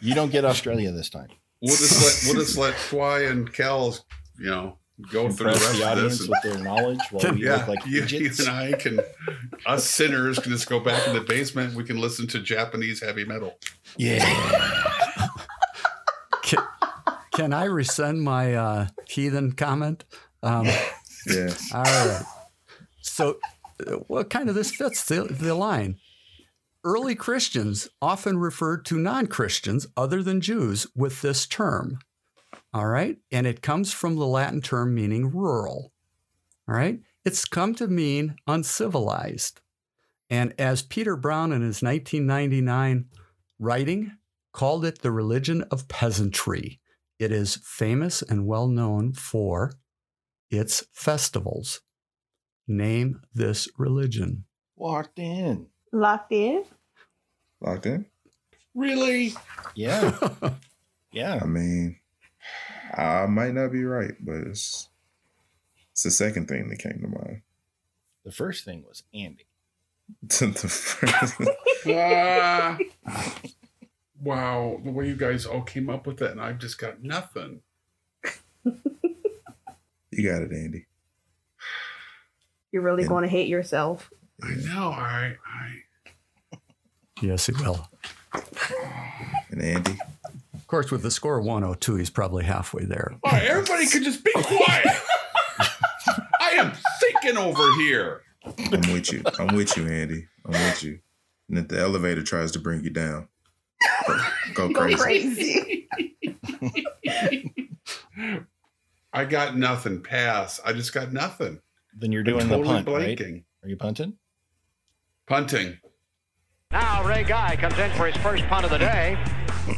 [SPEAKER 1] You don't get Australia this time.
[SPEAKER 4] We'll just let we'll just let Fly and Cal's, you know, go through the
[SPEAKER 1] Impress
[SPEAKER 4] rest
[SPEAKER 1] the
[SPEAKER 4] of this.
[SPEAKER 1] audience
[SPEAKER 4] and-
[SPEAKER 1] with their knowledge
[SPEAKER 4] *laughs*
[SPEAKER 1] while we
[SPEAKER 4] yeah,
[SPEAKER 1] look like
[SPEAKER 4] you, you
[SPEAKER 1] idiots.
[SPEAKER 4] and I can, us sinners can just go back in the basement. We can listen to Japanese heavy metal.
[SPEAKER 1] Yeah.
[SPEAKER 5] Ke- Can I rescind my uh, heathen comment? Um,
[SPEAKER 2] Yeah.
[SPEAKER 5] all right. So, uh, well, kind of this fits the, the line. Early Christians often referred to non Christians other than Jews with this term. All right. And it comes from the Latin term meaning rural. All right. It's come to mean uncivilized. And as Peter Brown in his 1999 writing called it the religion of peasantry, it is famous and well known for its festivals. Name this religion.
[SPEAKER 1] Walked in.
[SPEAKER 4] *laughs*
[SPEAKER 6] Locked in.
[SPEAKER 2] Locked in?
[SPEAKER 4] Really?
[SPEAKER 1] Yeah. Yeah.
[SPEAKER 2] I mean, I might not be right, but it's it's the second thing that came to mind. *laughs*
[SPEAKER 1] The first thing was Andy.
[SPEAKER 2] The first-
[SPEAKER 4] Ah. wow. The way you guys all came up with that, and I've just got nothing.
[SPEAKER 2] you got it, Andy.
[SPEAKER 6] You're really
[SPEAKER 2] Yeah.
[SPEAKER 6] going to hate yourself.
[SPEAKER 4] I know. I, I,
[SPEAKER 5] Yes, it will.
[SPEAKER 2] And Andy,
[SPEAKER 5] Of course, with the score 102, he's probably halfway there.
[SPEAKER 4] All right, everybody could just be quiet. *laughs* I am thinking over here.
[SPEAKER 2] I'm with you. I'm with you, Andy. I'm with you. And if the elevator tries to bring you down, go, go
[SPEAKER 6] Go
[SPEAKER 2] crazy.
[SPEAKER 6] *laughs* crazy.
[SPEAKER 4] I got nothing. Pass. I just got nothing.
[SPEAKER 1] Then you're
[SPEAKER 4] I'm
[SPEAKER 1] doing
[SPEAKER 4] totally
[SPEAKER 1] the punt, right?
[SPEAKER 4] blanking.
[SPEAKER 1] Are you punting?
[SPEAKER 4] Punting.
[SPEAKER 8] Now Ray Guy comes in for his first punt of the day.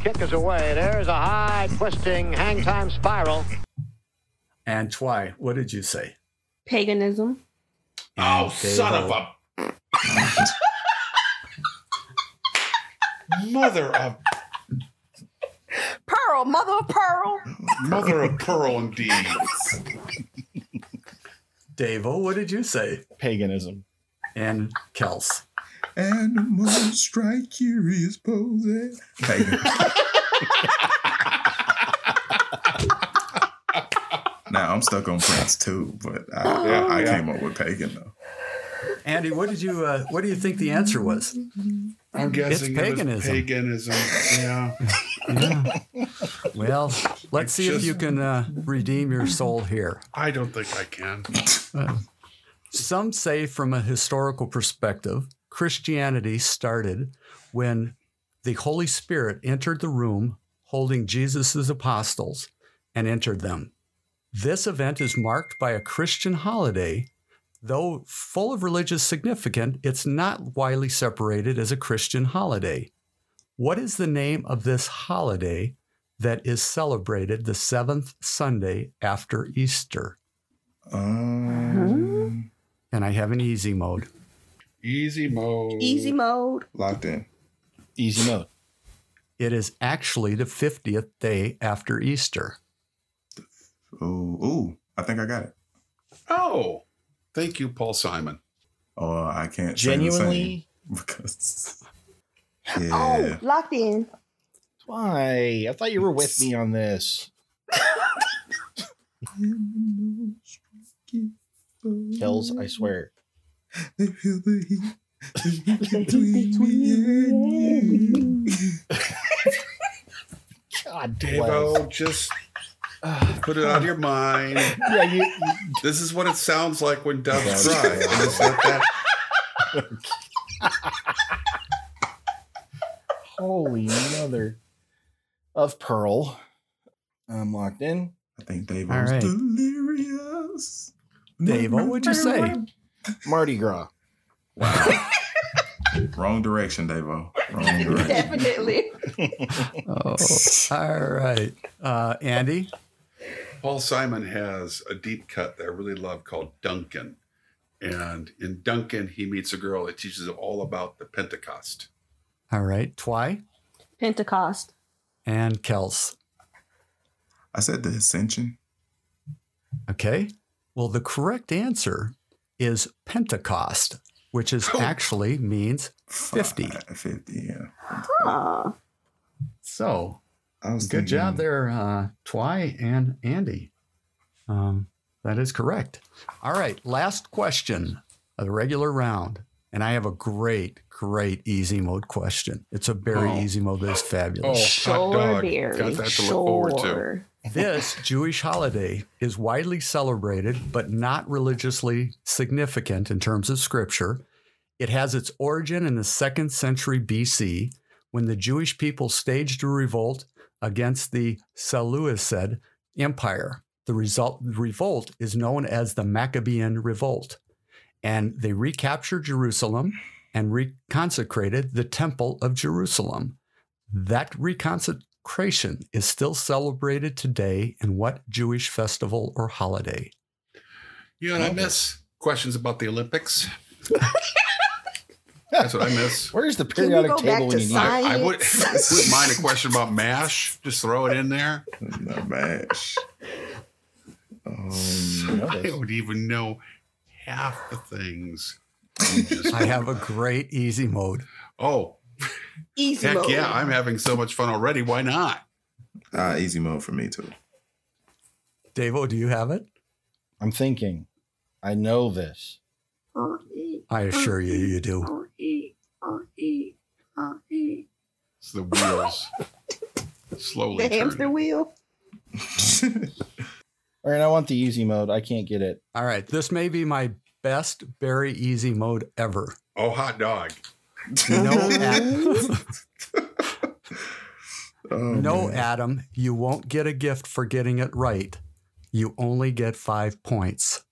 [SPEAKER 8] Kick is away. There's a high twisting hang time spiral.
[SPEAKER 5] And Twy, what did you say?
[SPEAKER 6] Paganism.
[SPEAKER 4] Oh,
[SPEAKER 5] Okay,
[SPEAKER 4] son of a. mother of
[SPEAKER 6] Pearl, mother of pearl.
[SPEAKER 4] mother of pearl indeed.
[SPEAKER 5] Davo, what did you say?
[SPEAKER 1] Paganism.
[SPEAKER 5] And Kels.
[SPEAKER 2] Animals strike curious poses. Pagan. *laughs* now I'm stuck on Prince too, but I,
[SPEAKER 4] Yeah,
[SPEAKER 2] I
[SPEAKER 4] yeah.
[SPEAKER 2] came up with pagan though.
[SPEAKER 5] Andy, what did you uh, what do you think the answer was?
[SPEAKER 4] I'm guessing it was
[SPEAKER 5] paganism.
[SPEAKER 4] paganism. Yeah.
[SPEAKER 5] Well, let's see if you can uh, redeem your soul here.
[SPEAKER 4] I don't think I can.
[SPEAKER 5] Some say, from a historical perspective, Christianity started when the Holy Spirit entered the room holding Jesus' apostles and entered them. This event is marked by a Christian holiday, though full of religious significance, it's not widely separated as a Christian holiday. What is the name of this holiday that is celebrated the seventh Sunday after Easter?
[SPEAKER 2] Um,
[SPEAKER 5] And I have an easy mode.
[SPEAKER 4] Easy mode.
[SPEAKER 6] Easy mode.
[SPEAKER 2] Locked in.
[SPEAKER 1] Easy mode.
[SPEAKER 5] It is actually the 50th day after Easter.
[SPEAKER 2] Ooh, ooh, I think I got it.
[SPEAKER 4] Oh, thank you, Paul Simon.
[SPEAKER 2] Or I can't say the
[SPEAKER 1] Genuinely.
[SPEAKER 2] same *laughs*
[SPEAKER 5] *laughs*
[SPEAKER 2] because yeah, *laughs*
[SPEAKER 6] Oh, locked in. *laughs*
[SPEAKER 1] Why? I thought you were with me on
[SPEAKER 4] *laughs*
[SPEAKER 1] this. Kells, I swear.
[SPEAKER 2] they feel the heat. the heat between me and you.
[SPEAKER 1] God bless.
[SPEAKER 4] Davo, just put it out of your mind.
[SPEAKER 1] Yeah, you, you-
[SPEAKER 4] This is what it sounds like when doves
[SPEAKER 1] Doves
[SPEAKER 4] cry.
[SPEAKER 1] cry.
[SPEAKER 4] And it's not that.
[SPEAKER 1] holy mother of pearl. I'm locked in.
[SPEAKER 2] I think Dave
[SPEAKER 5] All
[SPEAKER 2] was
[SPEAKER 5] right.
[SPEAKER 2] delirious.
[SPEAKER 5] Dave, what would you say?
[SPEAKER 1] Mardi Gras.
[SPEAKER 2] Wrong direction, Davo.
[SPEAKER 5] *laughs*
[SPEAKER 2] Wrong direction.
[SPEAKER 6] Definitely.
[SPEAKER 5] Oh, all right. Uh, Andy?
[SPEAKER 4] Paul Simon has a deep cut that I really love called Duncan. And in Duncan, he meets a girl that teaches him all about the Pentecost.
[SPEAKER 5] All right. Twy
[SPEAKER 6] Pentecost.
[SPEAKER 5] and Kels.
[SPEAKER 2] I said the ascension.
[SPEAKER 5] Okay. Well, the correct answer is Pentecost, which is actually means 50.
[SPEAKER 2] Five, 50, yeah.
[SPEAKER 6] Huh.
[SPEAKER 5] so.
[SPEAKER 2] I was
[SPEAKER 5] Good
[SPEAKER 2] thinking-
[SPEAKER 5] job there, uh, Twy and Andy. Um, that is correct. All right, last question of the regular round. And I have a great, great easy mode question. It's a very
[SPEAKER 4] Oh.
[SPEAKER 5] easy mode that is
[SPEAKER 4] Oh,
[SPEAKER 5] fabulous.
[SPEAKER 4] hot
[SPEAKER 6] Sure,
[SPEAKER 4] dog.
[SPEAKER 6] Barry.
[SPEAKER 4] Got that to
[SPEAKER 6] sure.
[SPEAKER 4] look forward to.
[SPEAKER 5] This Jewish holiday is widely celebrated, but not religiously significant in terms of scripture. It has its origin in the second century BC when the Jewish people staged a revolt against the Seleucid Empire. The result, revolt is known as the Maccabean Revolt, and they recaptured Jerusalem and reconsecrated the Temple of Jerusalem. That reconsecration is still celebrated today in what Jewish festival or holiday?
[SPEAKER 4] You know what I miss? Oh. Questions about the *laughs* Olympics. That's what I miss.
[SPEAKER 1] Where's the
[SPEAKER 6] we
[SPEAKER 1] periodic
[SPEAKER 6] go
[SPEAKER 1] table
[SPEAKER 6] back
[SPEAKER 1] when
[SPEAKER 6] to
[SPEAKER 1] you need it?
[SPEAKER 6] science?
[SPEAKER 4] I would, wouldn't mind a question about MASH. Just throw it in there.
[SPEAKER 2] Not match. Um,
[SPEAKER 4] I don't even know half the things.
[SPEAKER 5] I have a
[SPEAKER 2] *laughs*
[SPEAKER 5] great easy mode.
[SPEAKER 4] *laughs* Oh,
[SPEAKER 6] Easy
[SPEAKER 4] heck
[SPEAKER 6] mode.
[SPEAKER 4] yeah. I'm having so much fun already. Why not?
[SPEAKER 2] ah, easy mode for me too. *laughs*
[SPEAKER 5] Davo, do you have it?
[SPEAKER 1] I'm thinking. I know this.
[SPEAKER 5] I assure you, you do.
[SPEAKER 4] It's the
[SPEAKER 6] *laughs*
[SPEAKER 4] wheels slowly
[SPEAKER 6] the hamster
[SPEAKER 4] turning.
[SPEAKER 6] wheel.
[SPEAKER 1] All right, I want the easy mode. I can't get it.
[SPEAKER 5] All right, this may be my best very easy mode ever.
[SPEAKER 4] Oh, hot dog.
[SPEAKER 2] *laughs*
[SPEAKER 5] No, Ad-
[SPEAKER 2] Oh,
[SPEAKER 5] no
[SPEAKER 2] man.
[SPEAKER 5] Adam, you won't get a gift for getting it right. You only get five points.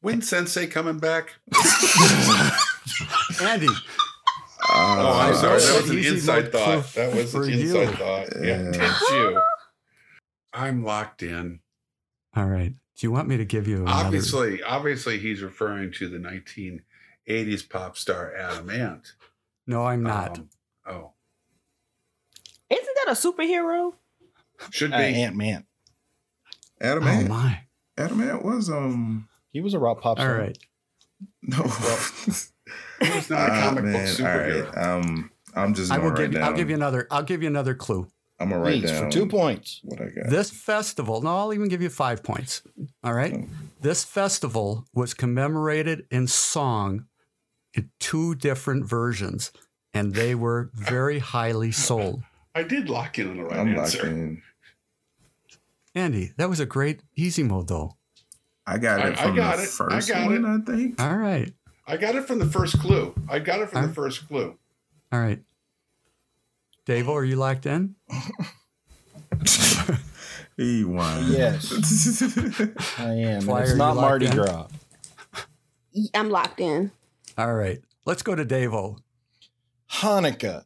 [SPEAKER 4] When Sensei coming back?
[SPEAKER 5] Andy,
[SPEAKER 4] Oh,
[SPEAKER 2] Ah,
[SPEAKER 4] I'm sorry.
[SPEAKER 5] sorry.
[SPEAKER 4] That was an
[SPEAKER 5] Easy
[SPEAKER 4] inside
[SPEAKER 5] mode
[SPEAKER 4] thought.
[SPEAKER 5] for-
[SPEAKER 4] That was
[SPEAKER 5] for
[SPEAKER 4] an
[SPEAKER 5] you.
[SPEAKER 4] inside thought. Yeah. Did you? *laughs* I'm locked in.
[SPEAKER 5] all right. Do you want me to give you another?
[SPEAKER 4] Obviously, obviously, he's referring to the 1980s pop star Adam Ant.
[SPEAKER 5] No, I'm not.
[SPEAKER 4] Um, oh,
[SPEAKER 6] Isn't that a superhero?
[SPEAKER 4] should
[SPEAKER 1] Uh,
[SPEAKER 4] be.
[SPEAKER 1] Ant Man.
[SPEAKER 2] Adam
[SPEAKER 5] oh
[SPEAKER 2] Ant.
[SPEAKER 5] my!
[SPEAKER 2] Adam Ant was um *laughs*
[SPEAKER 1] He was a rock pop
[SPEAKER 5] All
[SPEAKER 1] star.
[SPEAKER 5] right.
[SPEAKER 2] no.
[SPEAKER 4] He was not a
[SPEAKER 2] Ah,
[SPEAKER 4] comic book
[SPEAKER 2] man.
[SPEAKER 4] superhero.
[SPEAKER 2] All right. Um, I'm just.
[SPEAKER 5] I
[SPEAKER 2] Gonna
[SPEAKER 5] will
[SPEAKER 2] write
[SPEAKER 5] give you.
[SPEAKER 2] Down,
[SPEAKER 5] I'll give you another. I'll give you another clue.
[SPEAKER 2] I'm gonna write
[SPEAKER 1] Please,
[SPEAKER 2] down
[SPEAKER 1] for two points.
[SPEAKER 2] What I got.
[SPEAKER 5] This festival. No, I'll even give you five points. All right. This festival was commemorated in song in two different versions, and they were very highly sold.
[SPEAKER 4] I did lock in on the right
[SPEAKER 2] I'm locked
[SPEAKER 4] answer.
[SPEAKER 2] in.
[SPEAKER 5] Andy, that was a great easy mode though.
[SPEAKER 2] I got
[SPEAKER 4] I-
[SPEAKER 2] it
[SPEAKER 4] I
[SPEAKER 2] from
[SPEAKER 4] got
[SPEAKER 2] the
[SPEAKER 4] it. I
[SPEAKER 2] first
[SPEAKER 4] got
[SPEAKER 2] one. I think.
[SPEAKER 5] All right.
[SPEAKER 4] I got it from the first clue. I got it from the
[SPEAKER 5] Huh?
[SPEAKER 4] first clue.
[SPEAKER 5] All right. Davo, are you locked in?
[SPEAKER 1] *laughs*
[SPEAKER 2] He won.
[SPEAKER 1] Yes, I am.
[SPEAKER 5] Why
[SPEAKER 1] And it's
[SPEAKER 5] are
[SPEAKER 1] not
[SPEAKER 5] you like
[SPEAKER 1] Mardi
[SPEAKER 5] that?
[SPEAKER 1] Gras.
[SPEAKER 6] Y- I'm locked in.
[SPEAKER 5] All right. Let's go to Davo.
[SPEAKER 1] Hanukkah.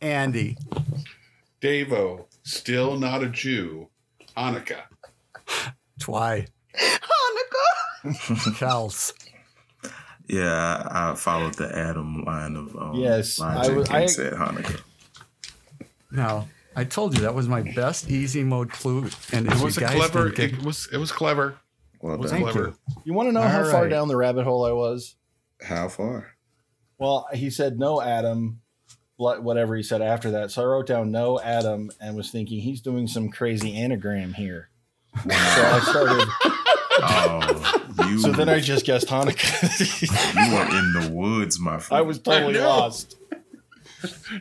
[SPEAKER 5] Andy.
[SPEAKER 4] Davo, still not a Jew. Annika.
[SPEAKER 5] Twy.
[SPEAKER 6] Hanukkah.
[SPEAKER 5] Kels.
[SPEAKER 2] *laughs* Yeah, I, I followed the Adam line of um,
[SPEAKER 1] Yes, I
[SPEAKER 2] logic
[SPEAKER 1] was-
[SPEAKER 2] and
[SPEAKER 1] I-
[SPEAKER 2] said Hanukkah.
[SPEAKER 5] Now, I told you that was my best easy mode clue. And if
[SPEAKER 4] It was
[SPEAKER 5] you
[SPEAKER 4] a
[SPEAKER 5] guys
[SPEAKER 4] clever.
[SPEAKER 5] didn't get-
[SPEAKER 4] It was. It was clever.
[SPEAKER 2] Well
[SPEAKER 4] It was
[SPEAKER 2] done.
[SPEAKER 4] clever.
[SPEAKER 1] You want to know
[SPEAKER 5] All
[SPEAKER 1] how far
[SPEAKER 5] right.
[SPEAKER 1] down the rabbit hole I was?
[SPEAKER 2] How far?
[SPEAKER 1] Well, he said no, Adam. bl- Whatever he said after that, so I wrote down no Adam and was thinking he's doing some crazy anagram here. So *laughs* I started.
[SPEAKER 2] Oh, you,
[SPEAKER 1] so then I just guessed Hanukkah. *laughs*
[SPEAKER 2] you were in the woods, my friend.
[SPEAKER 1] I was totally
[SPEAKER 4] I know.
[SPEAKER 1] lost.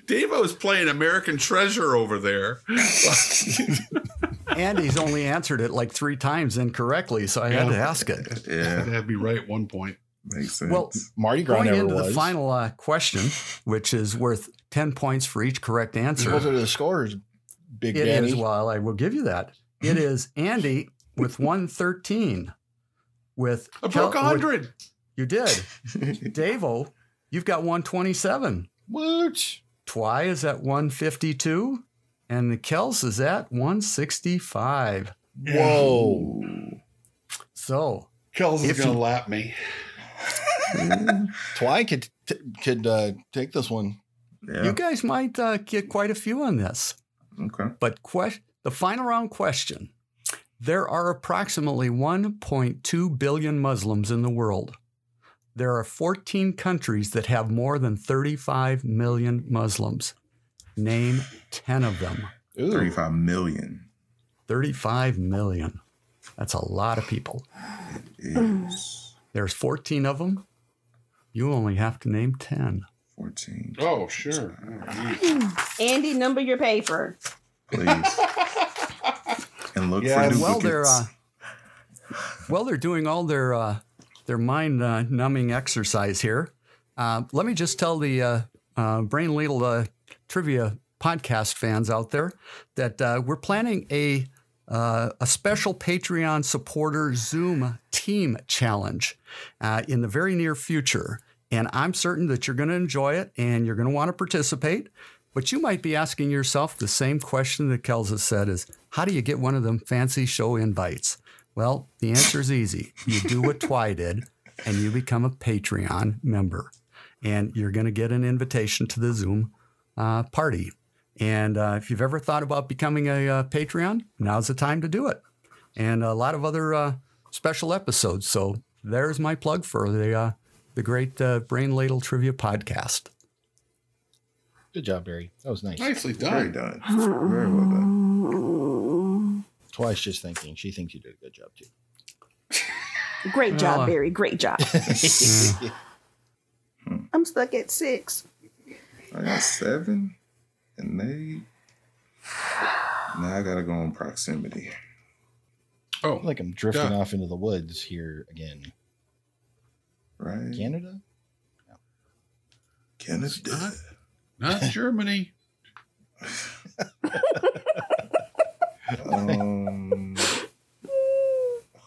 [SPEAKER 4] Davo is playing American Treasure over there.
[SPEAKER 5] Andy's only answered it like three times incorrectly, so I had to ask it.
[SPEAKER 2] Yeah,
[SPEAKER 4] That'd be right at one point.
[SPEAKER 2] makes sense. *laughs*
[SPEAKER 5] Well,
[SPEAKER 1] Mardi Gras
[SPEAKER 5] Going
[SPEAKER 1] never
[SPEAKER 5] into
[SPEAKER 1] was.
[SPEAKER 5] the final uh, question, which is worth 10 points for each correct answer,
[SPEAKER 1] Those are the scores, Big
[SPEAKER 5] it is,
[SPEAKER 1] Daddy.
[SPEAKER 5] well, I will give you that. It is Andy with 113. With
[SPEAKER 4] I broke
[SPEAKER 5] Kel- with-
[SPEAKER 4] 100.
[SPEAKER 5] You did. Davo, you've got 127.
[SPEAKER 1] Woot!
[SPEAKER 5] Twy is at 152. And the Kels is at 165.
[SPEAKER 1] Whoa!
[SPEAKER 5] So
[SPEAKER 4] Kells is
[SPEAKER 5] If
[SPEAKER 4] going to
[SPEAKER 5] you-
[SPEAKER 4] lap me.
[SPEAKER 1] Twi could t- could uh, take this one.
[SPEAKER 2] yeah.
[SPEAKER 5] you guys might uh, get quite a few on this.
[SPEAKER 2] okay.
[SPEAKER 5] But que- the final round question there are approximately 1.2 billion Muslims in the world. There are 14 countries that have more than 35 million Muslims. Name 10 of them.
[SPEAKER 1] Ooh.
[SPEAKER 2] Thirty-five million
[SPEAKER 5] 35 million. That's a lot of people.
[SPEAKER 1] Mm.
[SPEAKER 2] is
[SPEAKER 5] There's 14 of them. You only have to name 10.
[SPEAKER 2] fourteen.
[SPEAKER 4] Oh, sure. All right.
[SPEAKER 6] Andy, number your paper.
[SPEAKER 1] *laughs*
[SPEAKER 2] please. and look
[SPEAKER 1] Yeah,
[SPEAKER 2] for duplicates.
[SPEAKER 1] and
[SPEAKER 5] while they're uh, while they're doing all their uh, their mind uh, numbing exercise here, uh, let me just tell the uh, uh, Brain Ladle uh, trivia podcast fans out there that uh, we're planning a uh, a special Patreon supporter Zoom team challenge uh, in the very near future. And I'm certain that you're going to enjoy it and you're going to want to participate. But you might be asking yourself the same question that Kels has said is how do you get one of them fancy show invites? Well, the answer is easy. You do what Twy did and you become a Patreon member. And you're going to get an invitation to the Zoom uh, party. And uh, if you've ever thought about becoming a uh, Patreon, now's the time to do it. And a lot of other uh, special episodes. So there's my plug for the, uh, the great uh, Brain Ladle Trivia podcast.
[SPEAKER 1] Good job, Barry. That was nice.
[SPEAKER 4] Nicely
[SPEAKER 2] very
[SPEAKER 4] done.
[SPEAKER 2] done. Very well done.
[SPEAKER 1] Twice just thinking. She thinks you did a good job too.
[SPEAKER 6] Great job,
[SPEAKER 5] Well, uh,
[SPEAKER 6] Barry. Great *laughs* job.
[SPEAKER 4] Hmm.
[SPEAKER 6] I'm stuck at six.
[SPEAKER 2] I got seven and eight. Now I gotta go on proximity.
[SPEAKER 1] I
[SPEAKER 4] Oh,
[SPEAKER 1] feel like I'm drifting
[SPEAKER 4] Yeah.
[SPEAKER 1] off into the woods here again.
[SPEAKER 2] Right?
[SPEAKER 1] Canada?
[SPEAKER 2] Canada.
[SPEAKER 4] not Germany.
[SPEAKER 1] *laughs*
[SPEAKER 2] Um,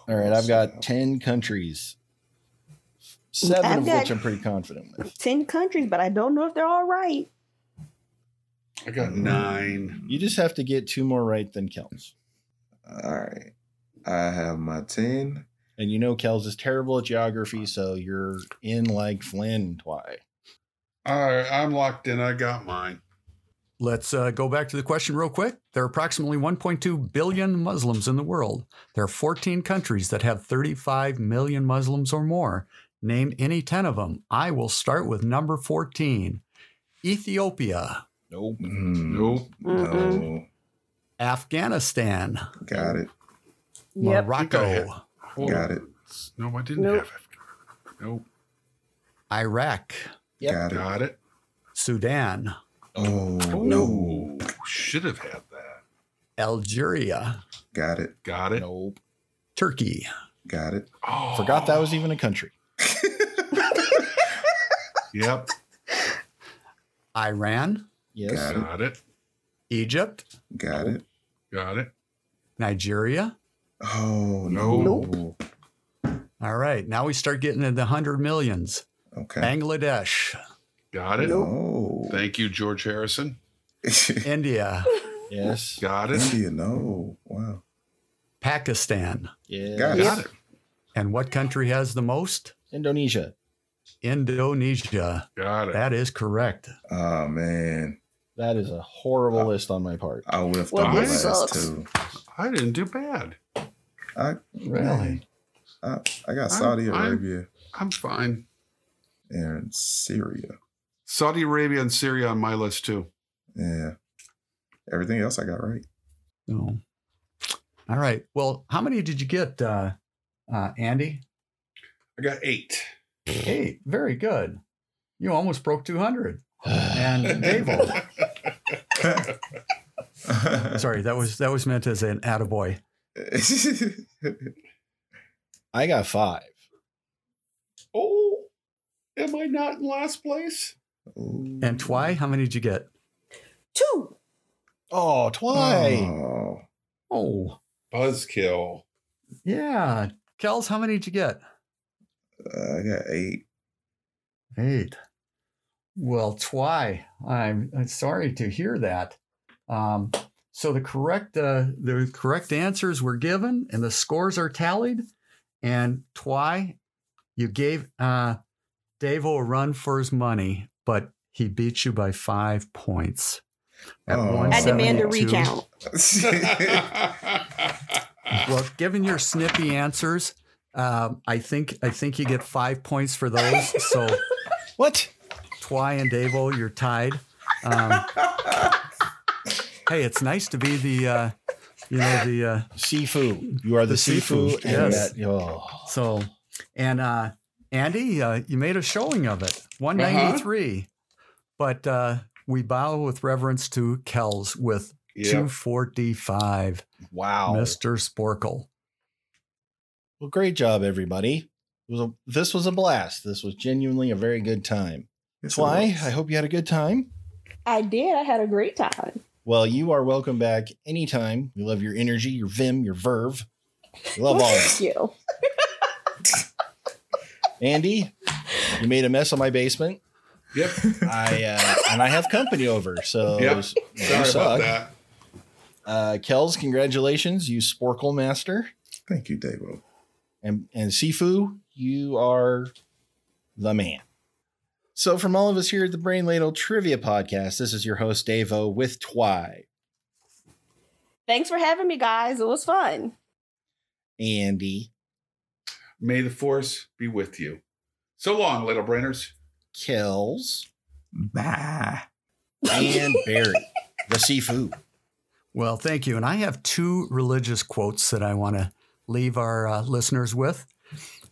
[SPEAKER 1] All right, I've got 10 countries. Seven
[SPEAKER 6] I've
[SPEAKER 1] of
[SPEAKER 6] got-
[SPEAKER 1] which I'm pretty confident with.
[SPEAKER 6] Ten countries, but I don't know if they're all right.
[SPEAKER 4] I got nine.
[SPEAKER 1] You just have to get two more right than Kels.
[SPEAKER 2] all right. I have my ten.
[SPEAKER 1] And you know Kels is terrible at geography, so you're in like Flynn Twy.
[SPEAKER 4] All right, I'm locked in. I got mine.
[SPEAKER 5] Let's uh, go back to the question real quick. There are approximately 1.2 billion Muslims in the world. There are 14 countries that have 35 million Muslims or more. Name any 10 of them. I will start with number 14 Ethiopia,
[SPEAKER 1] Nope. Mm-hmm.
[SPEAKER 2] Mm,
[SPEAKER 4] Nope.
[SPEAKER 2] No.
[SPEAKER 5] Afghanistan,
[SPEAKER 2] Got it.
[SPEAKER 6] Yep.
[SPEAKER 5] Morocco,
[SPEAKER 4] Hold
[SPEAKER 2] Got it.
[SPEAKER 4] No, I didn't
[SPEAKER 6] Nope.
[SPEAKER 4] have it. Nope.
[SPEAKER 5] Iraq,
[SPEAKER 1] Yep.
[SPEAKER 2] Got it.
[SPEAKER 4] Got it.
[SPEAKER 5] Sudan,
[SPEAKER 2] Oh no.
[SPEAKER 4] No. Should have had that.
[SPEAKER 5] Algeria,
[SPEAKER 2] Got it.
[SPEAKER 4] Got it.
[SPEAKER 1] Nope.
[SPEAKER 5] Turkey,
[SPEAKER 2] Got it.
[SPEAKER 4] Oh,
[SPEAKER 1] Forgot that was even a country.
[SPEAKER 4] Yep.
[SPEAKER 5] Iran,
[SPEAKER 1] Yes.
[SPEAKER 2] Got it.
[SPEAKER 4] Got it.
[SPEAKER 5] Egypt,
[SPEAKER 2] Got it.
[SPEAKER 4] Got it.
[SPEAKER 5] Nigeria.
[SPEAKER 2] Oh no.
[SPEAKER 4] No.
[SPEAKER 5] All right, now we start getting into the hundred millions.
[SPEAKER 2] Okay.
[SPEAKER 5] Bangladesh,
[SPEAKER 4] Got it.
[SPEAKER 2] No.
[SPEAKER 4] Thank you, George Harrison.
[SPEAKER 2] *laughs*
[SPEAKER 5] India,
[SPEAKER 1] Yes.
[SPEAKER 4] Got it.
[SPEAKER 2] India. No. Wow.
[SPEAKER 5] Pakistan.
[SPEAKER 1] Yes.
[SPEAKER 2] Got
[SPEAKER 6] Yep.
[SPEAKER 2] it.
[SPEAKER 5] And what country has the most?
[SPEAKER 1] Indonesia.
[SPEAKER 5] Indonesia.
[SPEAKER 4] Got it.
[SPEAKER 5] That is correct.
[SPEAKER 2] Oh man.
[SPEAKER 1] That is a horrible list on my part. *sighs*
[SPEAKER 2] I whiffed
[SPEAKER 6] Well,
[SPEAKER 2] on the
[SPEAKER 4] this
[SPEAKER 2] last
[SPEAKER 6] sucks.
[SPEAKER 2] two.
[SPEAKER 4] I didn't do bad.
[SPEAKER 2] I
[SPEAKER 5] Really?
[SPEAKER 2] I, I got Saudi
[SPEAKER 4] I'm- I'm-
[SPEAKER 2] Arabia
[SPEAKER 4] I'm fine.
[SPEAKER 2] and Syria.
[SPEAKER 4] Saudi Arabia and Syria on my list too.
[SPEAKER 2] Yeah. Everything else I got right.
[SPEAKER 5] No. All right. Well, how many did you get, uh, uh, Andy?
[SPEAKER 4] I got eight.
[SPEAKER 5] Eight. Very good. You almost broke 200. *laughs* And Dave,
[SPEAKER 2] *laughs*
[SPEAKER 5] sorry, that was that was meant as an attaboy.
[SPEAKER 1] I got five.
[SPEAKER 4] *laughs* Oh, am I not in last place?
[SPEAKER 2] Ooh.
[SPEAKER 5] And Twy, how many did you get?
[SPEAKER 6] Two.
[SPEAKER 1] Oh, Twy.
[SPEAKER 2] Oh,
[SPEAKER 5] Oh,
[SPEAKER 4] *laughs* Buzzkill.
[SPEAKER 5] yeah. Kels, how many did you get?
[SPEAKER 2] I got eight. *laughs*
[SPEAKER 5] Eight. Well, twy. I'm, I'm sorry to hear that. Um, so the correct uh, the correct answers were given, and the scores are tallied. And twy, you gave uh, Davo a run for his money, but he beat you by five points. At
[SPEAKER 2] Oh.
[SPEAKER 6] I demand a
[SPEAKER 5] 172.
[SPEAKER 6] recount.
[SPEAKER 5] Well, given your snippy answers, um, I think I think you get five points for those. So.
[SPEAKER 1] What?
[SPEAKER 5] Twy and Davo, you're tied. Um, hey, it's nice to be the, uh, you know, the uh,
[SPEAKER 1] Sifu. You are the,
[SPEAKER 5] The
[SPEAKER 1] Sifu.
[SPEAKER 5] Sifu,
[SPEAKER 1] And
[SPEAKER 5] yes.
[SPEAKER 1] that, oh.
[SPEAKER 5] so and uh, Andy, uh, you made a showing of it, 193. But uh, we bow with reverence to Kells with 245,
[SPEAKER 1] Wow.
[SPEAKER 5] Mr. Sporkle.
[SPEAKER 1] Well, great job, everybody. It was a, this was a blast. This was genuinely a very good time.
[SPEAKER 2] Yes,
[SPEAKER 1] That's
[SPEAKER 2] it
[SPEAKER 1] why
[SPEAKER 2] was.
[SPEAKER 1] I hope you had a good time.
[SPEAKER 6] I did. I had a great time.
[SPEAKER 1] Well, you are welcome back anytime. We love your energy, your vim, your verve. We love all of it.
[SPEAKER 6] Thank you.
[SPEAKER 1] Andy, you made a mess of my basement. *laughs*
[SPEAKER 4] Yep.
[SPEAKER 1] I uh, and I have company over, so
[SPEAKER 4] Yep.
[SPEAKER 1] you
[SPEAKER 4] Sorry about
[SPEAKER 1] suck.
[SPEAKER 4] that.
[SPEAKER 1] Uh, Kels, congratulations, you Sporkle Master,
[SPEAKER 2] Thank you, Davo.
[SPEAKER 1] and and Sifu, you are the man. So, from all of us here at the Brain Ladle Trivia Podcast, this is your host Davo with Twy,
[SPEAKER 6] Thanks for having me, guys. It was fun.
[SPEAKER 1] Andy,
[SPEAKER 4] May the force be with you. So long, little brainers.
[SPEAKER 1] Kels,
[SPEAKER 2] Bye.
[SPEAKER 11] *laughs*
[SPEAKER 1] and Barry, the Sifu.
[SPEAKER 5] Well, thank you. And I have two religious quotes that I want to leave our uh, listeners with.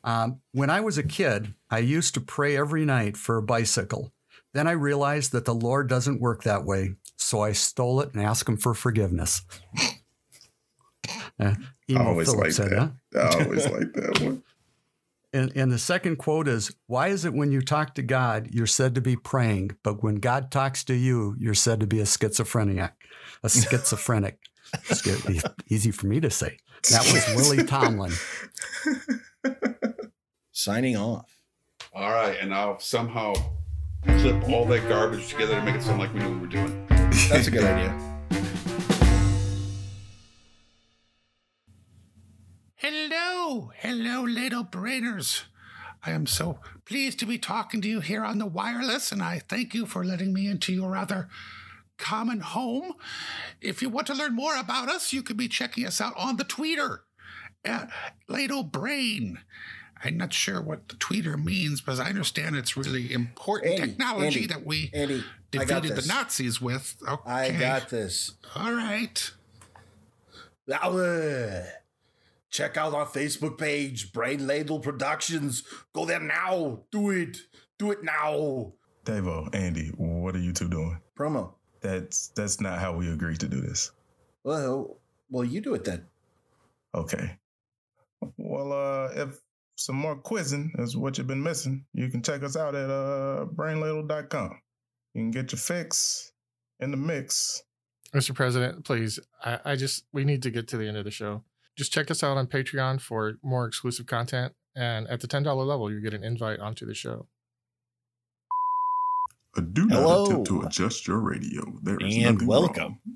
[SPEAKER 5] Um, when I was a kid, I used to pray every night for a bicycle. Then I realized that the Lord doesn't work that way, so I stole it and asked Him for forgiveness. *laughs* Uh,
[SPEAKER 2] I
[SPEAKER 5] Emo
[SPEAKER 2] always like
[SPEAKER 5] Phillips said, huh?
[SPEAKER 2] that.
[SPEAKER 5] *laughs*
[SPEAKER 2] I always like that one.
[SPEAKER 5] And, and the second quote is Why is it when you talk to God, you're said to be praying, but when God talks to you, you're said to be a schizophrenic?
[SPEAKER 2] *laughs*
[SPEAKER 5] A schizophrenic. Schi- Easy for me to say. That was
[SPEAKER 2] *laughs*
[SPEAKER 5] Willie Tomlin.
[SPEAKER 1] Signing off.
[SPEAKER 4] All right, and I'll somehow clip all that garbage together to make it sound like we knew what we were doing.
[SPEAKER 1] That's a good idea.
[SPEAKER 11] Hello, hello, little brainers. I am so pleased to be talking to you here on the wireless, and I thank you for letting me into your rather common home. If you want to learn more about us, you can be checking us out on the Twitter at Ladle Brain. I'm not sure what the tweeter means, but I understand it's really important
[SPEAKER 12] Andy,
[SPEAKER 11] technology
[SPEAKER 12] Andy,
[SPEAKER 11] that we
[SPEAKER 12] Andy, I got
[SPEAKER 11] defeated
[SPEAKER 12] this.
[SPEAKER 11] the Nazis with. Okay.
[SPEAKER 12] I got this.
[SPEAKER 11] All right.
[SPEAKER 12] Bleh. uh, Check out our Facebook page, Brain Ladle Productions. Go there now. Do it. Do it now.
[SPEAKER 2] Davo, Andy, what are you two doing?
[SPEAKER 12] Promo.
[SPEAKER 2] That's that's not how we agreed to do this.
[SPEAKER 12] Well, well, you do it then.
[SPEAKER 2] Okay. Well, uh, if some more quizzing is what you've been missing, you can check us out at uh, brainladle.com. You can get your fix in the mix.
[SPEAKER 13] Mr. President, please, I, I just we need to get to the end of the show. Just check us out on Patreon for more exclusive content, and at the ten dollar level, you get an invite onto the show.
[SPEAKER 2] Do not
[SPEAKER 1] Hello.
[SPEAKER 2] attempt to adjust your radio. There is
[SPEAKER 1] And
[SPEAKER 2] nothing
[SPEAKER 1] welcome.
[SPEAKER 2] *laughs*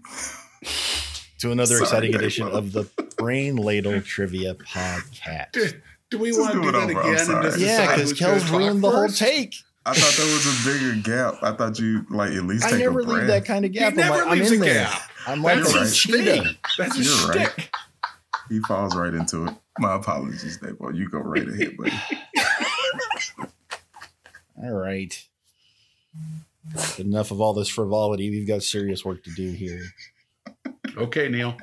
[SPEAKER 1] To another
[SPEAKER 2] Sorry,
[SPEAKER 1] exciting
[SPEAKER 2] Davo.
[SPEAKER 1] edition of the Brain Ladle Trivia Podcast.
[SPEAKER 4] Do, Eh, do we
[SPEAKER 2] Just
[SPEAKER 4] want to
[SPEAKER 2] do
[SPEAKER 4] do
[SPEAKER 2] it
[SPEAKER 4] that
[SPEAKER 2] over, I'm
[SPEAKER 4] again?
[SPEAKER 2] sorry.
[SPEAKER 4] And just
[SPEAKER 1] Yeah,
[SPEAKER 4] decide
[SPEAKER 1] because
[SPEAKER 4] who's gonna
[SPEAKER 1] Kel's
[SPEAKER 4] talk
[SPEAKER 1] ruined the whole
[SPEAKER 4] first?
[SPEAKER 1] take.
[SPEAKER 2] I thought there was a bigger gap. I thought you like at least
[SPEAKER 1] I
[SPEAKER 2] take
[SPEAKER 1] never
[SPEAKER 2] a breath.
[SPEAKER 1] leave that kind of gap.
[SPEAKER 4] He
[SPEAKER 1] I'm
[SPEAKER 4] never
[SPEAKER 1] like, I'm
[SPEAKER 4] leaves a
[SPEAKER 1] in there.
[SPEAKER 4] gap.
[SPEAKER 1] I'm like
[SPEAKER 4] That's
[SPEAKER 1] a
[SPEAKER 2] You're
[SPEAKER 4] his
[SPEAKER 2] right.
[SPEAKER 1] cheetah.
[SPEAKER 4] thing. That's his
[SPEAKER 2] You're right.
[SPEAKER 4] shtick.
[SPEAKER 2] he falls right into it. My apologies, Davo. You go right ahead,
[SPEAKER 5] *laughs*
[SPEAKER 2] buddy.
[SPEAKER 1] All right. Enough of all this frivolity. We've got serious work to do here.
[SPEAKER 4] Okay, Neil.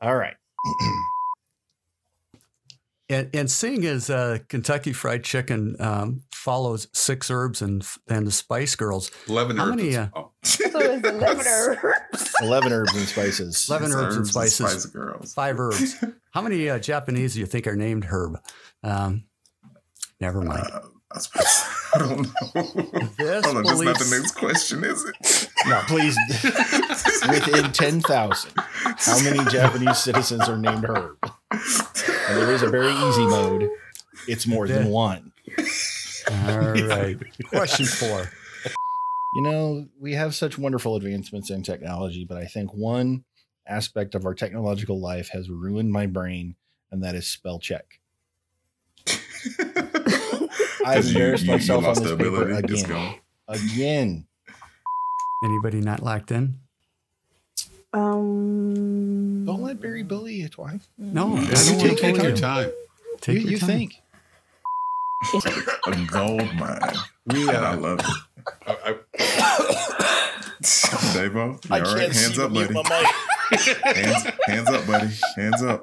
[SPEAKER 1] All right.
[SPEAKER 5] And, and seeing as uh, Kentucky Fried Chicken um, follows Six Herbs and, and the Spice Girls,
[SPEAKER 4] Eleven
[SPEAKER 5] How
[SPEAKER 4] herbs.
[SPEAKER 5] many, uh,
[SPEAKER 4] oh.
[SPEAKER 6] So it was the leavener.
[SPEAKER 1] 11 herbs and spices.
[SPEAKER 5] 11
[SPEAKER 2] It's
[SPEAKER 5] herbs, and spices,
[SPEAKER 2] Spice Girls.
[SPEAKER 5] five
[SPEAKER 2] *laughs*
[SPEAKER 5] herbs. How many uh, Japanese do you think are named Herb? Um, never mind.
[SPEAKER 2] Uh, I, suppose, *laughs* I don't know.
[SPEAKER 5] This
[SPEAKER 2] Uh, Hold on, that's not
[SPEAKER 5] beliefs-
[SPEAKER 2] the next question,
[SPEAKER 1] *laughs*
[SPEAKER 2] is it?
[SPEAKER 1] No, please. Within 10,000, how many Japanese citizens are named Herb? And there is a very easy mode. It's more than one.
[SPEAKER 5] All
[SPEAKER 2] *laughs*
[SPEAKER 5] right. Question four.
[SPEAKER 1] You know, we have such wonderful advancements in technology, but I think one aspect of our technological life has ruined my brain, and that is spell check. I've
[SPEAKER 2] Because you-
[SPEAKER 1] embarrassed
[SPEAKER 2] you- you
[SPEAKER 1] myself on
[SPEAKER 2] lost
[SPEAKER 1] this
[SPEAKER 2] the
[SPEAKER 1] paper
[SPEAKER 2] ability. It's
[SPEAKER 1] again.
[SPEAKER 2] gone.
[SPEAKER 1] Again.
[SPEAKER 5] Anybody not locked in?
[SPEAKER 6] um,
[SPEAKER 1] Don't let Barry bully you, Twy.
[SPEAKER 5] No. I
[SPEAKER 4] Just
[SPEAKER 5] don't wanna
[SPEAKER 4] take
[SPEAKER 5] kill
[SPEAKER 4] your
[SPEAKER 5] you.
[SPEAKER 4] time.
[SPEAKER 5] Take
[SPEAKER 1] you
[SPEAKER 5] your
[SPEAKER 1] you
[SPEAKER 5] time.
[SPEAKER 1] think.
[SPEAKER 2] A gold mine.
[SPEAKER 4] We,
[SPEAKER 2] And I
[SPEAKER 4] uh,
[SPEAKER 2] love it.
[SPEAKER 4] I, I,
[SPEAKER 2] Davo, you all right? Hands up, buddy. *laughs*
[SPEAKER 1] mic.
[SPEAKER 2] hands, hands up, buddy. Hands up.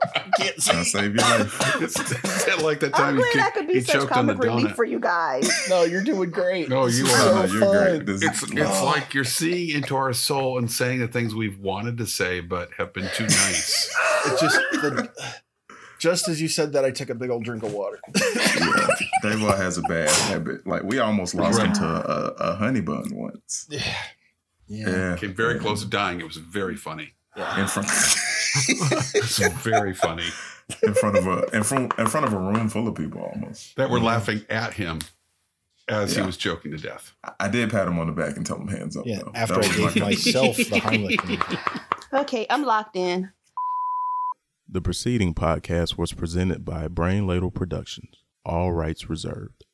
[SPEAKER 2] I'll save your life.
[SPEAKER 4] *laughs* like that time
[SPEAKER 6] I'm
[SPEAKER 4] he,
[SPEAKER 6] glad I
[SPEAKER 4] kicked,
[SPEAKER 6] could
[SPEAKER 4] he
[SPEAKER 6] be such
[SPEAKER 4] choked on the
[SPEAKER 6] comic relief
[SPEAKER 4] donut.
[SPEAKER 6] for you guys.
[SPEAKER 1] No, you're doing great.
[SPEAKER 4] No, you are.
[SPEAKER 2] so No, *laughs* you're great. fun. This is-
[SPEAKER 4] It's it's
[SPEAKER 2] Oh.
[SPEAKER 4] like you're seeing into our soul and saying the things we've wanted to say but have been too nice.
[SPEAKER 14] It's just the, just as you said that, I took a big old drink of water.
[SPEAKER 2] Davo has a bad habit. Like we almost lost him to a, a honey bun once.
[SPEAKER 14] Yeah.
[SPEAKER 2] Yeah.
[SPEAKER 4] Came very close to dying. It was very funny.
[SPEAKER 2] In front,
[SPEAKER 4] it's very funny.
[SPEAKER 2] in front of a in front in front of a room full of people almost
[SPEAKER 4] That were laughing at him as he
[SPEAKER 2] Yeah.
[SPEAKER 4] was choking to death.
[SPEAKER 2] I- I did pat him on the back and tell him hands up.
[SPEAKER 1] Yeah,
[SPEAKER 2] though.
[SPEAKER 1] after
[SPEAKER 2] That
[SPEAKER 1] I
[SPEAKER 2] was
[SPEAKER 1] gave
[SPEAKER 2] my-
[SPEAKER 1] myself
[SPEAKER 2] *laughs*
[SPEAKER 1] the Heimlich
[SPEAKER 6] Okay, I'm locked in.
[SPEAKER 15] The preceding podcast was presented by Brain Ladle Productions, all rights reserved.